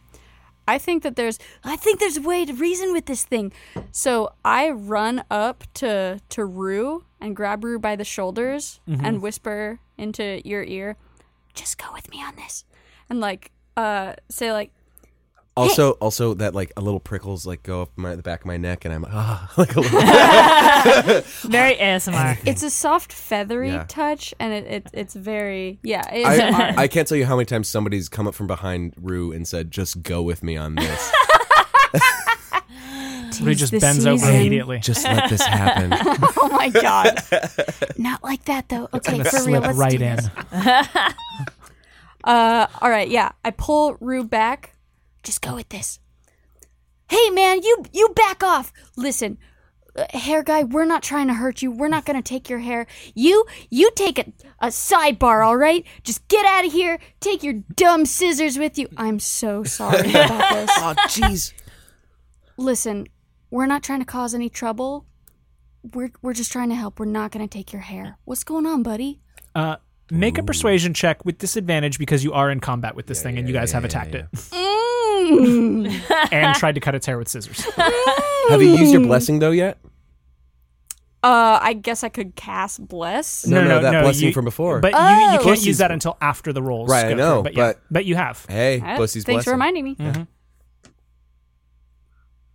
Speaker 3: I think that there's
Speaker 5: I think there's a way to reason with this thing.
Speaker 3: so I run up to to Rue and grab Rue by the shoulders and whisper into your ear,
Speaker 5: Just go with me on this.
Speaker 3: and like uh say like
Speaker 2: Also, also that like a little prickles like go up my the back of my neck, and I'm like, ah, like a little.
Speaker 4: very ASMR.
Speaker 3: it's a soft feathery
Speaker 2: Yeah.
Speaker 3: touch and it, it it's very yeah it's
Speaker 2: I, I can't tell you how many times somebody's come up from behind Rue and said, "Just go with me on this."
Speaker 1: But he
Speaker 4: "Tis
Speaker 1: just
Speaker 4: the
Speaker 1: bends
Speaker 4: season.
Speaker 1: over immediately.
Speaker 2: Just let this happen.
Speaker 3: Oh my god.
Speaker 5: Not like that
Speaker 3: Oh,
Speaker 5: though. Okay,
Speaker 1: gonna
Speaker 5: for real.
Speaker 1: slip
Speaker 5: Let's
Speaker 1: right
Speaker 5: do
Speaker 1: in.
Speaker 5: this.
Speaker 3: Uh, all right, yeah. I pull Rue back.
Speaker 5: Just go with this. Hey man, you you back off. Listen, uh, hair guy, we're not trying to hurt you. We're not gonna take your hair. You you take a a sidebar, all right? Just get out of here. Take your dumb scissors with you. I'm so sorry about this.
Speaker 6: Oh, jeez.
Speaker 5: Listen, we're not trying to cause any trouble. We're we're just trying to help. We're not gonna take your hair. What's going on, buddy?
Speaker 1: Uh, make a persuasion check with disadvantage because you are in combat with this thing and you guys have attacked
Speaker 3: Uh,
Speaker 5: Mm.
Speaker 1: it and tried to cut its hair with scissors.
Speaker 2: Have you used your blessing though yet?
Speaker 3: Uh, I guess I could cast bless.
Speaker 2: No, no, that blessing from before.
Speaker 1: But you, you
Speaker 5: Oh.
Speaker 1: can't use that until after the rolls.
Speaker 2: Right,
Speaker 1: go
Speaker 2: I
Speaker 1: through,
Speaker 2: know,
Speaker 1: but, yeah,
Speaker 2: but-
Speaker 1: but you have.
Speaker 2: Hey,
Speaker 3: Uh,
Speaker 2: Bussy's
Speaker 3: Thanks for
Speaker 2: blessing. Mm-hmm.
Speaker 3: reminding me.
Speaker 1: Mhm.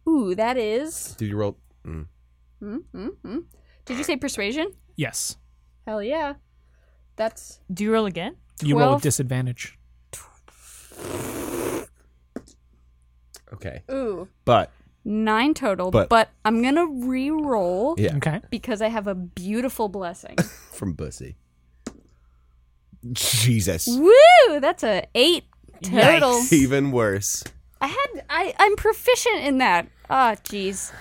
Speaker 3: Ooh, that is.
Speaker 2: Did you roll? Mm.
Speaker 3: Hmm, hmm, hmm. Did you say persuasion?
Speaker 1: Yes.
Speaker 3: Hell yeah. That's
Speaker 4: Do you roll again?
Speaker 1: You roll with
Speaker 3: Twelve.
Speaker 1: disadvantage.
Speaker 2: Okay,
Speaker 3: ooh
Speaker 2: but
Speaker 3: nine total.
Speaker 2: But-
Speaker 3: But, I'm gonna re-roll
Speaker 2: yeah,
Speaker 1: Okay.
Speaker 3: because I have a beautiful blessing.
Speaker 2: from Bussy. Jesus,
Speaker 3: Woo! That's a eight total.
Speaker 2: even worse.
Speaker 3: I had I I'm proficient in that. Ah, jeez.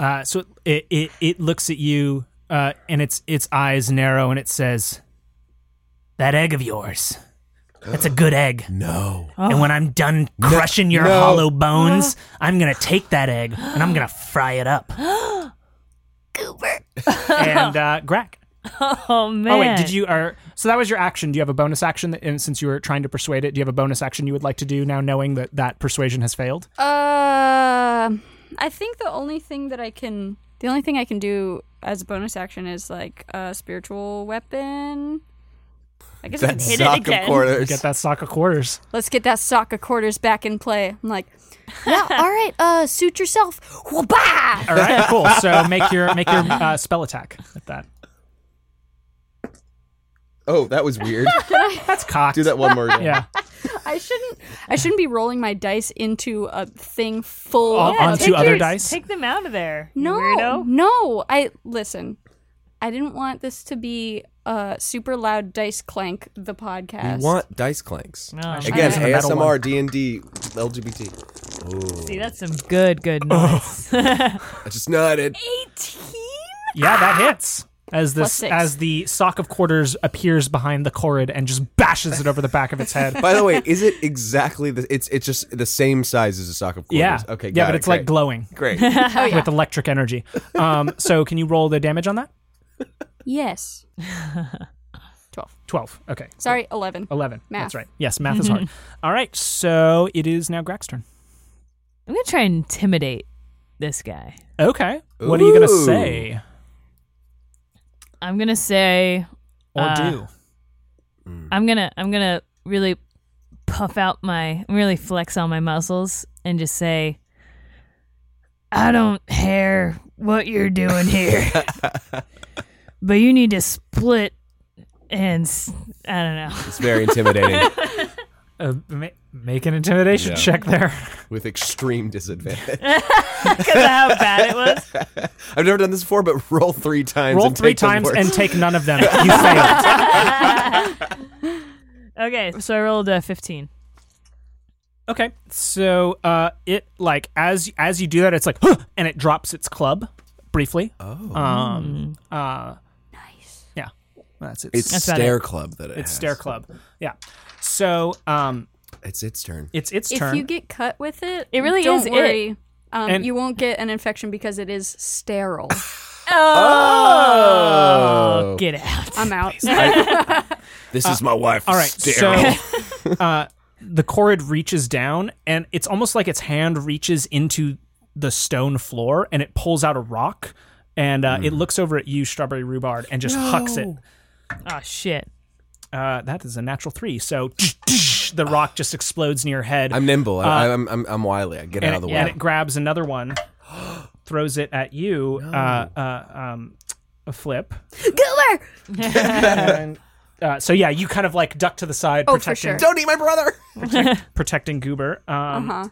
Speaker 1: Uh, so it, it it looks at you uh, and its its eyes narrow and it says, "That egg of yours, that's a good egg.
Speaker 2: No,
Speaker 1: And when I'm done crushing your
Speaker 2: no.
Speaker 1: hollow bones, I'm gonna take that egg and I'm gonna fry it up." Goober and uh, Grack.
Speaker 4: Oh man!
Speaker 1: Oh wait, did you are so that was your action? Do you have a bonus action? That, and since you were trying to persuade it, do you have a bonus action you would like to do now, knowing that that persuasion has failed?
Speaker 3: Uh, I think the only thing that I can the only thing I can do as a bonus action is like a spiritual weapon. I guess I can
Speaker 2: that's
Speaker 3: hit
Speaker 2: sock
Speaker 3: it again.
Speaker 2: of quarters.
Speaker 1: Get that sock of quarters.
Speaker 3: Let's get that sock of quarters back in play. I'm like,
Speaker 5: yeah, all right. Uh, suit yourself. Whoa-bah!
Speaker 1: All right, cool. So make your make your uh, spell attack at that.
Speaker 2: Oh, that was weird.
Speaker 1: That's cocked.
Speaker 2: Do that one more. Time.
Speaker 1: Yeah,
Speaker 3: I shouldn't I shouldn't be rolling my dice into a thing full
Speaker 1: On-
Speaker 3: of
Speaker 1: onto other dice.
Speaker 4: Take them out of there. you
Speaker 3: No,
Speaker 4: weirdo.
Speaker 3: no. I listen. I didn't want this to be uh, super loud dice clank the
Speaker 2: We
Speaker 3: podcast.
Speaker 2: want dice clanks.
Speaker 4: Oh, man.
Speaker 2: Again,
Speaker 1: Using the metal
Speaker 2: ASMR, D and D, LGBT.
Speaker 4: See, that's some good, good noise.
Speaker 2: I just nodded.
Speaker 1: yeah, that hits. As this
Speaker 3: six.
Speaker 1: as the sock of quarters appears behind the corrid and just bashes it over the back of its head.
Speaker 2: By the way, is it exactly the? It's it's just the same size as a sock of quarters.
Speaker 1: yeah.
Speaker 2: Okay.
Speaker 1: Yeah,
Speaker 2: got
Speaker 1: but
Speaker 2: it,
Speaker 1: it's like
Speaker 2: great.
Speaker 1: glowing
Speaker 2: Great.
Speaker 4: Oh,
Speaker 1: with electric energy. Um, so can you roll the damage on that?
Speaker 3: yes. Twelve.
Speaker 1: Twelve. Okay.
Speaker 3: Sorry, eleven.
Speaker 1: Eleven.
Speaker 3: Math.
Speaker 1: That's right. Yes, math is hard. All right. So it is now Greg's turn.
Speaker 4: I'm gonna try and intimidate this guy.
Speaker 1: Okay. What are you gonna
Speaker 2: Ooh.
Speaker 1: say
Speaker 4: I'm gonna say
Speaker 1: or
Speaker 4: Uh,
Speaker 1: do?
Speaker 4: I'm gonna I'm gonna really puff out my really flex on my muscles and just say I don't care what you're doing here. but you need to split and s- I don't know.
Speaker 2: It's very intimidating
Speaker 1: Uh, ma- make an intimidation
Speaker 2: Yeah.
Speaker 1: check there.
Speaker 2: with extreme disadvantage.
Speaker 4: Cuz of how bad it was.
Speaker 2: I've never done this before, but roll three times.
Speaker 1: Roll
Speaker 2: and
Speaker 1: three
Speaker 2: take the
Speaker 1: times
Speaker 2: worst.
Speaker 1: and take none of them. You failed.
Speaker 4: Okay, so I rolled a 15.
Speaker 1: Okay. So uh, it like as as you do that, it's like "Huh," and it drops its club briefly. Oh. Um. Uh. Nice. Yeah. That's it.
Speaker 6: It's
Speaker 4: That's about
Speaker 6: Stair Club that it
Speaker 1: it's
Speaker 6: has.
Speaker 1: stair club. Yeah. So um,
Speaker 2: It's its turn.
Speaker 1: it's its
Speaker 3: If
Speaker 1: turn.
Speaker 3: you get cut with it,
Speaker 4: It really
Speaker 3: don't
Speaker 4: is it.
Speaker 3: worry. Um,
Speaker 1: And-
Speaker 3: you won't get an infection because it is sterile.
Speaker 4: Oh, get out.
Speaker 3: I'm out.
Speaker 6: This is my wife.
Speaker 1: Uh, All right,
Speaker 6: Stair.
Speaker 1: so uh, the corrid reaches down, and it's almost like its hand reaches into the stone floor, and it pulls out a rock, and uh, it looks over at you, Strawberry Rhubarb, and just hucks it.
Speaker 4: Oh shit.
Speaker 1: Uh, that is a natural three, so the rock just explodes near your head,
Speaker 2: I'm nimble. I, I'm, I'm I'm wily. I get
Speaker 1: uh, and
Speaker 2: out of the
Speaker 1: it,
Speaker 2: way.
Speaker 1: and it grabs another one, throws it at you, uh, uh, um, a flip.
Speaker 5: Goober.
Speaker 1: and, uh, so yeah, you kind of like duck to the side,
Speaker 3: Oh, for
Speaker 1: protecting
Speaker 3: sure.
Speaker 2: Don't eat my brother.
Speaker 1: Um,
Speaker 3: Uh-huh.
Speaker 1: protecting Goober. Um,
Speaker 3: Uh huh.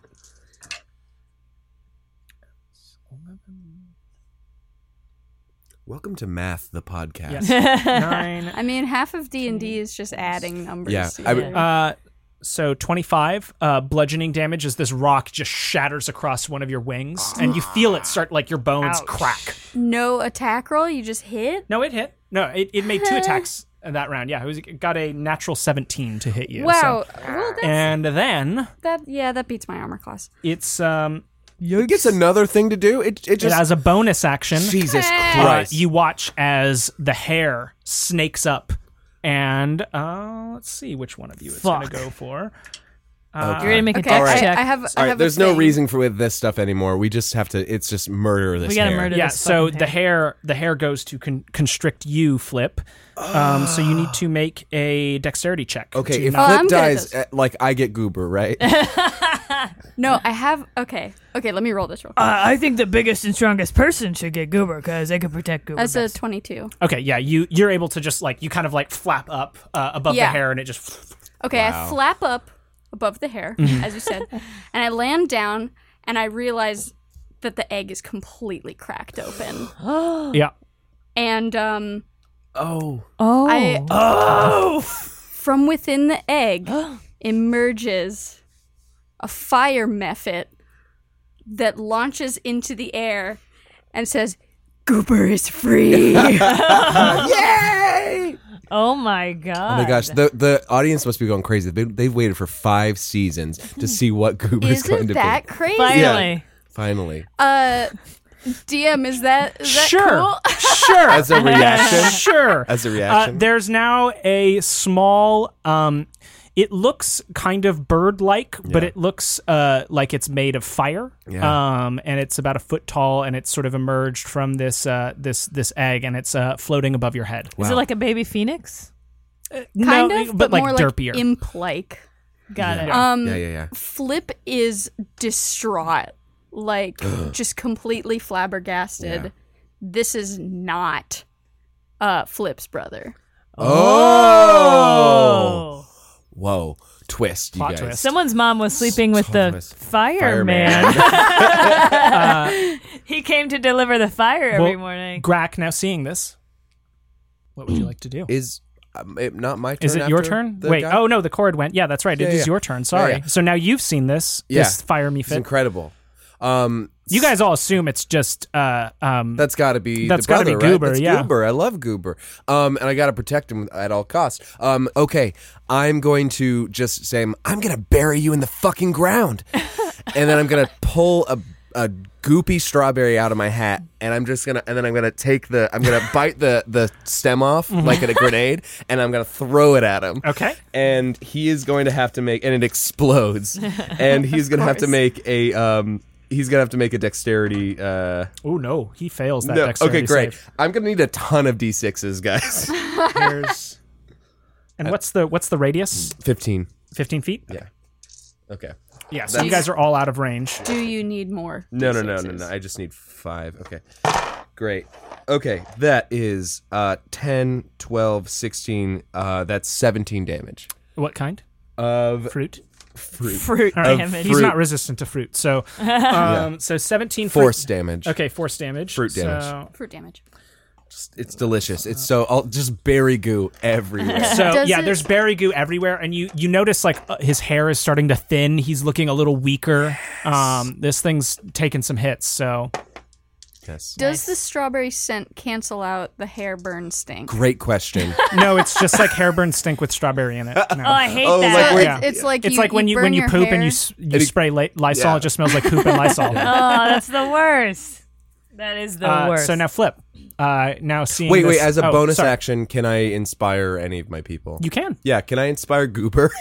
Speaker 2: Welcome to Math, the podcast.
Speaker 1: Yes. Nine.
Speaker 3: I mean, half of D and D is just adding numbers.
Speaker 2: Yeah,
Speaker 3: to
Speaker 2: I
Speaker 3: it.
Speaker 2: would-
Speaker 1: Uh, so 25 uh, bludgeoning damage as this rock just shatters across one of your wings and you feel it start like your bones crack
Speaker 3: no attack roll. You just hit.
Speaker 1: no it hit no it, it made two attacks that round yeah it, was, it got a natural 17 to hit you so-
Speaker 3: wow.
Speaker 2: Ah.
Speaker 3: Well, that,
Speaker 1: and then
Speaker 3: that yeah, that beats my armor class.
Speaker 1: it's um
Speaker 2: It gets another thing to do. It, it
Speaker 1: it
Speaker 2: just
Speaker 1: as a bonus action
Speaker 2: Jesus
Speaker 1: uh,
Speaker 2: Christ.
Speaker 1: you watch as the hair snakes up and uh let's see which one of you it's gonna
Speaker 4: Fuck.
Speaker 1: go for
Speaker 4: You're gonna make a
Speaker 3: Okay,
Speaker 4: dex
Speaker 3: I,
Speaker 4: check.
Speaker 3: I have.
Speaker 2: All
Speaker 3: I
Speaker 2: right,
Speaker 3: have a
Speaker 2: there's no
Speaker 3: thing.
Speaker 2: reason for with this stuff anymore. We just have to. It's just murder this.
Speaker 4: we gotta
Speaker 2: hair.
Speaker 4: murder
Speaker 1: yeah
Speaker 4: this.
Speaker 1: so
Speaker 4: fucking
Speaker 1: the hair the hair goes to con- constrict you flip um, so you need to make a dexterity check
Speaker 2: Ah. Okay,
Speaker 1: to
Speaker 2: if
Speaker 1: not-
Speaker 3: Oh,
Speaker 2: Flip
Speaker 3: I'm good at
Speaker 2: dies,
Speaker 3: this.
Speaker 2: eh, like I get goober, right?
Speaker 3: No, I have. Okay, okay. Let me roll this roll.
Speaker 8: Uh, I think the biggest and strongest person should get Goober because they can protect Goober.
Speaker 3: That's a
Speaker 8: best.
Speaker 3: twenty-two.
Speaker 1: okay yeah you you're able to just like you kind of like flap up uh, above
Speaker 3: Yeah.
Speaker 1: the hair and it just
Speaker 3: Okay, I flap up above the hair, as you said, and I land down, and I realize that the egg is completely cracked open,
Speaker 1: yeah
Speaker 3: and um,
Speaker 4: oh,
Speaker 3: I Oh. from within the egg emerges a fire mephit that launches into the air and says, "Goober is free."
Speaker 4: oh my god!
Speaker 2: Oh my gosh, the the audience must be going crazy. They, they've waited for five seasons to see what goober is going
Speaker 3: Isn't
Speaker 2: to
Speaker 3: that
Speaker 2: be.
Speaker 3: crazy?
Speaker 4: Finally,
Speaker 2: Finally,
Speaker 3: Uh, DM, is that is that
Speaker 1: sure
Speaker 3: cool?
Speaker 1: sure
Speaker 2: as a reaction,
Speaker 1: sure
Speaker 2: as a reaction.
Speaker 1: Uh, there's now a small. Um, it looks kind of bird-like, but
Speaker 2: Yeah.
Speaker 1: it looks uh, like it's made of fire.
Speaker 2: Yeah.
Speaker 1: Um, and it's about a foot tall, and it's sort of emerged from this uh, this this egg, and it's uh, floating above your head.
Speaker 4: is it like a baby phoenix?
Speaker 3: kind
Speaker 1: No,
Speaker 3: of,
Speaker 1: but,
Speaker 3: but,
Speaker 1: like
Speaker 3: more
Speaker 1: derpier.
Speaker 3: like imp like.
Speaker 4: Got it.
Speaker 3: Um,
Speaker 2: yeah, yeah, yeah.
Speaker 3: Flip is distraught, like just completely flabbergasted.
Speaker 2: Yeah.
Speaker 3: This is not uh, Flip's brother.
Speaker 2: Oh,
Speaker 4: Oh,
Speaker 2: whoa, twist, you
Speaker 1: Plot
Speaker 2: guys.
Speaker 1: twist.
Speaker 4: someone's mom was sleeping with the
Speaker 2: Thomas.
Speaker 4: fireman.
Speaker 8: Uh,
Speaker 4: he came to deliver the fire every
Speaker 1: Well,
Speaker 4: morning.
Speaker 1: Grack, now seeing this, what would you like to do?
Speaker 2: is um, it not my turn?
Speaker 1: Is it your
Speaker 2: after
Speaker 1: turn?
Speaker 2: the
Speaker 1: Wait,
Speaker 2: guy?
Speaker 1: oh no, the cord went. Yeah, that's right.
Speaker 2: Yeah,
Speaker 1: it is
Speaker 2: yeah.
Speaker 1: your turn. Sorry.
Speaker 2: yeah.
Speaker 1: So now you've seen this.
Speaker 2: Yeah.
Speaker 1: This fire me
Speaker 2: it's
Speaker 1: fit.
Speaker 2: incredible. Um,
Speaker 1: You guys all assume it's just uh, um,
Speaker 2: That's got to be
Speaker 1: That's
Speaker 2: the
Speaker 1: gotta
Speaker 2: brother,
Speaker 1: be
Speaker 2: right?
Speaker 1: Goober,
Speaker 2: That's
Speaker 1: yeah.
Speaker 2: Goober. I love Goober. Um, and I got to protect him at all costs. Um, okay, I'm going to just say I'm going to bury you in the fucking ground, and then I'm going to pull a a goopy strawberry out of my hat, and I'm just gonna, and then I'm gonna take the, I'm gonna bite the the stem off like at a grenade, and I'm gonna throw it at him.
Speaker 1: Mm-hmm. Okay.
Speaker 2: And he is going to have to make, and it explodes, and he's gonna have to make a, um, he's gonna have to make a dexterity. Uh,
Speaker 1: Oh no, he fails that
Speaker 2: no.
Speaker 1: dexterity
Speaker 2: okay, great.
Speaker 1: save.
Speaker 2: I'm gonna need a ton of d6s, guys.
Speaker 1: There's- and what's the what's the radius?
Speaker 2: Fifteen.
Speaker 1: Fifteen feet.
Speaker 2: Mm. Yeah. Okay.
Speaker 1: Yeah. So you guys are all out of range.
Speaker 3: Do you need more?
Speaker 2: No, no, no, no,
Speaker 3: D6s?
Speaker 2: no. I just need five. Okay. Great. Okay, that is uh 10, 12, 16, uh that's 17 damage
Speaker 1: What kind?
Speaker 2: of
Speaker 1: Fruit.
Speaker 2: fruit.
Speaker 4: Fruit
Speaker 1: Oh,
Speaker 4: damage.
Speaker 1: He's not resistant to fruit. So, um, so seventeen fruit-
Speaker 2: force damage.
Speaker 1: Okay, force damage.
Speaker 2: Fruit damage.
Speaker 1: So,
Speaker 3: Fruit damage.
Speaker 2: It's delicious. It's so I'll just berry goo everywhere.
Speaker 1: so,
Speaker 3: Does
Speaker 1: yeah,
Speaker 3: it-
Speaker 1: there's berry goo everywhere, and you you notice like uh, his hair is starting to thin. He's looking a little weaker. Um, this thing's taking some hits. So
Speaker 2: yes.
Speaker 3: Does the strawberry scent cancel out the hair burn stink?
Speaker 2: Great question.
Speaker 1: no, it's just like hairburn stink with strawberry in it. No.
Speaker 4: Oh, I hate
Speaker 2: Oh,
Speaker 4: that.
Speaker 2: like
Speaker 3: So
Speaker 2: wait-
Speaker 1: Yeah.
Speaker 3: it's, it's like
Speaker 1: it's
Speaker 3: you,
Speaker 1: like when you,
Speaker 3: burn
Speaker 1: when you
Speaker 3: your
Speaker 1: poop
Speaker 3: hair.
Speaker 1: and you s- you
Speaker 2: It-
Speaker 1: spray li- Lysol,
Speaker 2: Yeah.
Speaker 1: it just smells like poop and Lysol.
Speaker 4: oh, that's the worst. That is the
Speaker 3: Oh,
Speaker 1: Uh,
Speaker 4: worst.
Speaker 1: so now flip. Uh, now seeing
Speaker 2: wait, wait,
Speaker 1: this-
Speaker 2: as a
Speaker 1: oh,
Speaker 2: bonus
Speaker 1: sorry.
Speaker 2: action, can I inspire any of my people?
Speaker 1: you can.
Speaker 2: yeah, can I inspire Goober?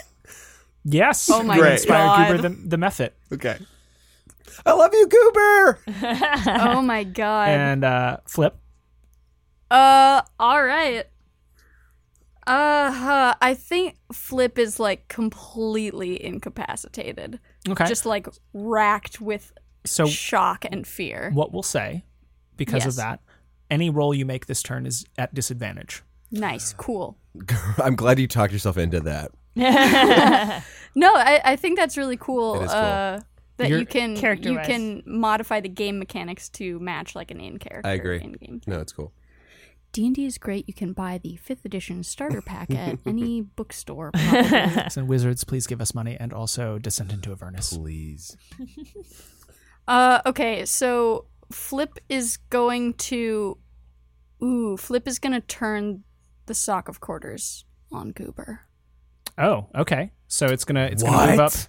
Speaker 1: Yes.
Speaker 3: Oh my
Speaker 1: You can
Speaker 2: Great.
Speaker 1: Inspire Goober the,
Speaker 4: God.
Speaker 1: the method,
Speaker 2: Okay. I love you, Goober.
Speaker 3: oh my god.
Speaker 1: and uh, flip.
Speaker 3: Uh, all right. Uh, huh, I think Flip is like completely incapacitated,
Speaker 1: Okay.
Speaker 3: just like racked with
Speaker 1: so
Speaker 3: shock and fear.
Speaker 1: what we'll say, because of
Speaker 3: Yes.
Speaker 1: that, any roll you make this turn is at disadvantage.
Speaker 3: Nice, cool.
Speaker 2: I'm glad you talked yourself into that.
Speaker 3: No, I, I think that's really cool.
Speaker 2: It is cool.
Speaker 3: Uh, that
Speaker 1: You're-
Speaker 3: you can you
Speaker 4: Character-wise.
Speaker 3: can modify the game mechanics to match like an in character.
Speaker 2: I agree.
Speaker 3: In game.
Speaker 2: No, it's cool.
Speaker 3: D&D is great. You can buy the 5th edition starter pack at any bookstore probably.
Speaker 1: So wizards, please give us money and also descend into Avernus.
Speaker 2: Please.
Speaker 3: Uh, okay, so Flip is going to. Ooh, Flip is going to turn the sock of quarters on Goober.
Speaker 1: Oh, okay. So it's gonna it's gonna move up.
Speaker 2: What?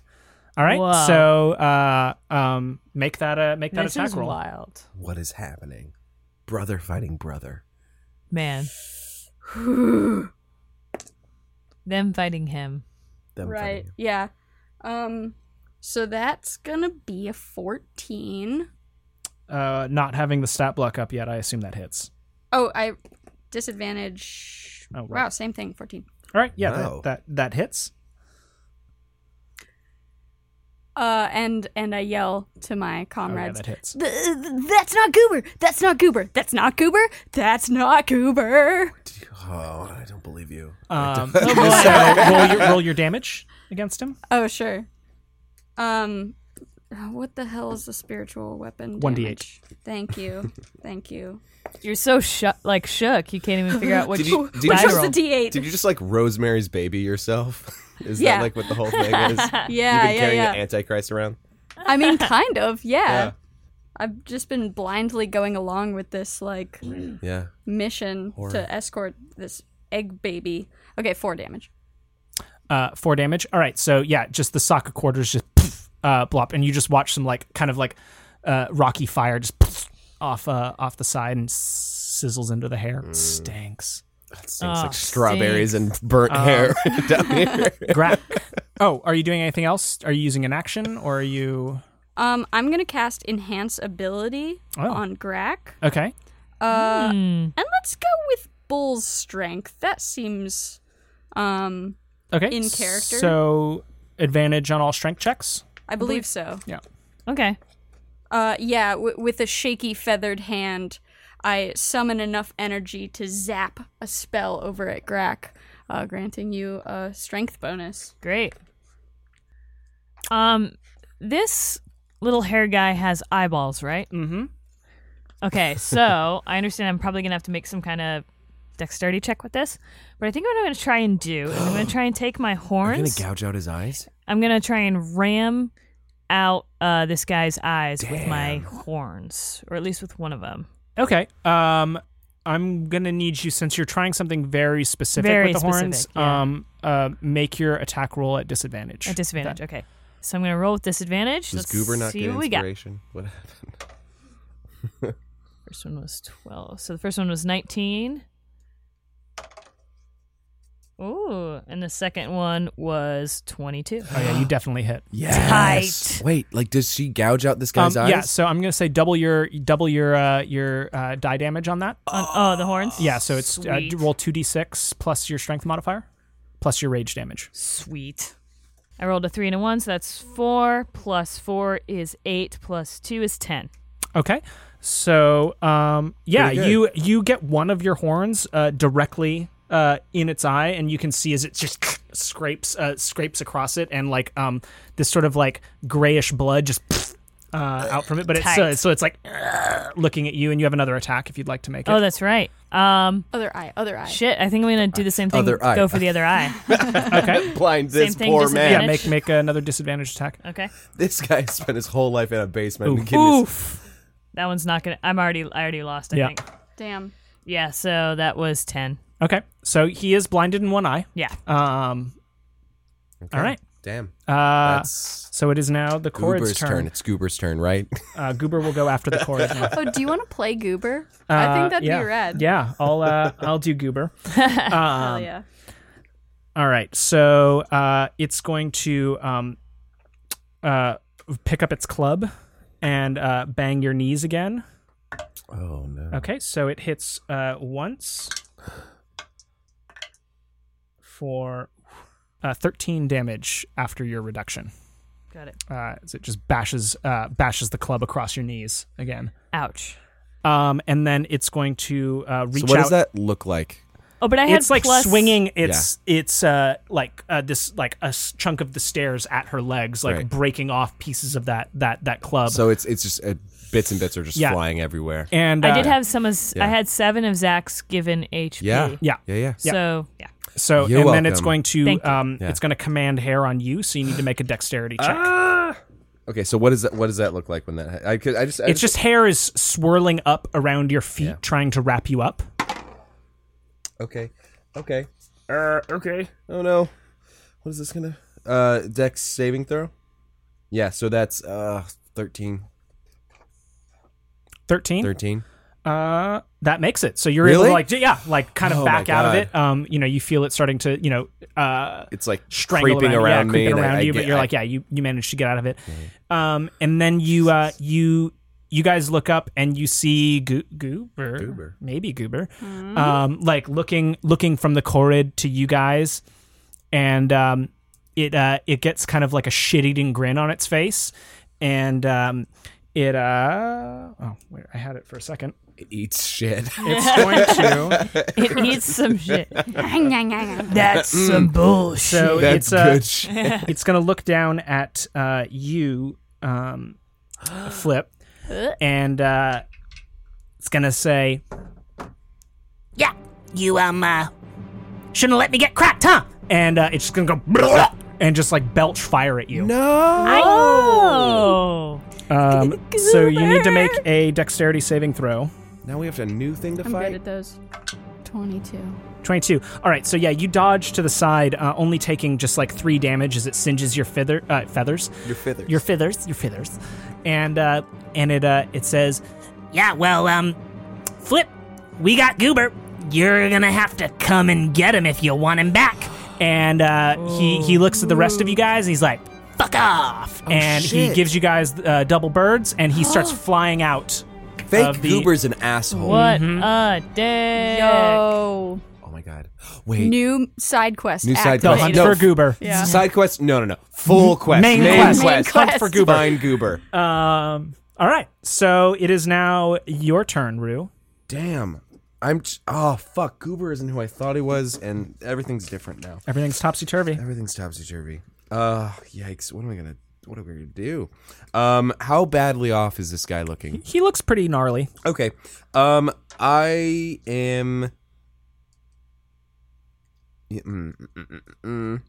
Speaker 1: All right.
Speaker 4: Whoa.
Speaker 1: So uh, um, make that a make that
Speaker 4: This
Speaker 1: attack
Speaker 4: is
Speaker 1: roll.
Speaker 4: wild,
Speaker 2: What is happening? Brother fighting brother.
Speaker 4: man. Them fighting him.
Speaker 2: Them
Speaker 3: right,
Speaker 2: fighting.
Speaker 3: yeah. Um, so that's going to be a 14.
Speaker 1: Uh, not having the stat block up yet, I assume that hits.
Speaker 3: Oh, I. Disadvantage.
Speaker 1: Oh, right.
Speaker 3: Wow, same thing, 14.
Speaker 1: All right. Yeah.
Speaker 2: Wow.
Speaker 1: That, that that hits.
Speaker 3: Uh, and and I yell to my comrades.
Speaker 1: Oh, yeah, that hits.
Speaker 5: Th- th- that's not Goober. That's not Goober.
Speaker 3: That's not Goober. That's not Goober.
Speaker 2: Oh, I don't believe you.
Speaker 1: Um, so roll your roll your damage against him.
Speaker 3: Oh sure. Um, what the hell is the spiritual weapon?
Speaker 1: 1d8.
Speaker 3: damage? Thank you, thank you.
Speaker 4: You're so shu- like shook. You can't even figure out which.
Speaker 2: Did you- did you-
Speaker 4: die
Speaker 3: Which
Speaker 4: to
Speaker 3: was
Speaker 4: roll.
Speaker 3: the d8?
Speaker 2: Did you just like Rosemary's baby yourself? Is
Speaker 3: Yeah.
Speaker 2: that like what the whole thing is?
Speaker 3: yeah,
Speaker 2: You've been
Speaker 3: yeah,
Speaker 2: carrying
Speaker 3: yeah.
Speaker 2: the Antichrist around?
Speaker 3: I mean, kind of. Yeah.
Speaker 2: Yeah.
Speaker 3: I've just been blindly going along with this like
Speaker 2: Yeah.
Speaker 3: mission to escort this egg baby. Okay, four damage.
Speaker 1: Uh, four damage. All right. So yeah, just the sock of quarters just poof, uh, blop, and you just watch some like kind of like uh, rocky fire just poof, off uh, off the side and sizzles into the hair. Stinks.
Speaker 2: That stinks
Speaker 4: Oh,
Speaker 2: like strawberries and burnt
Speaker 4: Uh,
Speaker 2: hair down here.
Speaker 1: Grack. oh, are you doing anything else? Are you using an action or are you?
Speaker 3: Um, I'm gonna cast enhance ability
Speaker 1: Oh.
Speaker 3: on Grack.
Speaker 1: Okay.
Speaker 3: Uh,
Speaker 4: Hmm.
Speaker 3: and let's go with Bull's strength. That seems, um,
Speaker 1: Okay.
Speaker 3: In character?
Speaker 1: So advantage on all strength checks.
Speaker 3: I believe so.
Speaker 1: Yeah.
Speaker 4: Okay.
Speaker 3: Uh, yeah, w- with a shaky feathered hand, I summon enough energy to zap a spell over at Grack, uh, granting you a strength bonus.
Speaker 4: Great. Um, this little hair guy has eyeballs, right?
Speaker 1: Mm-hmm.
Speaker 4: Okay, so I understand I'm probably gonna have to make some kind of dexterity check with this, but I think what I'm gonna try and do is I'm gonna try and take my
Speaker 6: Are you gonna
Speaker 4: horns.
Speaker 6: gouge out his eyes?
Speaker 4: I'm gonna try and ram out uh, this guy's eyes with my horns, or at least with one of them.
Speaker 1: Okay. Um, I'm gonna need you since you're trying something very specific
Speaker 4: Very
Speaker 1: with the horns.
Speaker 4: specific, yeah.
Speaker 1: Um, uh, make your attack roll at disadvantage.
Speaker 4: At disadvantage. Okay, so I'm gonna roll with disadvantage.
Speaker 2: Does
Speaker 4: Let's
Speaker 2: Goober not
Speaker 4: see
Speaker 2: get
Speaker 4: what we got.
Speaker 2: inspiration? What happened?
Speaker 4: First one was 12. So the first one was 19. Ooh, and the second one was 22.
Speaker 1: Oh yeah, you definitely hit.
Speaker 6: Yes.
Speaker 4: Tight.
Speaker 6: Wait, like, does she gouge out this
Speaker 1: Um,
Speaker 6: guy's eyes?
Speaker 1: yeah. So I'm gonna say double your double your uh, your uh, die damage on that.
Speaker 4: On, oh, the horns?
Speaker 1: Yeah. So it's uh,
Speaker 4: Sweet.
Speaker 1: roll two d6 plus your strength modifier, plus your rage damage.
Speaker 4: Sweet. I rolled a 3 and a 1, so that's 4 plus 4 is 8 plus 2 is 10.
Speaker 1: Okay. So, um, yeah,
Speaker 2: Pretty good.
Speaker 1: you you get one of your horns uh, directly uh, in its eye, and you can see as it just scrapes uh, scrapes across it, and like um, this sort of like grayish blood just uh, out from it. But it's uh,
Speaker 4: Tight.
Speaker 1: so it's like looking at you, and you have another attack if you'd like to make it.
Speaker 4: Oh, that's right. Um
Speaker 3: Other eye, other eye.
Speaker 4: shit, I think I'm going to do the same thing.
Speaker 2: Other eye.
Speaker 4: Go for the other eye.
Speaker 1: okay.
Speaker 2: Blind this
Speaker 4: thing,
Speaker 2: poor man.
Speaker 1: yeah,
Speaker 4: disadvantage.
Speaker 1: make make another disadvantage attack.
Speaker 4: Okay.
Speaker 2: This guy spent his whole life in a basement. and getting his-
Speaker 4: Oof. That one's not going to I'm already I already lost, I
Speaker 1: Yeah.
Speaker 4: think.
Speaker 3: Damn.
Speaker 4: Yeah, so that was 10.
Speaker 1: Okay, so he is blinded in one eye.
Speaker 4: Yeah.
Speaker 1: Um,
Speaker 2: Okay.
Speaker 1: All right.
Speaker 2: Damn.
Speaker 1: uh,
Speaker 2: That's
Speaker 1: so it is now the
Speaker 2: Goober's
Speaker 1: Korid's
Speaker 2: turn.
Speaker 1: turn.
Speaker 2: It's Goober's turn, right?
Speaker 1: Uh, Goober will go after the Korid now.
Speaker 3: Oh, do you want to play Goober? I
Speaker 1: Uh,
Speaker 3: think that'd
Speaker 1: yeah.
Speaker 3: be rad.
Speaker 1: Yeah, I'll uh, I'll do goober.
Speaker 3: Hell
Speaker 1: Um,
Speaker 3: yeah.
Speaker 1: All right, so uh, it's going to um, uh, pick up its club and uh, bang your knees again.
Speaker 2: oh no.
Speaker 1: Okay, so it hits uh, once for uh, thirteen damage after your reduction.
Speaker 4: Got it.
Speaker 1: Uh, as it just bashes uh, bashes the club across your knees again,
Speaker 4: Ouch.
Speaker 1: um, and then it's going to uh, reach
Speaker 2: So what
Speaker 1: out.
Speaker 2: does that look like?
Speaker 4: Oh, but I had
Speaker 1: it's like
Speaker 4: plus-
Speaker 1: swinging it's it's uh like uh, this like a s- chunk of the stairs at her legs like
Speaker 2: Right.
Speaker 1: breaking off pieces of that that that club
Speaker 2: So it's it's just a bits and bits are just
Speaker 1: Yeah.
Speaker 2: flying everywhere.
Speaker 1: And uh,
Speaker 4: I did have some of. s- I
Speaker 2: Yeah.
Speaker 4: had seven of Zach's given HP.
Speaker 2: Yeah.
Speaker 1: Yeah.
Speaker 2: Yeah. Yeah.
Speaker 4: So yeah.
Speaker 1: so,
Speaker 2: You're
Speaker 1: and then it's
Speaker 2: welcome.
Speaker 1: going to
Speaker 4: Thank you.
Speaker 1: um,
Speaker 2: Yeah. Ah.
Speaker 1: it's going to command hair on you. So you need to make a dexterity check.
Speaker 2: Okay. So what is that? What does that look like when that? ha- I could. I just. I
Speaker 1: it's just hair is swirling up around your feet, trying to wrap you up.
Speaker 2: Okay. Okay. Uh, okay. Oh no. What is this gonna? Uh, Dex saving throw. Yeah. So that's uh 13.
Speaker 1: Thirteen.
Speaker 2: 13.
Speaker 1: Uh, that makes it. So you're able
Speaker 2: Really?
Speaker 1: to like, j- yeah, like kind of
Speaker 2: Oh my
Speaker 1: back out of
Speaker 2: God.
Speaker 1: it. Um, you know, you feel it starting to, you know, uh,
Speaker 2: It's like
Speaker 1: strangle
Speaker 2: creeping
Speaker 1: around, yeah,
Speaker 2: around, me.
Speaker 1: creeping
Speaker 2: and I-
Speaker 1: around
Speaker 2: I
Speaker 1: you, but
Speaker 2: get-
Speaker 1: you're
Speaker 2: I- Mm-hmm.
Speaker 1: like, yeah, you you managed to get out of it. Um, and then you uh you you guys look up and you see Goo- Goober,
Speaker 2: Goober.
Speaker 1: maybe Goober, um, like looking looking from the corrid to you guys, and um, it uh it gets kind of like a shit eating grin on its face, and um. It uh oh wait I had it for a second.
Speaker 2: it eats shit.
Speaker 1: It's going to
Speaker 4: It needs some shit.
Speaker 8: That's
Speaker 2: Mm.
Speaker 8: some bullshit.
Speaker 1: so it's
Speaker 2: that's
Speaker 1: uh,
Speaker 2: good shit.
Speaker 1: it's gonna look down at uh, you, um, Flip, and uh, it's gonna say,
Speaker 5: Yeah, you um uh, shouldn't let me get cracked, huh?
Speaker 1: and uh, it's just gonna go "Blah!" and just like belch fire at you.
Speaker 2: No.
Speaker 4: Oh.
Speaker 1: Um, so you need to make a dexterity saving throw.
Speaker 2: Now we have a new thing to
Speaker 3: I'm good
Speaker 2: fight.
Speaker 3: at those. 22.
Speaker 1: 22. All right, so yeah, you dodge to the side, uh, only taking just like three damage as it singes your feather, uh, feathers. Your feathers. Your feathers. Your feathers. And uh, and it uh, it says,
Speaker 5: Yeah, well um, Flip, we got Goober. You're gonna have to come and get him if you want him back.
Speaker 1: and uh, he he looks at the rest of you guys and he's like,
Speaker 5: Fuck off.
Speaker 1: and he
Speaker 6: shit.
Speaker 1: gives you guys uh, double birds, and he starts flying out.
Speaker 2: Fake
Speaker 1: of the-
Speaker 2: Goober's an asshole.
Speaker 4: What a uh, dick.
Speaker 3: Yo.
Speaker 2: Oh my god. Wait.
Speaker 3: New side quest.
Speaker 2: New side
Speaker 1: The
Speaker 2: quest.
Speaker 1: hunt
Speaker 2: No.
Speaker 1: for Goober.
Speaker 3: Yeah.
Speaker 2: Side quest? No, no, no. Full quest.
Speaker 1: Main quest.
Speaker 3: Main
Speaker 1: Hunt
Speaker 3: quest.
Speaker 1: for Goober.
Speaker 2: Find Goober.
Speaker 1: Um. All right. So it is now your turn, Rue.
Speaker 2: Damn. I'm. T- oh fuck. Goober isn't who I thought he was, and everything's different now.
Speaker 1: Everything's topsy turvy.
Speaker 2: Everything's topsy turvy. Uh, yikes. What am I gonna? What are we gonna do? Um, how badly off is this guy looking?
Speaker 1: He looks pretty gnarly.
Speaker 2: Okay. Um, I am. Yeah, mm, mm, mm, mm, mm.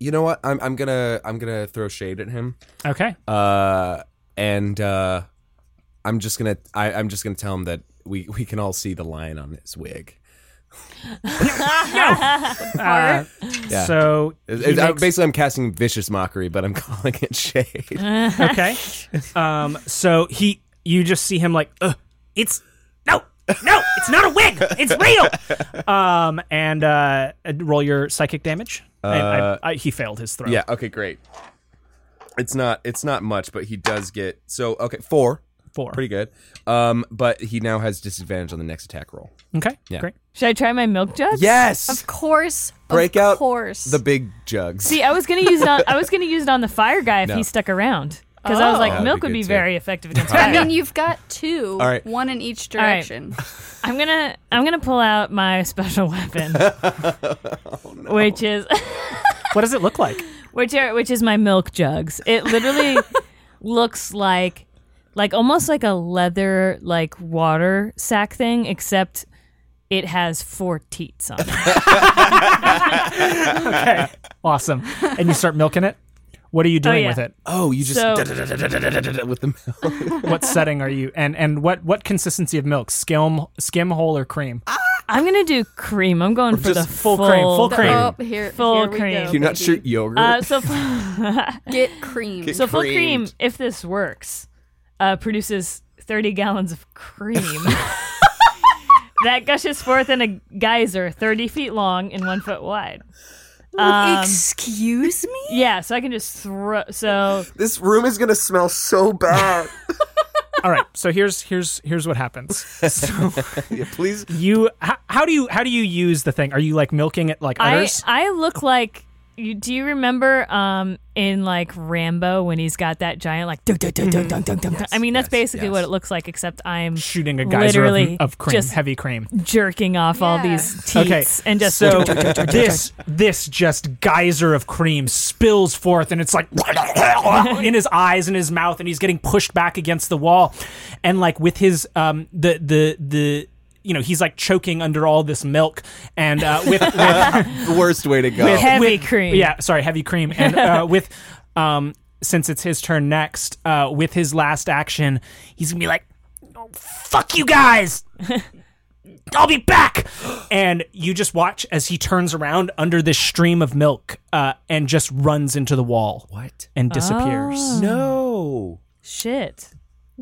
Speaker 2: You know what? I'm I'm gonna I'm gonna throw shade at him.
Speaker 1: Okay.
Speaker 2: Uh, and uh, I'm just gonna I, I'm just gonna tell him that we we can all see the line on his wig.
Speaker 1: Uh,
Speaker 2: Yeah.
Speaker 1: So he
Speaker 2: It- it- I-
Speaker 1: makes-
Speaker 2: basically, I'm casting vicious mockery, but I'm calling it shade.
Speaker 1: Uh-huh. okay. Um. So he, you just see him like, Ugh, it's no, no, it's not a wig. It's real. Um. And uh, roll your psychic damage. And I-
Speaker 2: Uh,
Speaker 1: I- he failed his throw.
Speaker 2: yeah. Okay. Great. It's not it's not much, but he does get so okay four.
Speaker 1: Four.
Speaker 2: Pretty good. Um, but he now has disadvantage on the next attack roll.
Speaker 1: Okay.
Speaker 2: Yeah.
Speaker 1: Great.
Speaker 4: Should I try my milk jug?
Speaker 2: Yes.
Speaker 3: Of course.
Speaker 2: Break
Speaker 3: of
Speaker 2: out
Speaker 3: course.
Speaker 2: The big jugs.
Speaker 4: See, I was gonna use it. On, I was gonna use it on the fire guy if
Speaker 2: No.
Speaker 4: he stuck around, because I was like,
Speaker 2: Oh. That'd be
Speaker 4: milk would
Speaker 2: good
Speaker 4: be
Speaker 2: too.
Speaker 4: very effective against
Speaker 3: I
Speaker 4: fire.
Speaker 3: mean, you've got two.
Speaker 2: All right.
Speaker 3: One in each
Speaker 4: right.
Speaker 3: direction.
Speaker 4: I'm gonna, I'm gonna pull out my special weapon,
Speaker 2: Oh,
Speaker 4: which is,
Speaker 1: What does it look like?
Speaker 4: which are, which is my milk jugs. It literally looks like, like almost like a leather like water sack thing, except it has four teats on it.
Speaker 1: okay. Awesome. And you start milking it. What are you doing
Speaker 4: yeah.
Speaker 1: with it?
Speaker 2: Oh, you just
Speaker 4: So-
Speaker 2: with the milk.
Speaker 1: What setting are you? And and what what consistency of milk? Skim skim whole or cream?
Speaker 4: I'm gonna do cream. I'm going for
Speaker 2: Just
Speaker 4: the
Speaker 1: full cream, full
Speaker 3: The-
Speaker 1: cream.
Speaker 3: Oh, here,
Speaker 4: Full
Speaker 3: here we
Speaker 4: cream.
Speaker 3: go,
Speaker 2: Do you not
Speaker 3: baby.
Speaker 2: shoot yogurt?
Speaker 4: Uh, so.
Speaker 3: Get cream.
Speaker 4: So full cream,
Speaker 2: Creamed.
Speaker 4: if this works, uh, produces 30 gallons of cream that gushes forth in a geyser 30 feet long and one foot wide. Um,
Speaker 5: Excuse me?
Speaker 4: yeah, so I can just throw. So
Speaker 2: this room is gonna smell so bad.
Speaker 1: All right. So here's here's here's what happens.
Speaker 2: Yeah, please.
Speaker 1: You how, how do you how do you use the thing? Are you like milking it like
Speaker 4: I
Speaker 1: others?
Speaker 4: I look like. You, do you remember um, in like Rambo when he's got that giant like dunk, dunk, dunk, dunk, dunk, dunk, dunk. I mean that's basically what it looks like except I'm
Speaker 1: Shooting a geyser of,
Speaker 4: Literally
Speaker 1: of cream,
Speaker 4: just-
Speaker 1: heavy cream.
Speaker 4: jerking off all
Speaker 3: Yeah.
Speaker 4: these teats and just
Speaker 1: so this this just geyser of cream spills forth and it's like in his eyes and his mouth and he's getting pushed back against the wall and like with his um the the the you know he's like choking under all this milk and uh with, with
Speaker 2: The worst way to go.
Speaker 4: heavy cream.
Speaker 1: Uh, yeah sorry heavy cream and uh with um since it's his turn next uh with his last action he's gonna be like "Oh, fuck you guys I'll be back. And you just watch as he turns around under this stream of milk uh, and just runs into the wall. What? And disappears.
Speaker 2: No.
Speaker 4: Shit.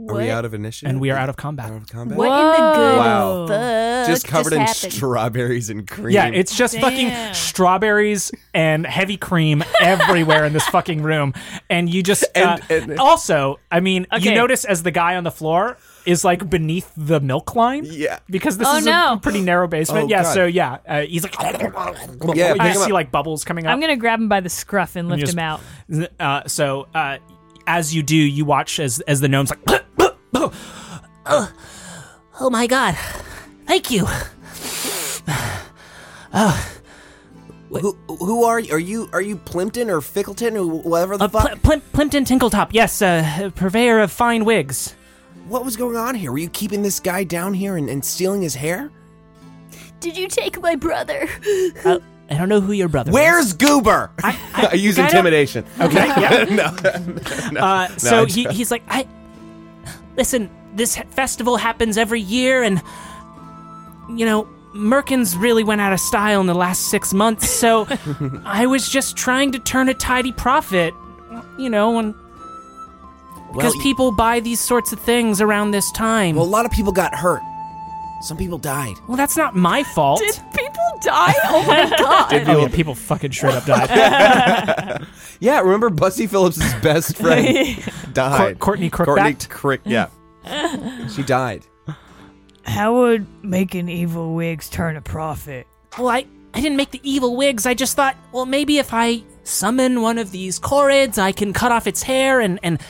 Speaker 2: Are we out of initiative?
Speaker 1: And we are out of combat.
Speaker 2: Out of combat.
Speaker 5: What in the good?
Speaker 2: Wow.
Speaker 5: fuck
Speaker 2: just covered in
Speaker 5: happened?
Speaker 2: strawberries and cream.
Speaker 1: Yeah, it's just fucking strawberries and heavy cream everywhere in this fucking room. And you just. Uh,
Speaker 2: And- and-
Speaker 1: also, I mean, you
Speaker 4: Okay.
Speaker 1: notice as the guy on the floor is like beneath the milk line.
Speaker 2: Yeah.
Speaker 1: Because this
Speaker 4: Oh,
Speaker 1: is a
Speaker 4: no.
Speaker 1: pretty narrow basement.
Speaker 2: Oh,
Speaker 1: yeah,
Speaker 2: God.
Speaker 1: so yeah. Uh, he's like.
Speaker 2: pick
Speaker 1: you
Speaker 2: him
Speaker 1: see
Speaker 2: up.
Speaker 1: like bubbles coming up.
Speaker 4: I'm gonna grab him by the scruff and lift
Speaker 1: just-
Speaker 4: him out.
Speaker 1: Uh, so uh, as you do, you watch as as the gnome's like,
Speaker 9: Oh my god. Thank you.
Speaker 6: Who, who are you? Are you are you Plimpton or Fickleton or whatever the
Speaker 9: Uh,
Speaker 6: fuck?
Speaker 9: Pl- Plim- Plimpton Tinkletop, yes, uh, purveyor of fine wigs.
Speaker 6: what was going on here? Were you keeping this guy down here and, and stealing his hair?
Speaker 5: Did you take my brother?
Speaker 9: Uh, I don't know who your brother is.
Speaker 6: Where's Goober?
Speaker 2: I use
Speaker 9: Kind of-
Speaker 2: intimidation.
Speaker 1: okay, yeah. uh, so
Speaker 2: I'm
Speaker 1: he,
Speaker 9: He, he's like, I. Listen, this ha- festival happens every year, and. You know, Merkins really went out of style in the last six months, so I was just trying to turn a tidy profit. You know, and. Because
Speaker 6: y-
Speaker 9: people buy these sorts of things around this time.
Speaker 6: Well, a
Speaker 9: Well,
Speaker 6: lot of people got hurt. Some people died.
Speaker 9: that's not my fault.
Speaker 4: people die? Oh my god.
Speaker 1: Oh, yeah, people fucking straight up died.
Speaker 2: Yeah, remember Bussy Phillips' best friend
Speaker 1: Cour-
Speaker 2: died.
Speaker 1: Courtney
Speaker 2: Courtney
Speaker 1: Crookback.
Speaker 2: Crick. Yeah, she died.
Speaker 8: How would making evil wigs turn a profit?
Speaker 9: Well, I, I didn't make the evil wigs. I just thought, well, maybe if I summon one of these chorids, I can cut off its hair and and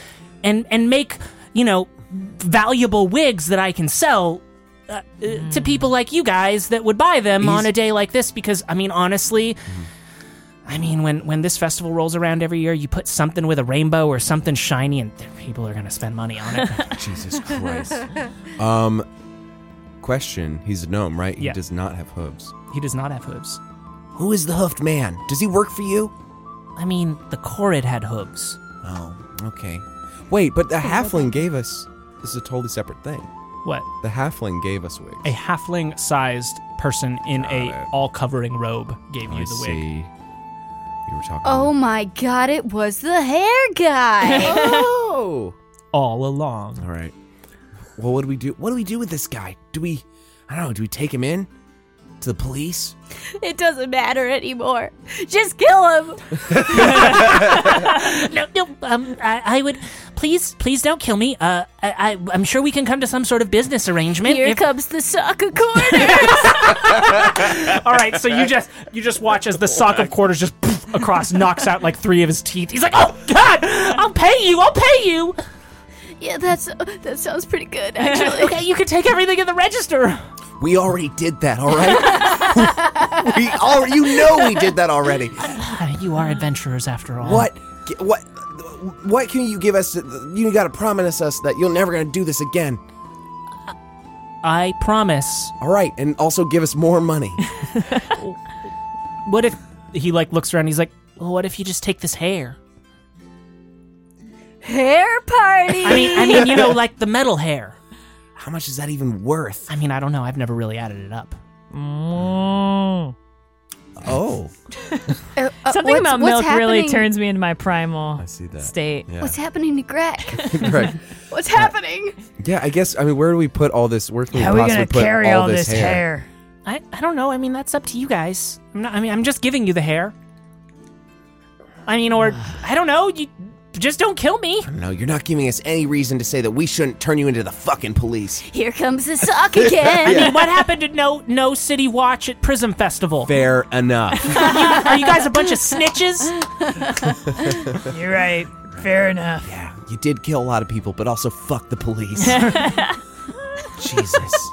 Speaker 9: and and make you know valuable wigs that I can sell. Uh, uh, to people like you guys that would buy them on a day like this because i mean honestly i mean when when this festival rolls around every year you put something with a rainbow or something shiny and th- people are going to spend money on it
Speaker 2: Jesus Christ. um, question. He's a gnome, right? He
Speaker 1: Yeah.
Speaker 2: does not have hooves.
Speaker 1: He does not have hooves.
Speaker 6: Who is the hoofed man? Does he work for you?
Speaker 9: i mean the chorid had hooves
Speaker 6: Oh, okay.
Speaker 2: Wait, but the halfling gave us. This is a totally separate thing.
Speaker 1: What?
Speaker 2: The halfling gave us wigs.
Speaker 1: A halfling-sized person in
Speaker 2: Got
Speaker 1: a
Speaker 2: it.
Speaker 1: all-covering robe gave
Speaker 2: I
Speaker 1: you the
Speaker 2: see.
Speaker 1: wig.
Speaker 2: We were talking.
Speaker 5: Oh my god, it was the hair guy.
Speaker 2: Oh.
Speaker 1: All along.
Speaker 2: All right.
Speaker 6: Well, what do we do? What do we do with this guy? Do we? I don't know. Do we take him in to the police?
Speaker 5: it doesn't matter anymore. Just kill him.
Speaker 9: no, no. Um, I, I would. Please, please don't kill me. Uh, I, I, I'm sure we can come to some sort of business arrangement.
Speaker 5: Here
Speaker 9: if-
Speaker 5: comes the sucker corner.
Speaker 1: All right, so you just you just watch as the sock of quarters just poof across knocks out like three of his teeth. He's like, "Oh god,
Speaker 9: I'll pay you. I'll pay you.
Speaker 5: yeah, that's that sounds pretty good actually.
Speaker 9: Okay, you can take everything in the register.
Speaker 6: We already did that. All right. we all. You know we did that already.
Speaker 9: Ah, you are adventurers after all.
Speaker 6: What? g- What? What can you give us? You got to promise us that you're never gonna do this again.
Speaker 9: I promise.
Speaker 6: All right, and also give us more money.
Speaker 9: What if he like looks around? He's like, well, what if you just take this hair?
Speaker 5: hair party.
Speaker 9: I mean, I mean, you know, like the metal hair.
Speaker 6: How much is that even worth?
Speaker 9: I mean, I don't know. I've never really added it up.
Speaker 4: Mm.
Speaker 2: Oh.
Speaker 5: Uh, uh,
Speaker 4: Something
Speaker 5: what's-
Speaker 4: about
Speaker 5: what's
Speaker 4: milk really
Speaker 5: happening-
Speaker 4: turns me into my primal
Speaker 2: I see that.
Speaker 4: state.
Speaker 2: Yeah.
Speaker 5: What's happening to Greg?
Speaker 2: Correct.
Speaker 5: What's happening?
Speaker 2: Yeah, I guess. I mean, where do we put all this? Where can we
Speaker 8: How are we
Speaker 2: possibly
Speaker 8: gonna
Speaker 2: put
Speaker 8: carry
Speaker 2: all,
Speaker 8: all this hair?
Speaker 9: I, I don't know. I mean, that's up to you guys. I'm not, I mean, I'm just giving you the hair. I mean, or I don't know. You just don't kill me.
Speaker 6: No, you're not giving us any reason to say that we shouldn't turn you into the fucking police.
Speaker 5: Here comes the sock again.
Speaker 9: I mean, what happened to no no city watch at Prism Festival?
Speaker 6: Fair enough.
Speaker 9: Are you guys a bunch of snitches?
Speaker 8: You're right. Fair enough.
Speaker 6: yeah, you did kill a lot of people, but also fuck the police. Jesus.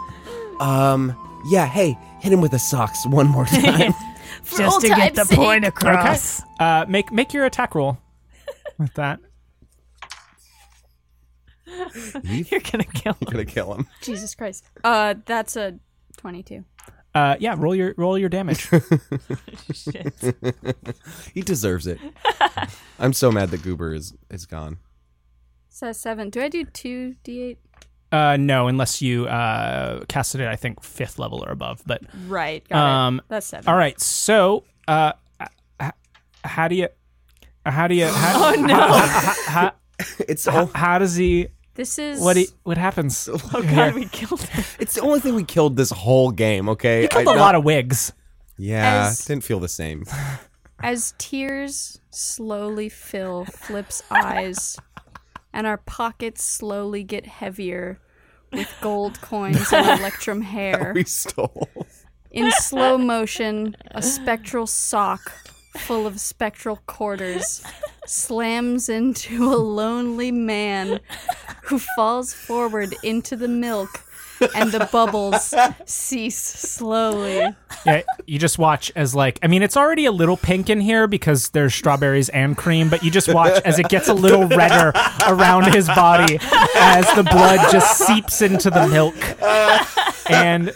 Speaker 6: Um, yeah, hey, hit him with the socks one more time.
Speaker 5: For
Speaker 8: Just
Speaker 5: old
Speaker 8: to get the
Speaker 5: time's sake.
Speaker 8: point across.
Speaker 1: Uh, make make your attack roll with that.
Speaker 4: You're gonna kill him.
Speaker 2: gonna kill him.
Speaker 3: Jesus Christ.
Speaker 5: Uh, that's a 22.
Speaker 1: Uh, yeah, roll your roll your damage.
Speaker 2: He deserves it. I'm so mad that Goober is is gone.
Speaker 3: So seven. Do I do two d8?
Speaker 1: Uh, no, unless you uh, casted it, I think fifth level or above. But
Speaker 3: Right. Got
Speaker 1: um,
Speaker 3: it. That's seven.
Speaker 1: all right, so uh, h- how do you how do you how, oh no how,
Speaker 2: It's all,
Speaker 1: how does he
Speaker 3: This is
Speaker 1: what he, what happens?
Speaker 4: Oh god, we killed him.
Speaker 2: it's the only thing we killed this whole game. Okay,
Speaker 1: You killed a lot of wigs.
Speaker 2: Yeah,
Speaker 3: As-
Speaker 2: didn't feel the same.
Speaker 3: as tears slowly fill Flip's eyes, and our pockets slowly get heavier with gold coins and electrum hair.
Speaker 2: We stole.
Speaker 3: In slow motion, a spectral sock full of spectral quarters slams into a lonely man who falls forward into the milk and the bubbles cease slowly.
Speaker 1: yeah, you just watch as like I mean it's already a little pink in here because there's strawberries and cream, but you just watch as it gets a little redder around his body as the blood just seeps into the milk. And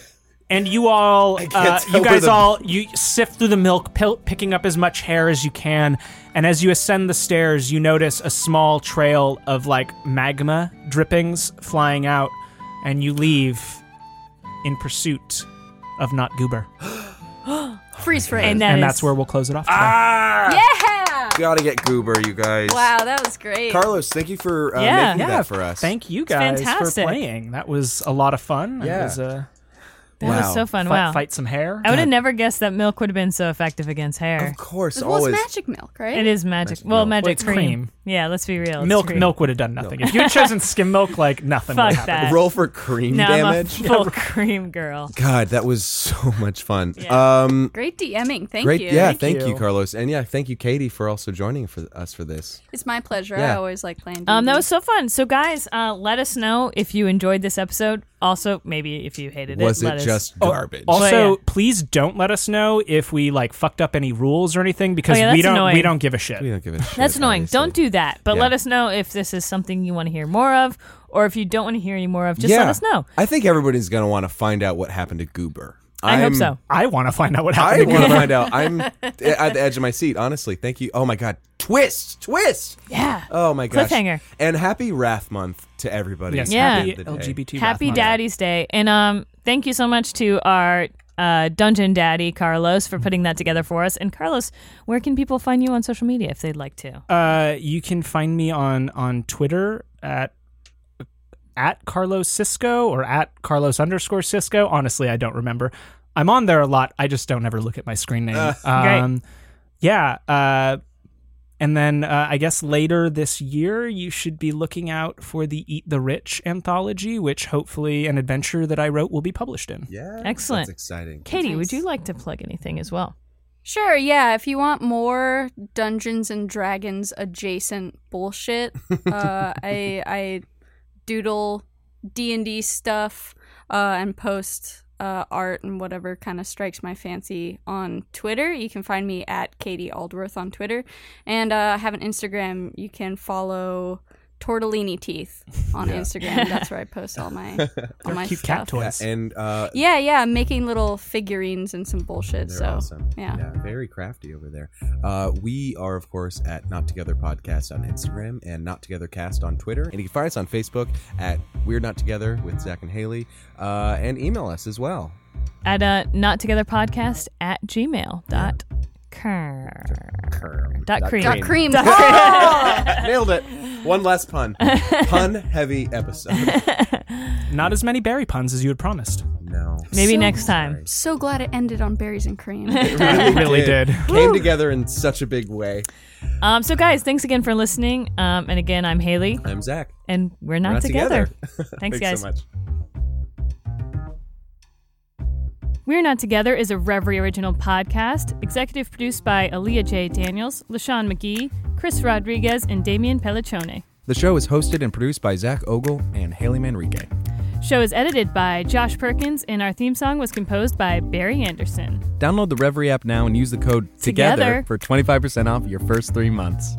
Speaker 1: and you all uh,
Speaker 2: tell
Speaker 1: you
Speaker 2: where
Speaker 1: guys
Speaker 2: the-
Speaker 1: all you sift through the milk pil- picking up as much hair as you can and as you ascend the stairs you notice a small trail of like magma drippings flying out and you leave in pursuit of not goober
Speaker 3: Freeze frame.
Speaker 4: And, that
Speaker 1: and
Speaker 4: is-
Speaker 1: that's where we'll close it off. today.
Speaker 2: Ah,
Speaker 3: Yeah!
Speaker 2: Gotta get Goober, you guys.
Speaker 3: Wow, that was great.
Speaker 2: Carlos, thank you for uh,
Speaker 4: Yeah.
Speaker 2: making
Speaker 1: Yeah,
Speaker 2: that for us.
Speaker 1: Thank you guys for
Speaker 4: fantastic.
Speaker 1: playing. That was a lot of fun. It
Speaker 2: Yeah.
Speaker 1: was uh,
Speaker 4: that
Speaker 2: Wow.
Speaker 4: was so fun.
Speaker 1: fi-
Speaker 4: wow.
Speaker 1: fight some hair.
Speaker 4: I would have never guessed that milk would have been so effective against hair.
Speaker 2: Of course,
Speaker 3: Well,
Speaker 2: always.
Speaker 3: it's magic milk, right?
Speaker 4: It is magic. well,
Speaker 2: milk.
Speaker 4: magic
Speaker 1: Well, it's cream.
Speaker 4: Yeah, let's be real. it's
Speaker 1: milk
Speaker 4: cream.
Speaker 1: milk would have done nothing. If you had chosen skim milk, like nothing would
Speaker 4: Fuck
Speaker 1: have happened.
Speaker 4: that.
Speaker 2: Roll for cream
Speaker 4: Now I'm a
Speaker 2: damage.
Speaker 4: full cream girl.
Speaker 2: God, that was so much fun. Um,
Speaker 3: Great DMing. Thank
Speaker 2: great,
Speaker 3: you.
Speaker 2: yeah, thank, you.
Speaker 1: you.
Speaker 2: Carlos, and yeah, thank you, Katie, for also joining for us for this.
Speaker 3: It's my pleasure. I
Speaker 2: Yeah.
Speaker 3: always like playing.
Speaker 4: Um, that
Speaker 3: D&D.
Speaker 4: was so fun. So, guys, uh, let us know if you enjoyed this episode. Also, maybe if you hated
Speaker 2: Was
Speaker 4: it. Oh,
Speaker 2: it
Speaker 4: let us-
Speaker 2: just garbage?
Speaker 1: Also,
Speaker 4: yeah.
Speaker 1: please don't let us know if we like fucked up any rules or anything because
Speaker 4: Oh, yeah,
Speaker 1: we
Speaker 4: that's
Speaker 1: don't we
Speaker 4: annoying.
Speaker 1: don't give a shit.
Speaker 2: we don't give a shit.
Speaker 4: That's annoying.
Speaker 2: obviously.
Speaker 4: Don't do that. But let
Speaker 2: Yeah.
Speaker 4: us know if this is something you want to hear more of, or if you don't want to hear any more of. Just let
Speaker 2: Yeah.
Speaker 4: us know.
Speaker 2: I think everybody's gonna want to find out what happened to Goober.
Speaker 4: I
Speaker 2: I'm-
Speaker 4: hope so.
Speaker 1: I want to find out what
Speaker 2: I
Speaker 1: happened. to
Speaker 2: want to
Speaker 1: Goober.
Speaker 2: find out. I'm at the edge of my seat, honestly. Thank you. Oh my god, twist, twist.
Speaker 4: Yeah.
Speaker 2: Oh my gosh.
Speaker 4: Cliffhanger.
Speaker 2: And happy Wrath Month to everybody.
Speaker 1: Yes,
Speaker 4: Yeah.
Speaker 1: happy
Speaker 2: At the end of the day.
Speaker 1: LGBT.
Speaker 4: Happy
Speaker 1: Wrath Month.
Speaker 4: Daddy's Day, and um, thank you so much to our uh, Dungeon Daddy Carlos for putting that together for us. And Carlos, where can people find you on social media if they'd like to?
Speaker 1: Uh, you can find me on on Twitter at at Carlos Cisco or at Carlos underscore Cisco. Honestly, I don't remember. I'm on there a lot. I just don't ever look at my screen name. um, yeah. Uh, and then uh, I guess later this year, you should be looking out for the Eat the Rich anthology, which hopefully an adventure that I wrote will be published in.
Speaker 2: Yeah.
Speaker 4: Excellent.
Speaker 2: That's exciting.
Speaker 4: Katie, would you like to plug anything as well?
Speaker 3: Sure, yeah. If you want more Dungeons and Dragons adjacent bullshit, uh, I I doodle D and D stuff uh, and post uh, art and whatever kind of strikes my fancy on Twitter. You can find me at Katie Aldworth on Twitter, and uh, I have an Instagram. You can follow Tortellini Teeth on Instagram. That's where I post all my all my
Speaker 1: Cute
Speaker 3: stuff.
Speaker 1: cat
Speaker 2: Yeah,
Speaker 1: toys.
Speaker 2: and uh,
Speaker 3: Yeah, yeah, I'm making little figurines and some bullshit.
Speaker 2: They're
Speaker 3: so
Speaker 2: awesome.
Speaker 3: yeah.
Speaker 2: very crafty over there. Uh, we are, of course, at Not Together Podcast on Instagram and Not Together Cast on Twitter. And you can find us on Facebook at We're Not Together with Zach and Haley. Uh, and email us as well.
Speaker 4: At uh, not together podcast at gmail dot cur dot cream.
Speaker 3: Got cream.
Speaker 2: Nailed it. One last pun. Pun heavy episode.
Speaker 1: Not as many berry puns as you had promised.
Speaker 2: No.
Speaker 4: Maybe next time.
Speaker 3: So glad it ended on berries and cream.
Speaker 1: really did.
Speaker 2: Came together in such a big way.
Speaker 4: Um, so, guys, thanks again for listening. Um, and again, I'm Haley,
Speaker 10: I'm Zach.
Speaker 4: and we're not,
Speaker 10: We're not together.
Speaker 4: Thanks, guys.
Speaker 10: so much.
Speaker 4: We're Not Together is a Reverie original podcast, executive produced by Aaliyah J. Daniels, LaShawn McGee, Chris Rodriguez, and Damian Pelliccione.
Speaker 2: The show is hosted and produced by Zach Ogle and Haley Manrique.
Speaker 4: Show is edited by Josh Perkins, and our theme song was composed by Barry Anderson.
Speaker 2: Download the Reverie app now and use the code TOGETHER
Speaker 4: Together.
Speaker 2: for 25% off your first three months.